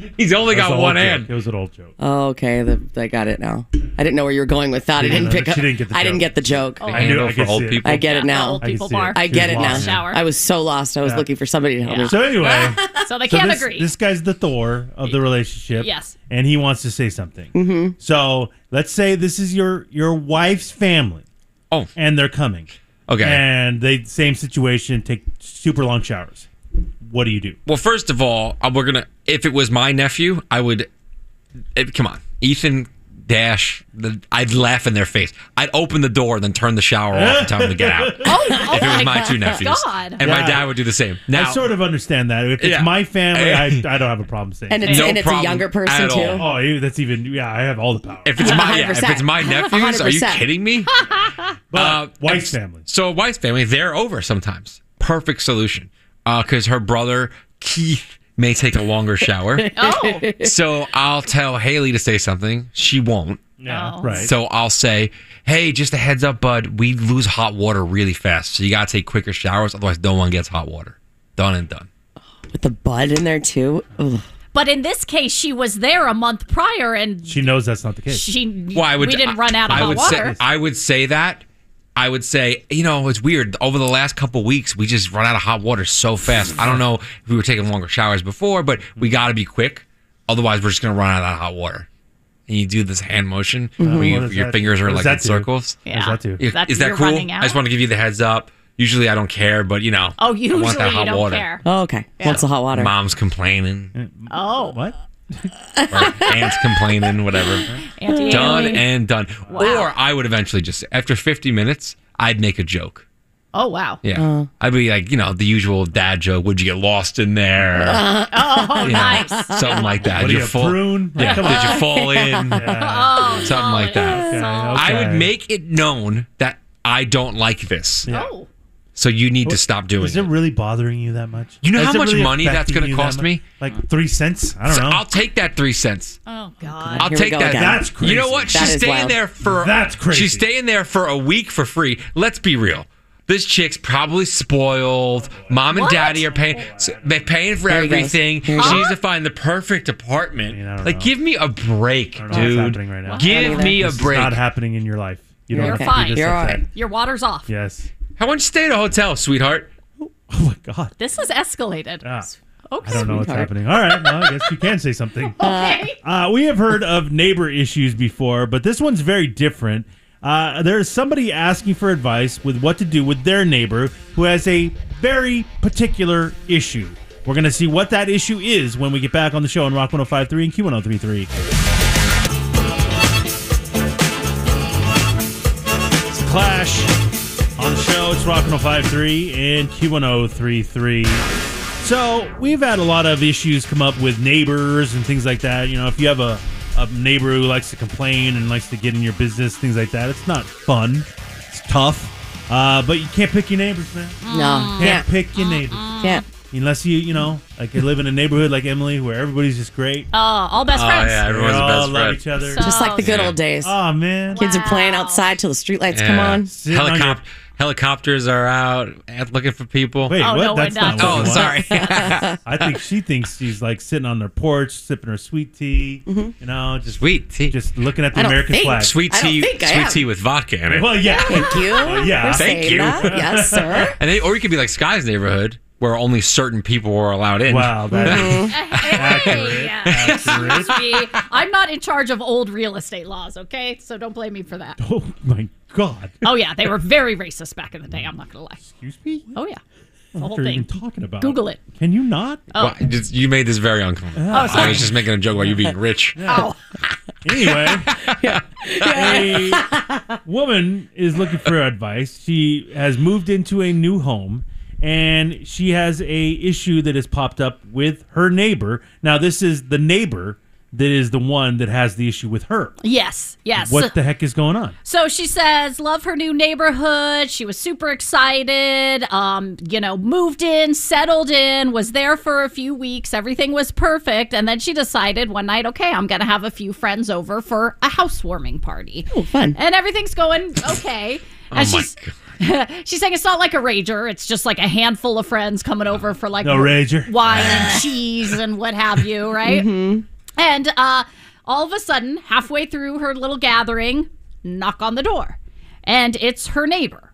F: He's only
B: That's
F: got
B: an
F: one
B: old joke.
F: hand.
B: It was an old joke.
G: Oh, okay, the, I got it now. I didn't know where you were going with that.
B: She
G: I didn't
B: didn't
G: pick
B: under-
G: up.
B: she didn't get the
G: I
B: joke.
G: didn't get the joke.
F: The
E: Oh,
F: I knew- handle I for could old see it. people?
G: I get it now.
E: old I could people see it. bar.
G: I get
E: She
G: it
E: was
G: now.
E: lost. Shower.
G: I was so lost. I was looking for somebody to help me.
B: So anyway,
E: So they can't
B: this,
E: agree.
B: This guy's the Thor of the relationship.
E: Yes.
B: and he wants to say something.
G: Mhm.
B: So let's say this is your your wife's family.
F: Oh,
B: and they're coming.
F: Okay.
B: and they same situation. Take super long showers. What do you do?
F: Well, first of all, uh, we're gonna. If it was my nephew, I would. It, come on, Ethan Dash. The, I'd laugh in their face. I'd open the door and then turn the shower off and tell them to get out. if it was my two nephews,
B: God.
F: and my
B: Yeah.
F: dad would do the same. Now,
B: I sort of understand that. If it's
F: Yeah.
B: my family, I, I don't have a problem saying.
F: And
B: it.
F: it's- No and it's a problem younger person, at all. too.
B: Oh, you- that's even. Yeah, I have all the power.
F: if it's my yeah, if it's my
B: 100%.
F: nephews, are you kidding me?
B: But
F: Uh,
B: wife's
F: and-
B: family.
F: So wife's family, they're over sometimes. Perfect solution, because her brother Keith may take a longer shower.
E: Oh.
F: so I'll tell Haley to say something. She won't.
B: Yeah, Oh. right.
F: So I'll say, "Hey, just a heads up, bud. We lose hot water really fast, so you gotta take quicker showers. Otherwise, no one gets hot water. Done and done."
G: With the bud in there too. Ugh.
E: But in this case, she was there a month prior, and
B: she knows that's not the case.
E: she
F: Well, I would,
E: we didn't run out of
F: I
E: hot
F: would
E: water.
F: Say, I would say that. I would say, you know, it's weird. Over the last couple weeks, we just run out of hot water so fast. I don't know if we were taking longer showers before, but we got to be quick. Otherwise, we're just going to run out of hot water. And you do this hand motion
B: Mhm.
F: where you-
B: What does
F: your
B: that-
F: fingers are
B: what does
F: like
B: that
F: in
B: do?
F: circles.
B: What does Yeah. that do?
F: Is
E: That
F: is that
E: you're
F: cool?
E: running
F: I just want to give you the heads up. Usually, I don't care, but you know,
E: oh,
F: I want
E: usually
F: that hot
E: you don't
F: water.
E: care.
G: Oh, okay. Wants the hot water.
F: Mom's complaining,
E: Oh,
B: what?
F: aunt's complaining, whatever.
E: Auntie
F: done
E: Haley.
F: and done.
E: Wow.
F: Or I would eventually just after 50 minutes, I'd make a joke.
E: Oh, wow.
F: Yeah,
B: Uh.
F: I'd be like, you know, the usual dad joke. Would you get lost in there?
E: oh,
F: You know,
E: nice.
F: Something like that.
B: What are
F: Did
B: you, a
F: fall-
B: prune?
F: Yeah.
B: Like, come
F: Did
B: on.
F: you fall in?
B: Yeah.
E: Oh,
F: Something like that.
B: Okay,
F: I
B: okay.
F: would make it known that I don't like this.
B: Yeah.
F: So you need to stop doing
B: Is it
F: it.
B: really bothering you that much?
F: You know
B: Is
F: how
B: it
F: much
B: really
F: money that's
B: affecting
F: gonna
B: you that
F: cost
B: much?
F: me?
B: Like three cents? I don't
F: So
B: know.
F: I'll take that three cents.
E: Oh God.
F: I'll
B: Here we
F: take
B: go
F: that.
B: again. That's crazy.
F: You know what?
B: That
F: She's
B: is
F: staying
B: wild.
F: there for
B: That's crazy.
F: She's staying there for a week for free. Let's be real. This chick's probably spoiled. Mom and
E: What?
F: daddy are paying. so They're paying for
B: Here he goes.
F: everything. She
B: Here he goes.
F: needs to find the perfect apartment.
B: don't
F: like,
B: know.
F: give me a break,
B: I don't know what's
F: dude.
B: happening right now.
F: Give me a
B: This is
F: break.
B: not happening in your life. You don't
E: You're
B: have to be
E: fine.
B: this upset.
E: Your water's off.
B: Yes. Oh
F: How much stay at a hotel, sweetheart?
E: This has escalated. Okay.
B: I don't know what's
E: Sweetheart.
B: happening. All right, well, I guess you can say something. Uh, we have heard of neighbor issues before, but this one's very different. Uh, there is somebody asking for advice with what to do with their neighbor who has a very particular issue. We're going to see what that issue is when we get back on the show on Rock 105.3 and Q1033. It's Clash on the show. It's Rock 105.3 and Q1033. So we've had a lot of issues come up with neighbors and things like that. You know, if you have a, a neighbor who likes to complain and likes to get in your business, things like that, it's not fun. It's tough. Uh, but you can't pick your neighbors, man.
G: No.
E: Mm.
B: You can't pick your neighbors.
G: Can't.
B: Unless you, you know, like you live in a neighborhood like Emily where everybody's just great.
E: Oh, all best
F: Oh,
E: friends.
F: yeah, everyone's
B: We
F: the
B: all
F: best
B: love
F: friend.
B: each other.
G: Just like the good
F: Yeah.
G: old days.
B: Oh man,
G: kids are playing outside till the streetlights come
F: Yeah.
G: on.
F: Helicop- helicopters are out at- looking for people.
B: Wait, what? That's not.
F: Oh,
B: what you
F: sorry.
B: want. I think she thinks she's like sitting on their porch, sipping her sweet tea.
G: Mm-hmm.
B: You know, just
F: sweet tea,
B: just looking at the American flag.
F: Sweet tea, sweet tea with vodka in it.
B: Well, yeah. Thank
G: you.
B: Well, yeah.
G: for
F: Thank
G: saying
F: you.
G: that. Yes, sir.
F: And they, or you could be like Sky's neighborhood, where only certain people were allowed in.
B: Wow, that
G: Mhm.
E: Excuse me. I'm not in charge of old real estate laws, okay? So don't blame me for that.
B: Oh my God.
E: Oh yeah, they were very racist back in the day. I'm not gonna lie.
B: Excuse me.
E: Oh yeah, the
B: What
E: whole
B: are you
E: thing.
B: even talking about?
E: Google it.
B: Can you not?
E: Oh.
F: Well, just- you made this very uncomfortable.
E: Oh,
F: I
E: sorry.
F: was just making a joke about you being rich.
E: Oh.
B: Anyway, a woman is looking for advice. She has moved into a new home and she has a issue that has popped up with her neighbor. Now this is the neighbor that is the one that has the issue with her.
E: Yes, yes.
B: What the heck is going on?
E: So she says, love her new neighborhood. She was super excited. Um, you know, moved in, settled in, was there for a few weeks. Everything was perfect. And then she decided one night, okay, I'm going to have a few friends over for a housewarming party.
G: Oh, fun.
E: And everything's going okay. and she's, she's saying it's not like a rager. It's just like a handful of friends coming over for like
B: No rager.
E: wine and cheese and what have you, right?
G: Mm-hmm.
E: And uh, all of a sudden, halfway through her little gathering, knock on the door. And it's her neighbor.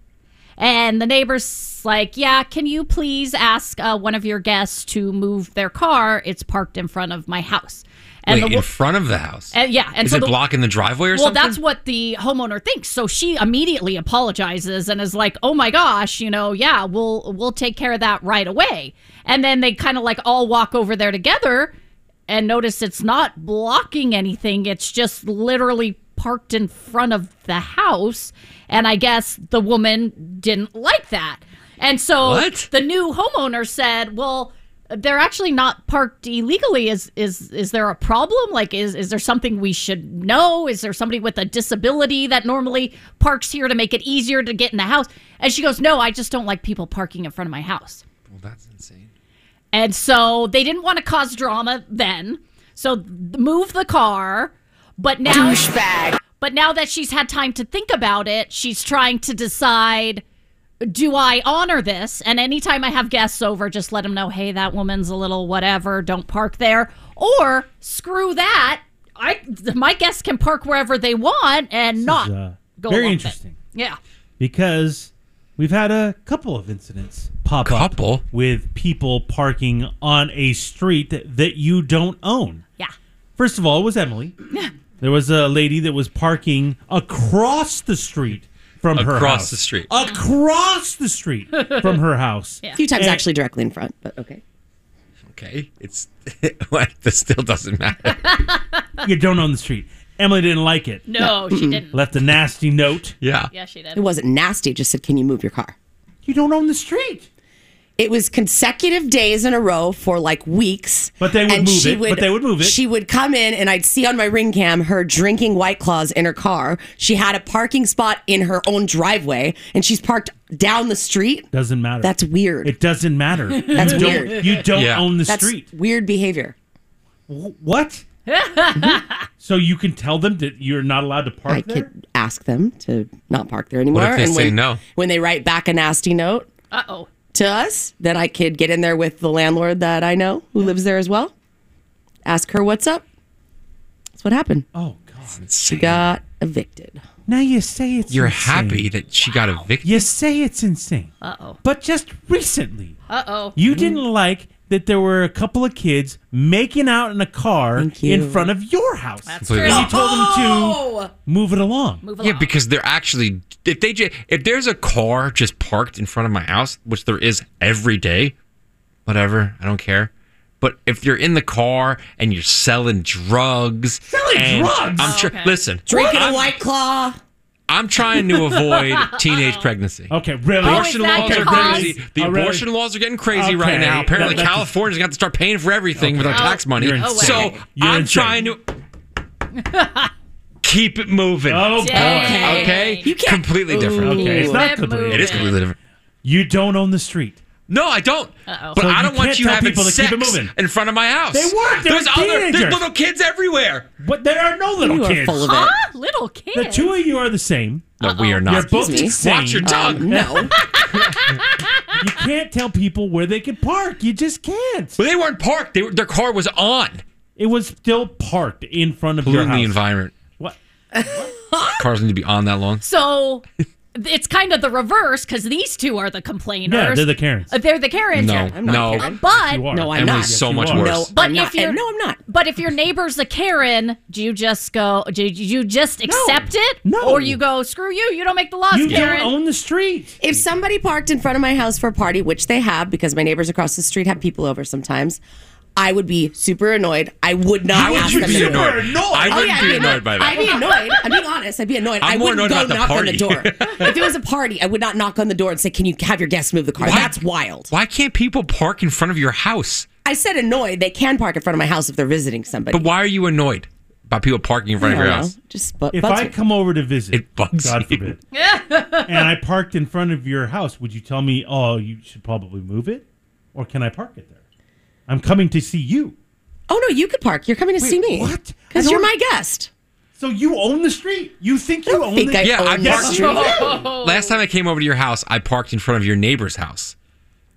E: And the neighbor's like, Yeah, can you please ask uh, one of your guests to move their car? It's parked in front of my house. And
F: Wait,
E: the wo-
F: in front of the house.
E: and, yeah, and
F: is
E: so
F: it
E: the-
F: blocking the driveway or
E: well,
F: something?
E: that's what the homeowner thinks. So she immediately apologizes and is like, "Oh my gosh, you know, yeah, we'll we'll take care of that right away." And then they kind of like all walk over there together and notice it's not blocking anything. It's just literally parked in front of the house, and I guess the woman didn't like that. And so
F: What?
E: the new homeowner said, "Well, they're actually not parked illegally. Is is is there a problem? Like, is is there something we should know? Is there somebody with a disability that normally parks here to make it easier to get in the house?" And she goes, "No, I just don't like people parking in front of my house."
F: well, that's insane.
E: And so they didn't want to cause drama then. So th- move the car, but now But now that she's had time to think about it, she's trying to decide do I honor this? And anytime I have guests over, just let them know, hey, that woman's a little whatever, don't park there. Or screw that. I my guests can park wherever they want and not
B: uh,
E: go
B: very
E: along with it.
B: interesting.
E: Yeah.
B: because we've had a couple of incidents pop up with people parking on a street that, that you don't own.
E: Yeah.
B: First of all, it was Emily. There was a lady that was parking across the street from her
F: Across
B: house.
F: the street.
B: Across the street from her house.
G: A few times
B: And-
G: actually directly in front, but okay.
F: Okay, it's what this still doesn't matter.
B: You don't own the street. Emily didn't like it.
E: No, she
G: Mm-mm.
E: didn't.
B: Left a nasty note.
F: Yeah.
E: Yeah, she did.
G: It wasn't nasty. It just said, "Can you move your car?"
B: You don't own the street.
G: It was consecutive days in a row for like weeks.
B: But they would
G: and
B: move
G: she
B: it, but they would move it.
G: She would come in, and I'd see on my ring cam her drinking White Claws in her car. She had a parking spot in her own driveway, and she's parked down the street.
B: Doesn't matter.
G: That's weird.
B: It doesn't matter.
G: That's
B: you don't-
G: weird.
B: you don't own the
G: That's
B: street.
G: Weird behavior.
B: Wh- What? so you can tell them that you're not allowed to park
G: I
B: there.
G: could ask them to not park there anymore.
F: they say
G: when,
F: no?
G: When they write back a nasty note
E: Uh oh.
G: to us, then I could get in there with the landlord that I know who lives there as well. Ask her what's up. That's what happened.
B: Oh
F: God,
G: she got evicted.
B: Now you say it's
F: You're
B: insane.
F: happy that she got evicted.
B: You say it's insane.
E: Uh oh.
B: But just recently,
E: Uh oh.
B: you didn't like that there were a couple of kids making out in a car in front of your house.
E: That's
F: Completely.
B: And you told them to Oh! move it along.
F: Yeah, because they're actually if they ju- if there's a car just parked in front of my house, which there is every day, whatever, I don't care. But if you're in the car and you're selling drugs,
G: Selling
F: and
G: drugs?
F: I'm
G: Oh,
F: tr-
G: okay.
F: listen,
G: Drinking
F: I'm,
G: a White Claw.
F: I'm trying to avoid teenage pregnancy.
B: Okay, really?
F: Abortion
B: Oh, is that
F: laws
B: the
F: are
B: cause?
F: crazy. The
B: Oh, really?
F: abortion laws are getting crazy right
B: Okay,
F: now. Apparently,
B: that- that's-
F: California's got to start paying for everything with our
B: Okay.
F: tax money.
B: You're insane.
F: So
B: You're
F: I'm
B: insane.
F: trying to keep it moving.
B: Oh, boy. Dang.
F: Okay,
G: you can't.
F: Completely different.
B: Okay, it's not completely.
F: It is completely different.
B: You don't own the street.
F: No, I don't. But
B: So
F: I
B: you
F: don't want
B: can't
F: you
B: tell
F: having
B: people to keep
F: sex
B: it moving.
F: in front of my house.
B: They weren't. They
F: there's
B: were
F: other. There's
B: teenagers.
F: little kids everywhere.
B: But there are no little
F: You are
B: kids.
F: full of it.
E: Huh? Ah, Little kid.
B: The two of you are the same.
F: No, we are not.
B: You're both
F: Excuse me.
B: insane.
F: Watch your tongue. Um, no.
B: you can't tell people where they can park. You just can't.
F: Well, they weren't parked. They were, their car was on.
B: It was still parked in front of your
F: Polluting
B: house.
F: the environment.
B: What?
F: Cars need to be on that long.
E: So it's kind of the reverse because these two are the complainers.
F: Yeah, they're the Karens.
E: Uh, They're the Karens.
F: No, I'm not no. Karen.
E: But
F: You are. No, I'm Emily's not. so
G: Yes, you
F: much
G: are.
F: worse.
G: No,
E: But
G: I'm
E: if
G: not.
E: you're
G: And no, I'm not.
E: But if your neighbor's a Karen, do you just go? Do you just accept it? No. Or you go? Screw you! You don't make the laws, Karen.
B: own the street.
G: If somebody parked in front of my house for a party, which they have because my neighbors across the street have people over sometimes, I would be super annoyed. I would not.
F: How would
G: ask
F: you
G: them
F: be
G: to do it.
F: annoyed? I
G: Oh,
F: wouldn't
G: yeah,
F: be
G: I'd
F: annoyed by that.
G: I'd be annoyed. I'm being honest. I'd be annoyed.
F: I'm
G: I
F: more
G: would not
F: annoyed
G: go
F: about the
G: knock on the
F: party.
G: door. if it was a party, I would not knock on the door and say, "Can you have your guests move the car?" That's wild.
F: Why can't people park in front of your house?
G: I said annoyed. They can park in front of my house if they're visiting somebody.
F: But why are you annoyed by people parking in front
G: I
F: of your
G: don't know.
F: house?
G: Just bu-
B: if
G: bugs
B: I
G: me.
B: come over to visit,
F: it bugs
B: God
F: you.
B: forbid, and I parked in front of your house, would you tell me, "Oh, you should probably move it," or can I park it there? I'm coming to see you.
G: Oh no, you could park. You're coming to see me. What? Because you're my guest.
B: So you own the street. You think you own
G: think
B: the
G: I
F: Yeah, I
G: own the
F: parked.
G: street.
F: Last time I came over to your house, I parked in front of your neighbor's house.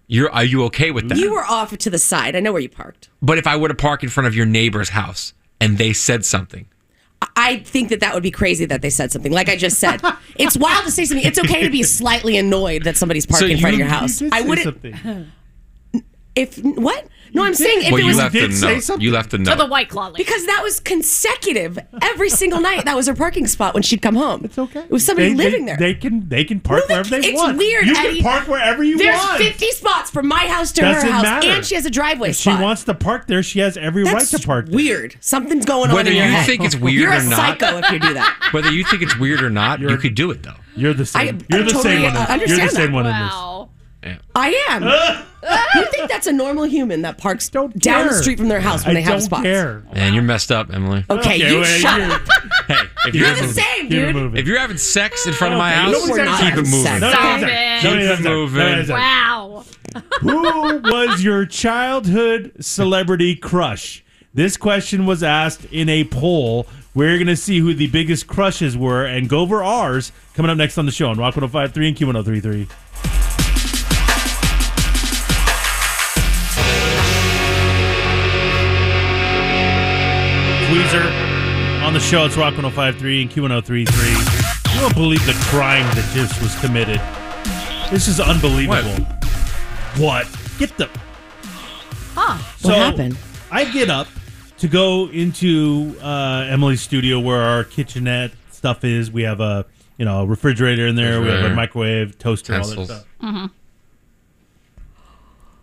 F: You're are you okay with that?
G: You were off to the side. I know where you parked.
F: but if I were to park in front of your neighbor's house and they said something,
G: I think that that would be crazy that they said something. Like I just said, it's wild to say something. It's okay to be slightly annoyed that somebody's parked in front of your house. I wouldn't. If what? No, I'm saying if
F: well,
G: it
F: you
G: was
F: left a note. You left a note.
E: white claw.
G: Because that was consecutive every single night. That was her parking spot when she'd come home. It's okay. It was somebody
B: They- they-
G: living there.
B: They can they can park wherever they
G: it's
B: want.
G: weird.
B: You can
G: Eddie.
B: park wherever you
G: There's
B: want.
G: There's 50 spots from my house to
B: Doesn't
G: her house,
B: matter.
G: and she has a driveway
B: If she
G: spot.
B: wants to park there, she has every
G: That's
B: right to park. There.
G: Weird. Something's going on.
F: Whether
G: in your
F: you
G: head.
F: think it's weird
G: you're
F: or
G: a
F: not.
G: psycho if you do that.
F: Whether you think it's weird or not, you could do it though.
B: You're the
G: I-
B: same. you're
G: I
B: the
G: totally
B: same one. In,
G: uh,
B: you're the
G: understand
B: same
G: that.
B: one
G: I am. you think that's a normal human that parks down the
B: care.
G: street from their house when
B: I
G: they have
B: don't
G: spots?
B: care.
F: And you're messed up, Emily.
G: Okay,
B: Okay,
G: you
B: well,
G: shut
B: you're-
G: up.
F: Hey, if
B: You're
F: you're,
B: the
F: having,
G: same,
B: Keep it dude. moving.
F: If you're having sex in front of my
B: Okay,
F: house,
B: no, we're not
F: keep it
B: having
F: moving.
B: sex. No, no,
E: Stop
B: no,
E: it.
F: Keep
B: no, no,
F: it
B: no, no,
F: moving.
B: no, no, no.
E: Wow.
B: Who was your childhood celebrity crush? This question was asked in a poll. We're going to see who the biggest crushes were and go over ours coming up next on the show on Rock 105.3 and Q1033. Weezer on the show. It's Rock 105.3 and Q1033. You won't believe the crime that this was committed. This is unbelievable. What? Get the.
E: Huh.
B: So, I get up to go into uh, Emily's studio where our kitchenette stuff is. We have a you know refrigerator in there. We have a
F: Refrigerator.
B: microwave, toaster, all
F: Utensils.
B: that stuff.
E: Mm-hmm.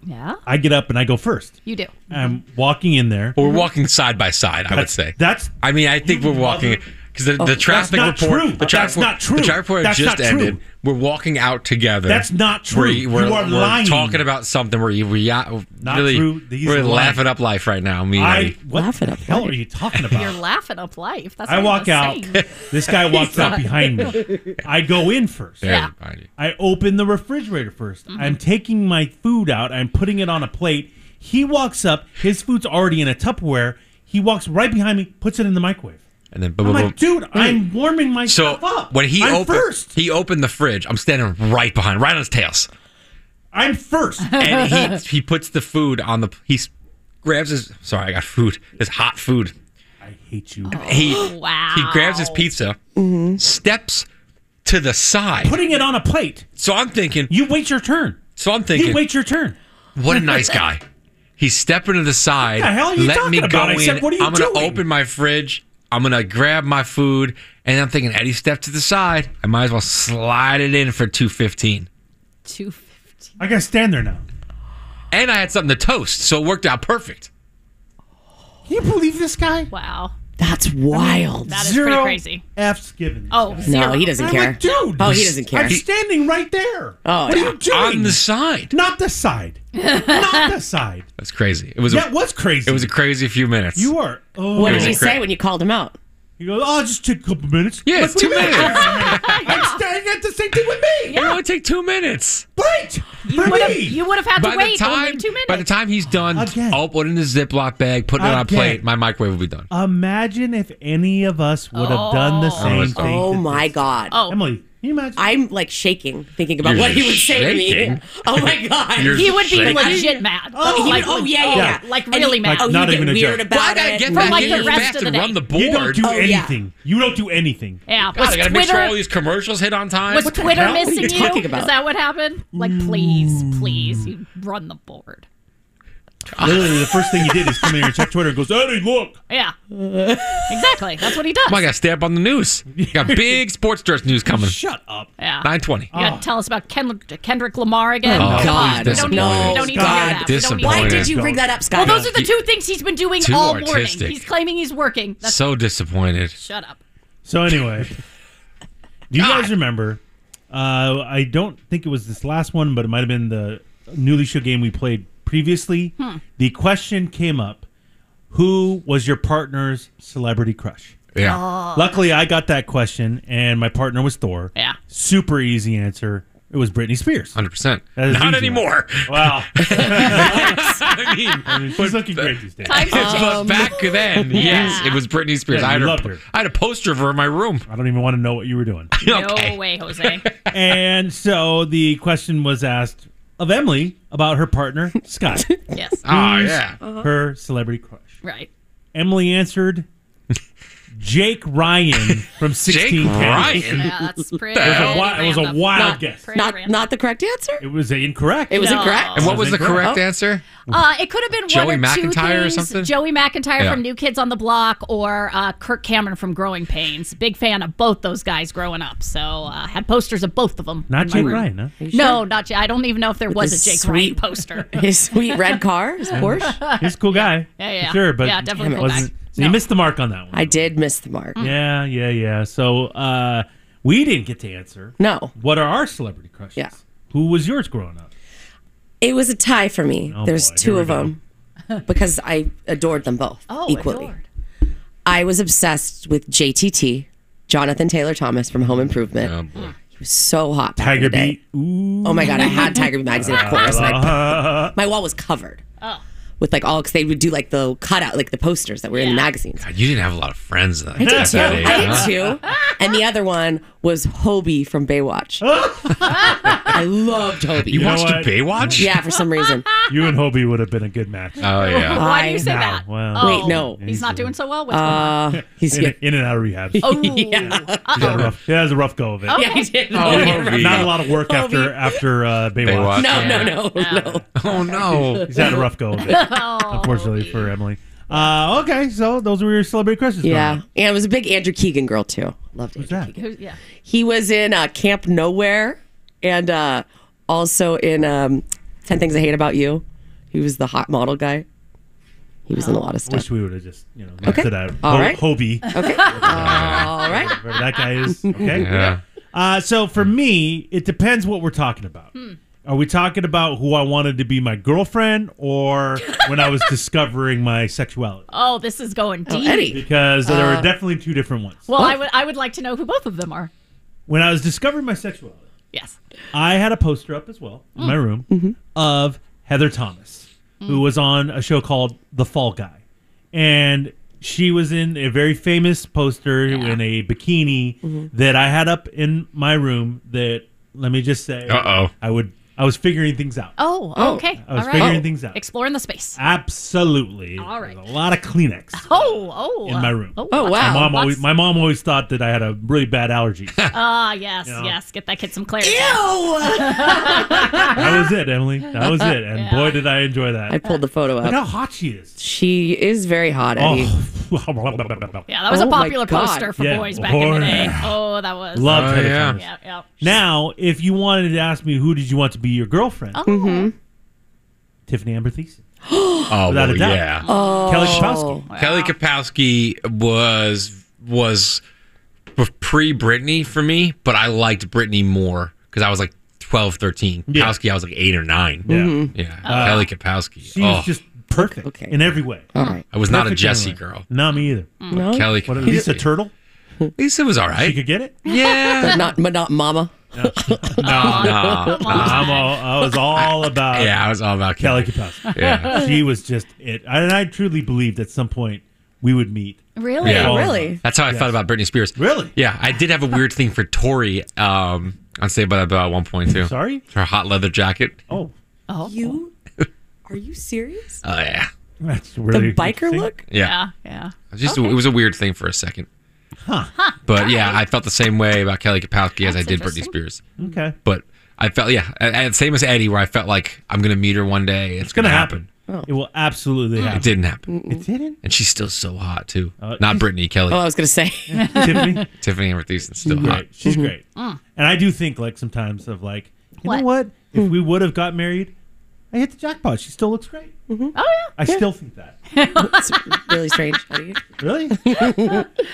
E: Yeah.
B: I get up and I go first.
E: You do.
B: I'm walking in there.
F: We're walking side by side, I would say.
B: That's.
F: I mean, I think we're walking because the,
B: Oh,
F: the
B: that's
F: traffic
B: not
F: report,
B: true.
F: the
B: That's
F: traffic,
B: not true.
F: the traffic report
B: That's
F: just
B: not true.
F: ended. We're walking out together.
B: That's not true.
F: We're, e-, we're,
B: You are
F: we're
B: lying.
F: talking about something. We're, we are
B: Not
F: really,
B: true. These
F: we're
B: are lying.
F: laughing up life right now. Me, and
B: I
F: Eddie.
B: what the hell are you talking about?
E: You're laughing up life. That's
B: Oh. I
E: what
B: walk
E: was
B: out.
E: saying.
B: This guy walks out behind me. I go in first.
F: Very Yeah. behind
B: I open the refrigerator 1st i I'm taking my food out. I'm putting it on a plate. He walks up. His food's already in a Tupperware. He walks right behind me, puts it in the microwave.
F: and then boom,
B: I'm
F: boom,
B: like,
F: boom.
B: dude, I'm warming myself
F: So
B: up.
F: when he
B: I'm
F: opened,
B: first.
F: he opened the fridge. I'm standing right behind, right on his tails.
B: I'm first.
F: and he he puts the food on the he s- grabs his sorry I got food this hot food
B: I hate you
F: he
E: wow
F: he grabs his pizza steps to the side
B: putting it on a plate
F: so I'm thinking
B: you wait your turn
F: so I'm thinking
B: you wait your turn.
F: what a nice guy he's stepping to the side
B: What the hell are you
F: let
B: talking
F: me go
B: about? I
F: in
B: said, what are you
F: I'm gonna
B: doing?
F: open my fridge I'm gonna grab my food and I'm thinking Eddie stepped to the side I might as well slide it in for two fifteen
E: Two.
B: I gotta stand there now.
F: and I had something to toast so it worked out perfect
B: Can you believe this guy?
E: Wow.
G: That's wild.
E: That is
B: Zero
E: pretty crazy.
B: F's given.
E: Oh,
G: No, he doesn't
B: I'm
G: care.
B: like, dude.
G: Oh, he doesn't care.
B: I'm standing right there.
G: Oh,
B: what
G: yeah.
B: are you doing?
F: on the side
B: Not the side. Not the side.
F: that's crazy it was
B: That
F: a,
B: was crazy.
F: it was a crazy few minutes
B: You are. Oh,
G: What
F: It was
G: did you
F: incredible.
G: say when you called him out?
B: He goes, oh, it just took a couple minutes.
F: Yeah,
B: Like,
F: it's
B: what do
F: two
B: you mean?
F: minutes.
B: I'm staring at the same thing with me.
F: It only take two minutes.
B: Wait
E: You
B: for
E: would have,
B: me.
E: you would have had
F: By
E: to
F: the
E: wait
F: time,
E: only two minutes.
F: by the time he's done, I'll put it in the Ziploc bag, put it on a
B: Again.
F: plate. My microwave will be done.
B: Imagine if any of us would have done the same
F: it's-
B: thing.
G: Oh
B: that
G: my
B: this-
G: god. Oh,
B: Emily, can you imagine?
G: I'm like shaking thinking about
F: You're
G: what he would say to me.
F: shaking?
G: Oh my god.
F: You're
E: he would be
F: shaking.
E: legit mad.
G: Oh, he
E: Like,
G: would, oh yeah, yeah,
B: Yeah.
G: yeah.
E: Like
G: And he-
E: really mad.
G: Oh,
B: Not
G: you
B: even
G: get
B: a
G: weird
B: joke.
G: about
F: Well, I gotta
G: it.
F: get
G: and-
F: back
E: like the
F: in here
E: rest
F: fast
E: of the
F: and run
E: day.
F: the board.
B: You don't do
G: Oh, yeah.
B: anything. You don't do anything.
E: yeah.
F: God, I
E: was
F: gotta make sure all
E: Twitter,
F: these commercials hit on time.
E: was
F: What the
E: Twitter
F: hell?
E: missing
G: What are you talking
E: Is
G: about?
E: that what happened? Like, please, please, you run the board.
B: Literally, the first thing he did is come in here and check Twitter and goes, Eddie, look.
E: Yeah. exactly. That's what he does.
F: Come on, gotta stay up on the news. You got big sports dress news coming.
B: Shut up.
E: Yeah.
F: 920.
E: You gotta tell us about Ken- Kendrick Lamar again.
F: Oh,
E: We don't need,
F: disappointed.
E: we don't need to hear that. We don't need to hear
G: Why
E: that.
G: did you bring that up, Scott?
E: Well, those are the two things he's been doing
F: Too
E: all
F: artistic.
E: morning. He's claiming he's working. That's,
F: So disappointed.
E: shut up.
B: So anyway, do you guys remember? Uh, I don't think it was this last one, but it might have been the newly show game we played previously.
E: Hmm.
B: The question came up: Who was your partner's celebrity crush?
F: Yeah.
E: Oh.
B: Luckily, I got that question, and my partner was Thor.
E: Yeah.
B: Super easy answer. It was Britney Spears. Hundred
F: percent.
E: Not
F: anymore.
B: Wow.
F: I mean,
B: she's looking great these days.
F: But back then, yes,
E: Yeah.
F: it was Britney Spears.
B: Yeah,
F: I, had
B: you
F: her-
B: loved her.
F: I had a poster of her in my room.
B: I don't even want to know what you were doing.
E: No way, Jose.
B: and so the question was asked of Emily about her partner Scott.
E: Yes.
F: Ah, yeah.
E: Uh-huh.
B: Her celebrity crush.
E: Right.
B: Emily answered Jake Ryan from 16
F: Ryan?
E: Yeah, that's pretty.
B: It was a,
F: hell?
B: wi- it was a
E: random.
B: wild
E: Not-
B: guess.
E: pretty
G: Not,
E: random.
G: not the correct answer?
B: It was incorrect.
G: It was
E: No.
G: incorrect?
F: And what was the
B: incorrect.
F: correct
B: Oh.
F: answer?
E: Uh, it could have been
F: Joey
E: one or two
F: McIntyre or
E: things.
F: something?
E: Joey McIntyre
F: Yeah.
E: from New Kids on the Block or uh, Kirk Cameron from Growing Pains. Big fan of both those guys growing up. So uh, had posters of both of them.
B: Not
E: in my
B: Jake
E: room.
B: Ryan, huh? Are you
E: No,
B: sure?
E: not Jake. I don't even know if there
B: With
E: was a
B: his
E: Jake Ryan
B: sweet-
E: poster.
G: His sweet red car, his
B: Yeah.
G: Porsche.
B: He's a cool guy.
E: Yeah, yeah, yeah.
B: for Sure, but
E: Yeah, definitely cool guy.
B: wasn't, so you missed the mark on that one.
G: I did miss the mark.
B: Yeah, yeah, yeah. So uh, we didn't get to answer.
G: No.
B: What are our celebrity crushes?
G: Yeah.
B: Who was yours growing up?
G: It was a tie for me.
B: Oh,
G: There's
B: boy. Here
G: two
B: we
G: of them because I adored them both
E: Oh,
G: equally. I was obsessed with JTT, Jonathan Taylor Thomas from Home Improvement.
F: Oh,
G: He was so hot. back in
B: Tiger
G: the day.
B: Beat. Ooh.
G: Oh my god, I had Tiger Beat magazine, of course. and I- my wall was covered
E: Oh.
G: with like all because they would do like the cutout, like the posters that were in the magazines.
F: God, you didn't have a lot of friends that,
G: I did
F: at
G: too.
F: that age.
G: I
F: huh?
G: did too. And the other one was Hobie from Baywatch. I loved Hobie.
F: You You know watched what? Baywatch?
G: Yeah, for some reason.
B: You and Hobie would have been a good match.
F: Oh, yeah.
E: Why do you
G: I
E: say
G: know.
E: that?
B: Wow.
E: Oh.
G: Wait, no.
E: He's not doing so well. What's
G: Uh, he's
B: in, in and out of rehab.
E: going on? Oh,
B: He had a rough, he has a rough go of it.
E: Oh.
G: Yeah, he did.
B: Oh, Not a lot of work after after uh, Baywatch.
F: Baywatch.
G: No, no, no, no.
F: Oh, no.
B: He's had a rough go of it,
E: Oh.
B: unfortunately for Emily. Uh, okay, so those were your celebrity crushes.
G: Yeah. And I was a big Andrew Keegan girl too. Loved Andrew Keegan.
E: Who's- yeah.
G: He was in uh, Camp Nowhere and uh, also in um, 10 Things I Hate About You. He was the hot model guy. He was in a lot of
B: I wish
G: stuff.
B: we would have just you know
G: Okay.
B: left it out.
G: All
B: Ho-
G: right.
B: Hobie.
G: Okay. All right.
B: Whatever that guy is. Okay.
F: Yeah.
B: Uh, so for me, it depends what we're talking about.
G: Hmm.
B: Are we talking about who I wanted to be my girlfriend or when I was discovering my sexuality?
E: Oh, this is going deep.
B: Because there
E: Uh,
B: were definitely two different ones.
G: Oh.
E: Well, I would I would like to know who both of them are.
B: When I was discovering my sexuality,
E: Yes.
B: I had a poster up as well in
E: Mm.
B: my room
E: Mm-hmm.
B: of Heather Thomas, who was on a show called The Fall Guy. And she was in a very famous poster in a bikini
E: Mm-hmm.
B: that I had up in my room that let me just say
F: Uh-oh.
B: I would I was figuring things out.
E: Oh,
B: I
E: okay.
B: was
E: All right. Oh.
B: figuring things out.
E: Exploring the space.
B: Absolutely.
E: All right.
B: A lot of Kleenex
E: Oh, oh.
B: in my room.
E: lots-
B: My mom
E: lots-
B: always my mom always thought that I had a really bad allergy.
E: Ah, yes,
B: Yeah.
E: yes. Get that kid some clarity.
B: that was it, Emily. That was it. And
E: Yeah.
B: boy did I enjoy that.
G: I pulled the photo up.
B: Look how hot she is.
G: She is very hot, Eddie.
B: Oh.
E: Yeah, that was
G: Oh
E: a
G: my
E: popular
G: God.
E: poster for
B: Yeah.
E: boys back in the day.
B: Boy.
E: Oh, that was.
B: Loved
F: Oh,
B: Heather
F: yeah.
B: Thomas.
E: Yeah, yeah.
B: Now, if you wanted to ask me who did you want to be your girlfriend,
E: Oh.
B: Tiffany Amber Thiessen.
F: Oh,
B: Without a
F: well,
B: doubt.
F: yeah.
B: Kelly Kapowski.
F: Kelly Kapowski was was pre Britney for me, but I liked Britney more because I was like 12, 13. Kapowski, I was like eight or nine.
B: Yeah. Mhm.
F: yeah.
B: Uh,
F: Kelly Kapowski.
B: She
F: oh,
B: was just perfect in every way.
G: All right.
F: I was not a
B: Perfect
F: Jessie
B: in every way.
F: girl.
B: Not me either.
G: No?
F: Kelly
B: What,
F: Kapowski.
B: Lisa Turtle?
F: Lisa was all right.
B: She could get it?
F: yeah.
G: But not, but not Mama.
B: No.
F: no, no.
B: I'm all, I was all about
F: yeah, I was all about
B: Kelly
F: Kelly.
B: Kapowski.
F: Yeah.
B: She was just it. And I truly believed at some point we would meet.
E: Really?
F: Yeah.
B: Oh,
G: Really?
F: That's how I felt about Britney Spears.
B: Really?
F: Yeah, I did have a weird thing for Tori um, on Saved by the Bell at one point too.
B: Sorry?
F: her hot leather jacket.
B: Oh.
E: Oh.
G: You? Are you serious?
F: Oh yeah,
B: That's really
G: the biker
B: interesting.
G: look?
F: yeah.
E: Yeah, yeah.
F: It was Just it was a weird thing for a second.
B: Huh.
F: But yeah, I felt the same way about Kelly Kapowski as I
E: That's
F: did Britney
E: interesting.
F: Spears.
B: Okay.
F: But I felt yeah, I, I- same as Eddie, where I felt like I'm gonna meet her one day. It's,
B: gonna
F: gonna,
B: happen.
F: happen.
B: It will absolutely happen.
F: It didn't happen.
B: It didn't.
F: And she's still so hot too.
B: Uh,
F: Not Brittany Kelly.
G: Oh, I was gonna say.
B: Tiffany?
F: Tiffany Amber Thiessen's still
B: Great.
F: hot.
B: She's great.
E: Mm.
B: And I do think like sometimes of like, you know what? If we would have got married, I hit the jackpot. She still looks great.
E: Oh yeah.
B: I still think that.
G: it's really strange.
B: Really?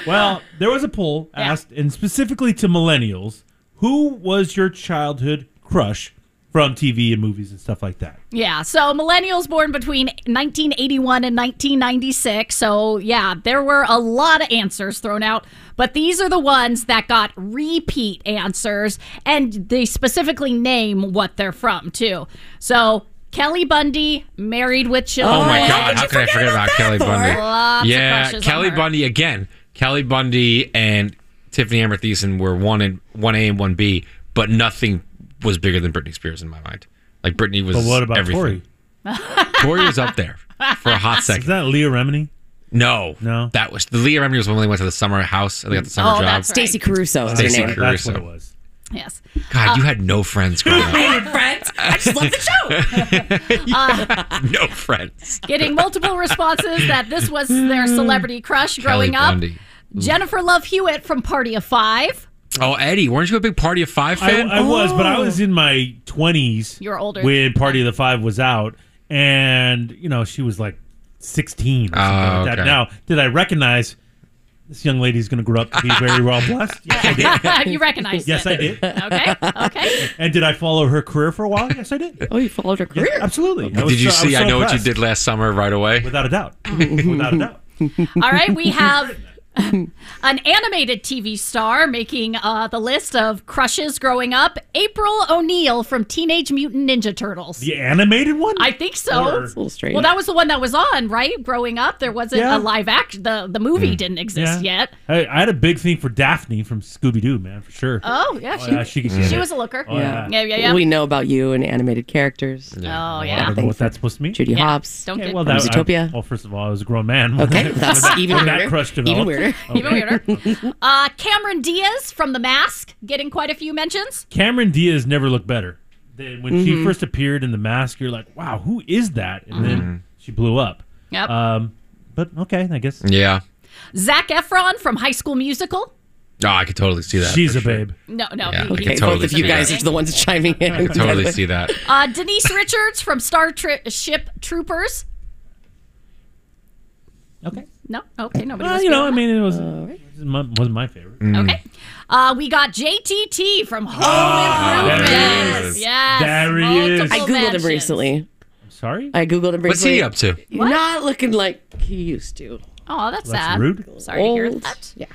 B: well, there was a poll asked, and specifically to millennials, who was your childhood crush from TV and movies and stuff like that?
E: Yeah, so millennials born between 1981 and 1996. So, yeah, there were a lot of answers thrown out, but these are the ones that got repeat answers and they specifically name what they're from, too. So, Kelly Bundy, married with children.
F: Oh my god, how could I forget about Kelly Bundy?
E: Lots of
F: yeah,
E: crushes on
F: Kelly
E: her.
F: Bundy again. Kelly Bundy and Tiffany Amber Thiessen were one and one A and one B, but nothing was bigger than Britney Spears in my mind. Like Britney was
B: But what about
F: everything. Tori? Tori was up there for a hot second.
B: Is that Leah Remini?
F: No, no, that was the Leah Remini was when they went to the summer house and they got the summer
E: Oh,
F: job.
E: that's right. Stacey Caruso
G: is her
F: Stacey
G: name.
F: Caruso.
G: That's what it
B: was.
E: Yes.
F: God,
E: oh.
F: you had no friends growing up.
G: hated friends. I just love
F: no friends.
E: Getting multiple responses that this was their celebrity crush growing
F: Kelly
E: up.
F: Bundy.
E: Jennifer Love Hewitt from Party of Five.
F: Oh, Eddie, weren't you a big Party of Five
B: I,
F: fan?
B: I was, but I was in my twenties.
E: You're older.
B: When Party of the Five was out, and you know she was like sixteen. Or something
F: Oh,
B: like that.
F: okay.
B: Now, did I recognize this young lady's going to grow up to be very well blessed? Yes, I did.
E: you recognize
B: Yes, I did.
E: Okay. Okay.
B: And did I follow her career for a while? Yes, I did.
G: Oh, you followed her
B: career? absolutely. I was
F: Did you
B: so- was
F: see? I,
B: so
F: know what you
B: impressed.
F: did last summer right away.
B: Without a doubt. Without a doubt.
E: All right, we have an animated TV star making uh, the list of crushes growing up. April O'Neil from Teenage Mutant Ninja Turtles.
B: The animated one?
E: I think so.
B: Or- That's a little strange.
E: Well, that was the one that was on, right? Growing up, there wasn't
B: Yeah.
E: a live action. The the movie
G: Mm.
B: Hmm.
E: didn't exist
B: Yeah.
E: yet.
B: I, I had a big thing for Daphne from Scooby Doo, man, for sure.
E: Oh yeah,
B: Oh,
E: she
B: yeah, she
E: she,
B: could get it.
E: was a looker.
B: Oh, yeah.
E: yeah, yeah, yeah.
G: We know about you and animated characters.
E: Oh
B: I
E: yeah.
B: don't know what that's supposed to mean.
G: Judy Yeah, Hopps.
E: don't get-
B: well,
G: From
B: that,
G: Zootopia.
B: I, well, first of all, I was a grown man.
G: Okay,
B: when
G: that's
B: that-
G: even
B: when
G: weirder.
B: That crush
G: Even
B: developed.
G: weirder.
E: Even weirder. Uh, Cameron Diaz from The Mask getting quite a few mentions.
B: Cameron Diaz never looked better. Then When she
E: Mhm.
B: first appeared in The Mask, you're like, wow, who is that? And then she blew up.
E: Yep.
B: Um, but okay, I guess.
F: Yeah.
E: Zach Efron from High School Musical.
F: Oh, I could totally see that.
B: She's a
F: babe.
E: No, no.
F: Yeah,
E: he-
F: I
E: he-
F: could totally
G: both of you
F: see
G: guys
F: that.
G: are the ones chiming in.
F: I could totally see that.
E: Uh, Denise Richards from Star Trek Ship Troopers.
B: Okay.
E: No. Okay. Nobody.
B: Well,
E: was
B: you know, I
E: feeling
B: mean, it was, it wasn't my, wasn't my favorite.
G: Mm.
E: Okay. that. Uh, we got JTT from Home Improvement.
G: Ah, there he
E: Yes.
G: is.
E: yes.
G: I
E: multiple
G: googled
E: mentions.
G: him recently.
B: I'm sorry.
G: I googled him recently.
F: What's he up to?
G: Not looking like he used to.
E: Oh, that's,
G: That's
E: sad.
G: rude.
E: Sorry to hear
G: Old.
E: that.
G: Yeah.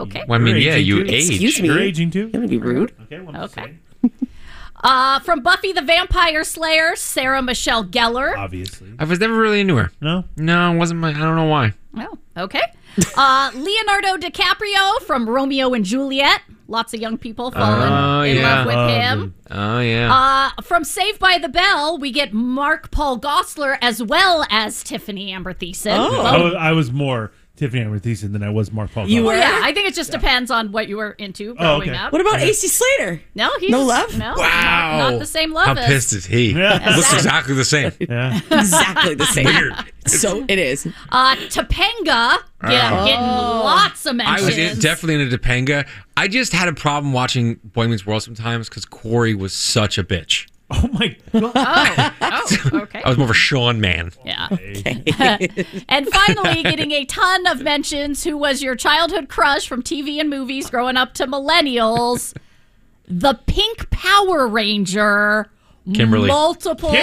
E: Okay.
F: Well, I mean, yeah, you age.
G: Excuse me.
B: You're aging too.
G: Gonna be rude.
B: Okay. Well,
E: Okay. Uh, from Buffy the Vampire Slayer, Sarah Michelle Gellar.
F: Uh,
B: Obviously.
F: I was never really into her.
B: No.
F: No, it wasn't my. I don't know why.
E: Oh, okay. Uh, Leonardo DiCaprio from Romeo and Juliet. Lots of young people falling
F: Oh,
E: in
F: yeah.
E: love with him.
F: Oh yeah.
E: Uh, from Saved by the Bell, we get Mark Paul Gossler as well as Tiffany Amber Thiessen.
B: I,
F: Oh.
E: Well,
B: was, I was more Tiffany Amber Thiessen than I was Mark Paul.
E: well,
B: Gosselaar.
E: yeah, I think it just depends on what you were into growing
B: okay.
E: up.
G: What about
B: Okay.
G: AC Slater?
E: No, he's
G: No love?
E: No,
F: Wow.
E: not, not the same love.
F: How
E: as-
F: pissed is he?
E: Yeah.
F: Looks exactly the same.
B: Yeah.
G: exactly the same.
F: Weird.
G: So it is.
E: Uh, Topanga, yeah,
F: Wow.
E: getting lots of
F: I
E: mentions.
F: was in, definitely into Topanga. I just had a problem watching Boy Meets World sometimes because Corey was such a bitch.
E: oh, okay.
F: I was more of a Sean man.
E: Yeah. Oh. and finally, getting a ton of mentions. Who was your childhood crush from TV and movies growing up to millennials? the Pink Power Ranger.
F: Kimberly.
E: Multiple. ti-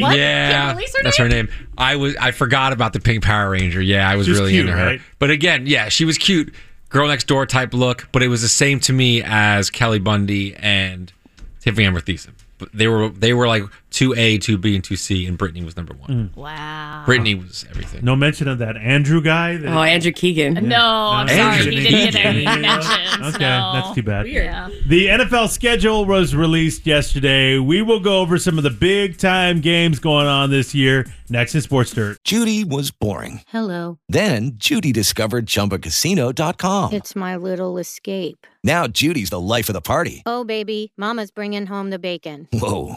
E: What?
F: Yeah,
E: Kimberly's her
F: that's
E: name?
F: her name. I was I forgot about the pink Power Ranger. Yeah, I was
B: She's
F: really
B: cute,
F: into her.
B: right?
F: But again, yeah, she was cute, girl next door type look. But it was the same to me as Kelly Bundy and Tiffany Amber Thiessen. But they were they were like two A, two B, and two C, and Brittany was number one.
E: Wow.
F: Brittany was everything.
B: No mention of that Andrew guy. That,
G: Oh, Andrew Keegan.
E: No, Oh, I'm
B: No.
E: sorry. He didn't get any
B: Keegan.
E: mentions.
B: Okay,
E: no.
B: that's too bad.
E: Weird. Yeah.
B: The NFL schedule was released yesterday. We will go over some of the big time games going on this year next in Sports Dirt.
M: Judy was boring.
O: Hello.
M: Then Judy discovered ChumbaCasino.com.
O: It's my little escape.
M: Now Judy's the life of the party.
O: Oh, baby. Mama's bringing home the bacon.
M: Whoa,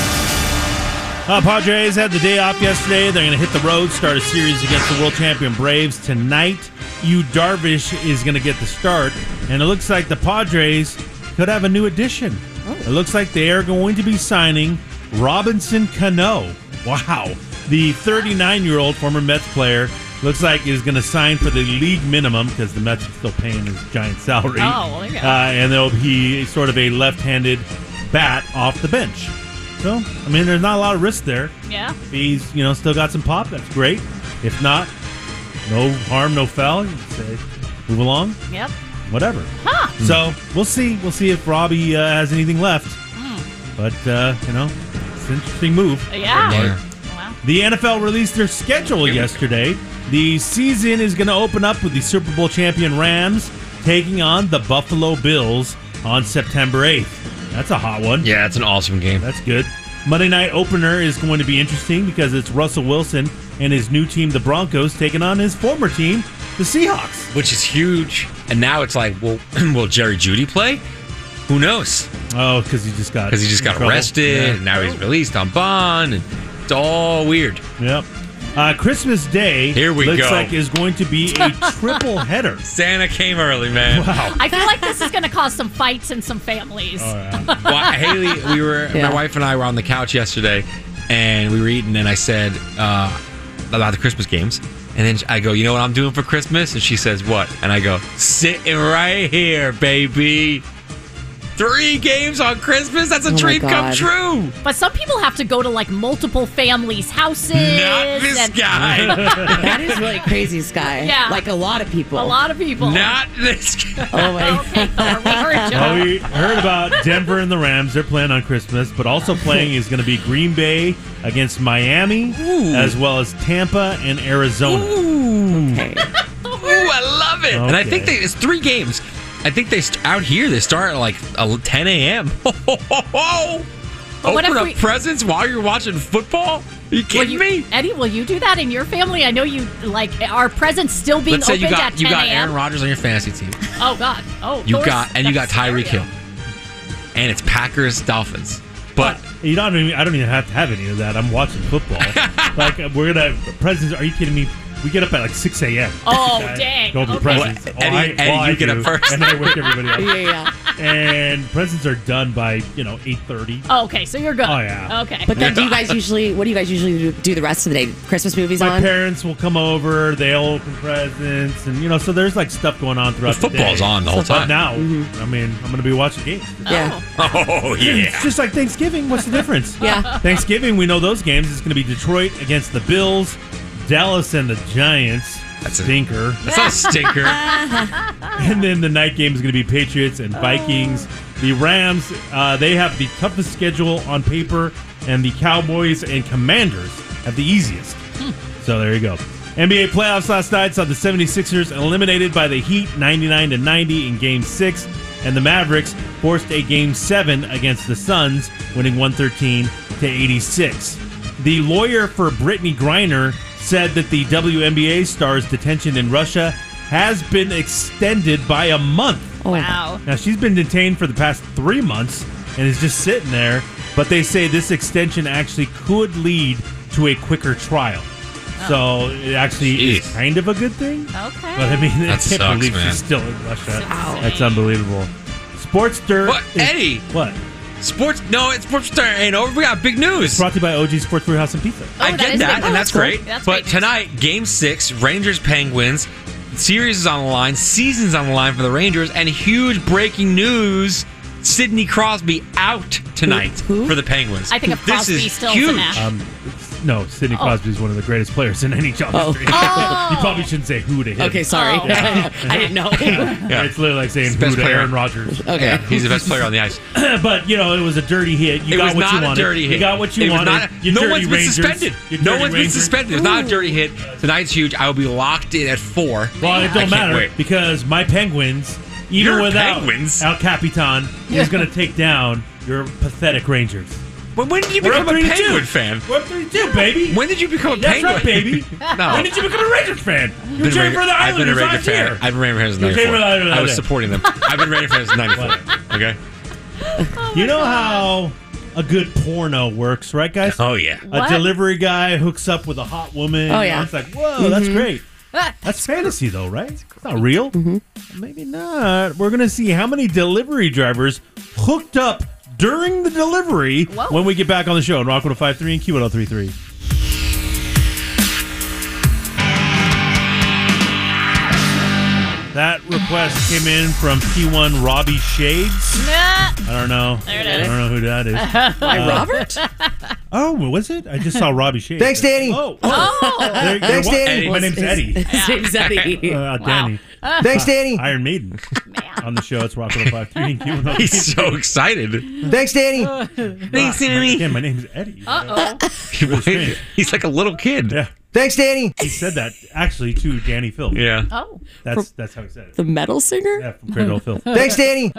B: Uh, Padres had the day off yesterday. They're going to hit the road, start a series against the world champion Braves tonight. You Darvish is going to get the start, and it looks like the Padres could have a new addition.
E: Oh.
B: It looks like they are going to be signing Robinson Cano. Wow, the 39-year-old former Mets player looks like is going to sign for the league minimum because the Mets are still paying his giant salary.
E: Oh, well, there you go.
B: Uh, and there'll be sort of a left-handed bat off the bench. So, I mean, there's not a lot of risk there.
E: Yeah.
B: If he's, you know, still got some pop, that's great. If not, no harm, no foul. You say, move along,
E: Yep.
B: whatever.
E: Huh.
B: So, we'll see. We'll see if Robbie uh, has anything left. But, uh, you know, it's an interesting move.
E: Yeah.
B: Right. The NFL released their schedule yesterday. The season is going to open up with the Super Bowl champion Rams taking on the Buffalo Bills on September 8th. That's a hot one.
F: Yeah, it's an awesome game.
B: That's good. Monday night opener is going to be interesting because it's Russell Wilson and his new team, the Broncos, taking on his former team, the Seahawks.
F: Which is huge. And now it's like, well, will Jerry Judy play? Who knows?
B: Oh, because he just got
F: because he just
B: in
F: got
B: trouble.
F: arrested,
B: Yeah.
F: and now he's released on bond, and it's all weird.
B: Yep. Uh, Christmas Day
F: Here we
B: looks
F: go.
B: like is going to be a triple header.
F: Santa came early, man.
B: Wow.
E: I feel like this is going to cause some fights in some families.
F: Why- Haley, we were
E: Yeah.
F: my wife and I were on the couch yesterday, and we were eating, and I said uh, about the Christmas games, and then I go, you know what I'm doing for Christmas, and she says what, and I go sitting right here, baby. Three games on Christmas? That's
E: Oh
F: a dream come true.
E: But some people have to go to like multiple families' houses.
F: Not this
E: and-
F: guy.
G: that is really crazy, Sky.
E: Yeah.
G: Like a lot of people.
E: A lot of people.
F: Not this guy.
G: Oh, my.
B: Well, Uh, we heard about Denver and the Rams. They're playing on Christmas, but also playing is going to be Green Bay against Miami, as well as Tampa and Arizona.
F: Ooh, I love it. And I think they,
B: Okay.
F: it's three games. I think they st- out here they start at like el- 10 a.m. Ho, ho, ho, ho.
E: But what
F: Open
E: if
F: up
E: we-
F: presents while you're watching football. Are you
E: Will
F: kidding
E: you,
F: me?
E: Eddie, will you do that in your family? I know you like are presents still being
F: Let's say
E: opened
F: you
E: at
F: got
E: 10
F: you got
E: a.m.
F: Aaron Rodgers on your fantasy team.
E: Oh God! Oh,
F: You
E: Thor's-
F: got and you got
E: that's
F: Tyreek Hill,
E: scary.
F: and it's Packers Dolphins. But
B: You don't even, I don't even have to have any of that. I'm watching football. like we're gonna presents. Are you kidding me? We get up at like 6 a.m.
E: Oh,
B: Okay.
E: dang.
B: Go over
E: Okay.
B: presents.
F: Well,
B: All
F: Eddie-
B: I-
F: Eddie,
B: all I
F: you get up
B: do,
F: first.
B: and I wake everybody up.
E: Yeah, yeah,
B: And presents are done by you know 8:30.
E: Oh, okay, so you're good.
B: Oh, yeah.
E: Okay.
G: But then, do you guys usually? What do you guys usually do- do the rest of the day? Christmas movies
B: My
G: on.
B: parents will come over. They'll open presents, and you know, so there's like stuff going on throughout.
F: Well, football's
B: the day.
F: on the whole
B: But
F: time.
B: now.
G: Mm-hmm.
B: I mean, I'm going to be watching games.
G: Yeah.
F: Oh
B: It's just like Thanksgiving. What's the difference?
G: Yeah.
B: Thanksgiving, we know those games. It's going to be Detroit against the Bills, Dallas and the Giants. That's a stinker.
F: that's not a stinker.
B: and then the night game is going to be Patriots and Vikings. The Rams, uh, they have the toughest schedule on paper, and the Cowboys and Commanders have the easiest. So there you go. NBA playoffs last night saw the 76ers eliminated by the Heat 99 to 90 in game 6 and the Mavericks forced a game 7 against the Suns winning 113 to 86. The lawyer for Brittany Griner said that the WNBA star's detention in Russia has been extended by a month.
E: Oh,
G: Oh.
E: Wow.
B: Now she's been detained for the past three months and is just sitting there. But they say this extension actually could lead to a quicker trial. So it actually is kind of a good thing. Oh. Okay. But I mean, I
F: That
B: can't
F: sucks,
B: believe
F: man.
B: she's still in Russia. That's unbelievable. Sportster.
F: What, Eddie?
B: What?
F: Sports? No, it's sports star ain't over. We got big news.
B: Brought to you by OG Sports Warehouse and Pizza.
F: I
B: that
F: get
B: is
F: that,
B: big.
F: and
B: Oh,
F: that's
B: that's cool.
F: great.
B: That's
F: but tonight, Game Six, Rangers Penguins. Series is on the line. Season's on the line for the Rangers, and huge breaking news: Sidney Crosby out tonight for the Penguins.
E: I think of
F: this
E: Crosby
F: is
E: still
F: huge.
E: as an ash.
B: Um, no, Sidney
E: Oh.
B: Crosby is one of the greatest players in NHL
G: Oh.
B: history.
G: Oh.
B: you probably shouldn't say who to him.
G: Okay, sorry.
E: Oh.
B: Yeah.
G: I didn't know.
B: Yeah, It's literally like saying
F: He's the
B: who
F: best
B: to
F: player.
B: Aaron Rodgers.
F: Okay. Yeah, he's the best player on the ice.
B: but you know, it was a dirty hit. You
F: it
B: got
F: was
B: what
F: not
B: you wanted.
F: a dirty hit.
B: You got what you
F: It was
B: wanted.
F: not a-
B: you
F: no
B: dirty
F: one's
B: Rangers.
F: been suspended.
B: You
F: No
B: dirty
F: one's
B: Rangers.
F: been suspended. It's not a dirty hit. Tonight's huge. I will be locked in at four.
B: Well,
F: I
B: it don't
F: can't
B: matter
F: wait.
B: because my Penguins even
F: Your
B: without
F: Penguins.
B: El Capitan is going to take down your pathetic Rangers.
F: But when did you
B: We're
F: become
B: up
F: a
B: 3-2.
F: Penguin fan?
B: We're up 3-2, baby.
F: When did you become a
B: That's
F: Penguin?
B: right, baby.
F: no.
B: When did you become a Rangers fan?
F: I've
B: You're
F: been a
B: cheering
F: Ranger-
B: for the
F: I've been a
B: Islanders
F: Ranger
B: last
F: fan.
B: year.
F: I've been a Ranger fan since
B: You came
F: '94.
B: with the Islanders
F: I was
B: that day.
F: supporting them. I've been a Ranger fan since '94. Okay.
B: you know how a good porno works, right, guys?
F: Oh, yeah.
B: A
F: What?
B: delivery guy hooks up with a hot woman.
F: Oh,
B: you
F: yeah.
B: know, It's like, whoa, that's
E: Mm-hmm.
F: Mhm.
B: great.
E: Ah.
B: That's fantasy, though, right? It's not real.
E: Mm-hmm.
B: Maybe not. We're going to see how many delivery drivers hooked up during the delivery when we get back on the show on Rock 1053 and Q1033. That request came in from P1 Robbie Shades.
E: Nah.
B: I don't know.
E: There it
B: I
E: is.
B: don't know who that is.
E: Why,
B: Uh,
E: Robert?
B: Oh, what was it? I just saw Robbie Shades.
E: Thanks, Danny.
B: Oh,
E: Oh.
B: There-
E: Thanks,
B: there wa-
E: Danny.
B: My name's Eddie.
E: His name's Eddie.
B: Uh,
E: Wow.
B: Danny.
F: Ah.
E: Thanks,
B: Uh,
E: Danny.
B: Iron Maiden. On the show, it's Rock 105.3 and Q.
F: He's so excited. Uh,
B: Thanks, Danny.
F: Thanks, Danny.
B: Again, my name's Eddie.
E: Uh oh.
F: He's like a little kid.
B: Yeah.
G: Thanks, Danny.
B: He said that actually to Danny Phil.
F: Yeah.
E: Oh.
B: That's that's how he said it.
G: The metal singer?
B: Yeah, from Cradle of Filth.
G: Thanks, Danny.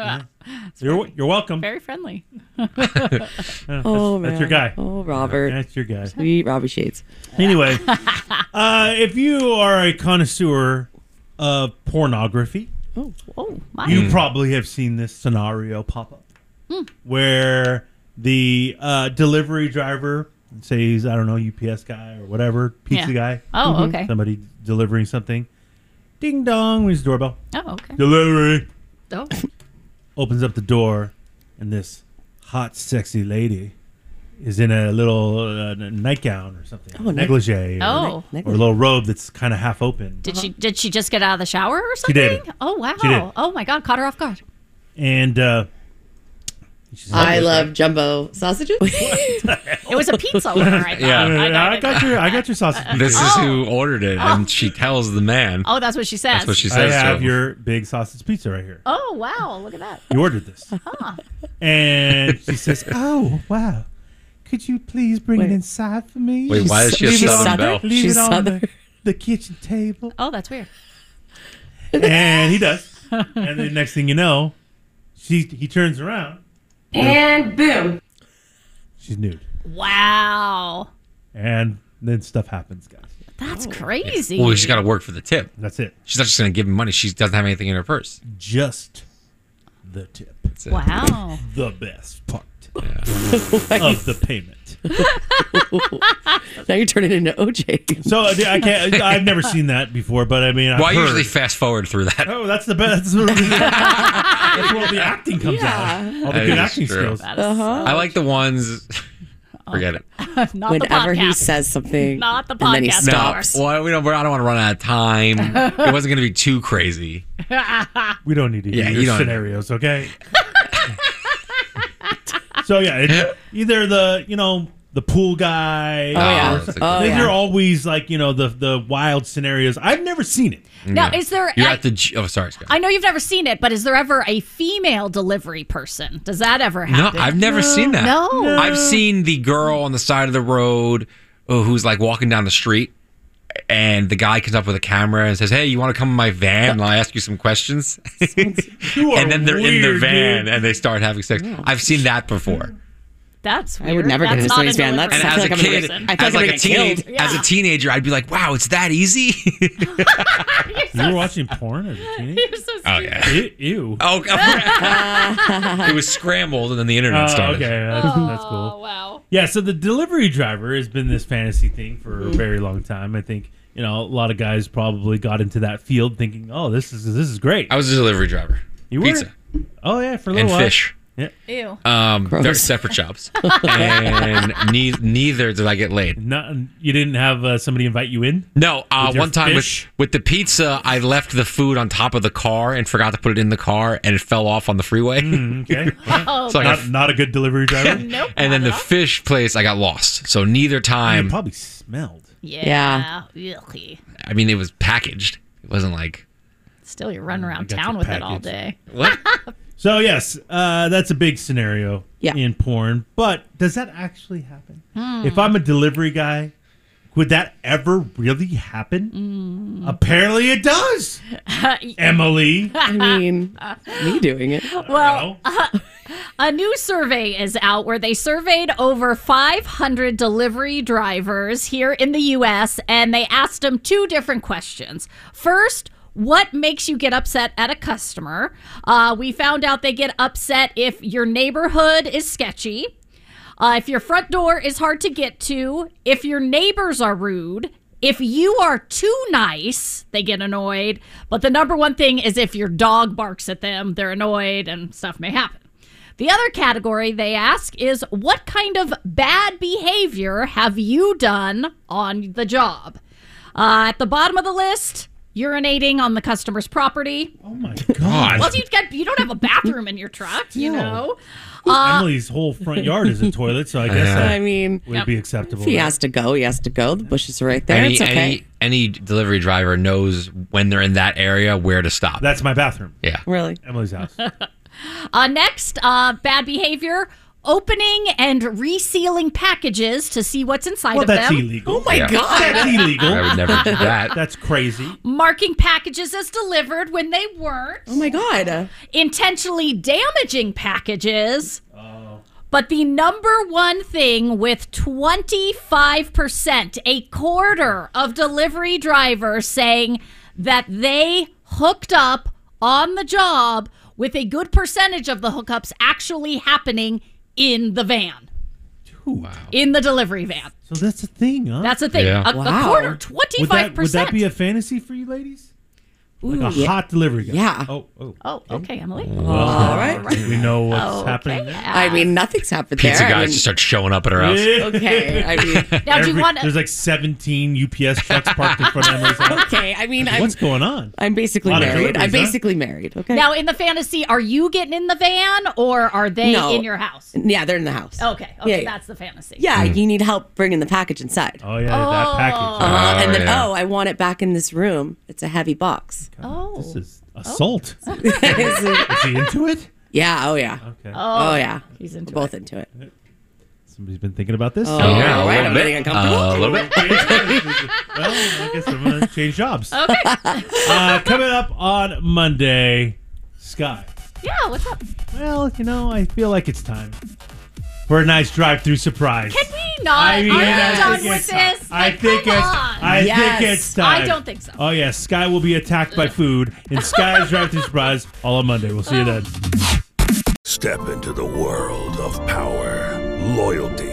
B: You're you're welcome.
E: Very friendly.
B: Yeah,
G: Oh,
B: that's, that's
G: man.
B: your guy.
G: Oh, Robert.
B: That's your guy.
G: Sweet Robbie Shades.
B: Anyway, uh, if you are a connoisseur of pornography,
E: Oh, oh my.
B: you probably have seen this scenario pop up
E: Hmm.
B: where the uh, delivery driver, say he's, I don't know, UPS guy or whatever, pizza
E: Yeah.
B: guy.
E: Oh,
G: Mm-hmm.
E: okay.
B: Somebody delivering something. Ding dong, rings the doorbell.
E: Oh, okay.
B: Delivery.
E: Oh.
B: Opens up the door, and this hot, sexy lady is in a little uh, nightgown or something,
E: Oh, ne-
B: negligee, or,
E: Oh.
B: or a little robe that's kind of half open.
E: Did she did she just get out of the shower or
B: She
E: something?
B: did.
E: Oh wow.
B: She did.
E: Oh my god, caught her off guard.
B: And uh, she's
G: I
B: like-
G: love jumbo sausages.
E: It was a pizza order, I thought.
F: Yeah.
E: I thought
B: I got your I got your sausage.
F: This is
E: Oh.
F: who ordered it, and she tells the man.
E: Oh, that's what she says.
F: That's what she
B: I
F: says.
B: have
F: to him.
B: your big sausage pizza right here.
E: Oh wow, look at that.
B: You ordered this.
F: Ah.
E: Huh.
B: And she says, "Oh wow, could you please bring it inside for me?"
F: Wait, why is she a
B: Leave it
F: Southern
B: on-
F: belle?
B: Leave
F: She's
B: it on
F: Southern.
B: The, the kitchen table.
E: Oh, that's weird.
B: and he does. And the next thing you know, she he turns around.
E: And boom.
B: She's nude.
E: Wow.
B: And then stuff happens, guys.
G: Oh.
E: That's crazy.
F: Well, she's got to work for the tip.
B: That's it.
F: She's not just going to give him money. She doesn't have anything in her purse.
B: Just the tip.
F: That's it.
E: Wow.
B: The best part
G: Why?
B: of the payment.
G: now you're turning into OJ.
B: So I I can't. I've never seen that before, but I mean, I've
F: Well, I
B: heard-
F: usually fast forward through that.
B: Oh, that's the best. That's where that's where all the acting comes out. All the
F: That
B: good
F: is
B: acting
F: true.
B: skills.
E: That is Uh-huh. so
F: I like the ones. Forget it.
E: Not the
G: Whenever he
E: podcast.
G: says something,
E: Not the
G: and then he
E: podcast.
G: stops.
F: No, well, we don't. I don't want to run out of time. it wasn't going to be too crazy.
B: We don't need to hear
F: Yeah, you
B: your
F: don't-
B: scenarios, okay? so yeah, it's either the you know the pool guy.
E: Oh, yeah.
B: or-
E: Oh,
B: These
E: yeah.
B: are always like you know the the wild scenarios. I've never seen it.
E: Now, is there-
F: You're
E: I-
F: at the. G- Oh, sorry, Scott.
E: I know you've never seen it, but is there ever a female delivery person? Does that ever
F: No,
E: happen?
F: I've never seen that.
E: No.
F: I've seen the girl on the side of the road uh, who's like walking down the street, and the guy comes up with a camera and says, "Hey, you want to come in my van? And I ask you some questions." and then they're in the
B: weird,
F: van
B: dude.
F: and they start having sex. I've seen that before.
E: That's weird.
G: I would never get
E: That's
G: into
E: not
G: somebody's
E: a
G: van. That's
E: delivery
F: And as a
G: like I'm gonna
F: kid,
G: get- I feel
F: as
G: like I'm
F: like a
G: gonna get
F: teenager,
G: killed.
F: as a teenager, I'd be like, "Wow, it's that easy."
B: You were watching porn as a teenager.
E: You're so
F: oh yeah.
B: Ew. ew.
F: Oh, it was scrambled, and then the internet
B: Oh,
F: started.
B: okay, that's, that's cool.
E: wow.
B: Yeah, so the delivery driver has been this fantasy thing for a very long time. I think you know a lot of guys probably got into that field thinking, "Oh, this is this is great."
F: I was a delivery driver.
B: You were?
F: Pizza
B: Oh yeah, for a little
F: and
B: while.
F: fish.
B: Yeah.
E: Ew.
F: Um, they're separate jobs, and ne- neither did I get laid.
B: Not, you didn't have uh, somebody invite you in.
F: No, uh,
B: With your
F: one time with,
B: fish?
F: with the pizza, I left the food on top of the car and forgot to put it in the car, and it fell off on the freeway.
B: okay,
E: Oh,
F: It's like
B: not,
F: a-
B: not a good delivery driver.
F: and then the fish place, I got lost. So neither
B: You
F: time,
B: probably smelled.
E: Yeah. Yucky.
F: I mean, it was packaged. It wasn't like
E: Still, you're
F: Mm,
E: running around
B: got
E: town
B: your
E: with it all
B: package.
E: day.
F: what.
B: So yes, uh, that's a big
E: Hmm.
B: scenario in porn. But does that actually happen? If I'm a delivery guy, Would that ever really happen?
E: Hmm.
B: Apparently it does. Emily. Oh
G: I mean, me doing it.
E: Well, a new survey is out where they surveyed over 500 delivery drivers here in the US and they asked them two different questions. First, what makes you get upset at a customer? Uh, we found out they get upset if your neighborhood is sketchy, uh, if your front door is hard to get to, if your neighbors are rude, if you are too nice, they get annoyed. But the number one thing is if your dog barks at them, they're annoyed and stuff may happen. The other category they ask is what kind of bad behavior have you done on the job? Uh, at the bottom of the list, urinating on the customer's property.
B: Oh my God.
E: uh, Well, you get you don't have a bathroom in your truck, you
B: Still.
E: know. Uh,
B: Emily's whole front yard is a toilet, so I guess
F: Yeah.
B: that
F: I
G: mean,
B: would be acceptable.
G: If he has to go, he has to go. The bushes are right there.
F: Any,
G: it's okay.
F: any any delivery driver knows when they're in that area where to stop.
B: That's my bathroom.
F: Yeah.
G: Really?
B: Emily's house.
E: Uh, next, uh, bad behavior. Opening and resealing packages to see what's inside
B: well,
E: of
B: that's
E: them. Oh
B: illegal.
G: Oh
F: Yeah.
B: That's illegal.
F: I would never do that.
B: That's crazy.
E: Marking packages as delivered when they weren't. Oh
G: my god.
E: Intentionally damaging packages.
B: Oh.
E: But the number one thing with 25%, a quarter of delivery drivers saying that they hooked up on the job with a good percentage of the hookups actually happening in the van. In the delivery van.
B: So that's a thing, huh?
E: That's the thing. Yeah. A- a Wow. quarter,
B: Would that, would
E: 25%.
B: that be a fantasy for you ladies? like a
E: Ooh.
B: hot delivery guy.
G: Yeah.
B: Oh, oh.
E: Oh, okay, Emily.
G: All right.
B: We know what's happening. Now.
G: I mean, nothing's happened
F: Pizza
G: there.
F: guys
G: I mean,
F: just start showing up at her house.
G: okay. I mean,
E: Now, do you
B: Every-
E: wanna-
B: There's like 17 UPS trucks parked in front of Emily's house.
G: okay. I mean,
B: What's
G: I'm,
B: going on?
G: I'm basically
B: Lot of
G: married. I'm
B: deliveries, huh?
G: basically married. Okay.
E: Now, in the fantasy, are you getting in the van or are they
G: No.
E: in your house?
G: yeah, they're in the house.
E: Okay, okay,
G: Yeah, yeah.
E: that's the fantasy.
G: Yeah, you need help bringing the package inside.
B: Hmm. Oh yeah, that package.
G: Uh-huh, and then,
B: yeah.
G: oh, I want it back in this room. It's a heavy box.
E: Oh.
B: This is assault.
G: Oh. Is
B: he into it?
G: Yeah. Oh, yeah.
B: Okay.
G: Oh,
E: Oh,
G: yeah.
E: he's into
G: We're both into it.
B: Somebody's been thinking about this.
G: Oh, Yeah, all a right, little I'm bit. getting uncomfortable.
F: Uh, a little bit.
B: well, I guess I'm gonna change jobs.
E: Okay.
B: Uh, coming up on Monday, Sky.
E: Yeah, what's up?
B: Well, you know, I feel like it's time for a nice drive-through surprise.
E: Can we not?
B: I mean,
E: are we
B: I
E: done
B: think
E: with
B: it's time.
E: this?
B: I
E: Like,
B: think
E: come
B: it's.
E: on.
B: I think it's time.
E: I don't think so.
B: Oh yeah, Sky will be attacked by food, and Sky's drive-through surprise all on Monday. We'll see you then.
N: Step into the world of power, loyalty,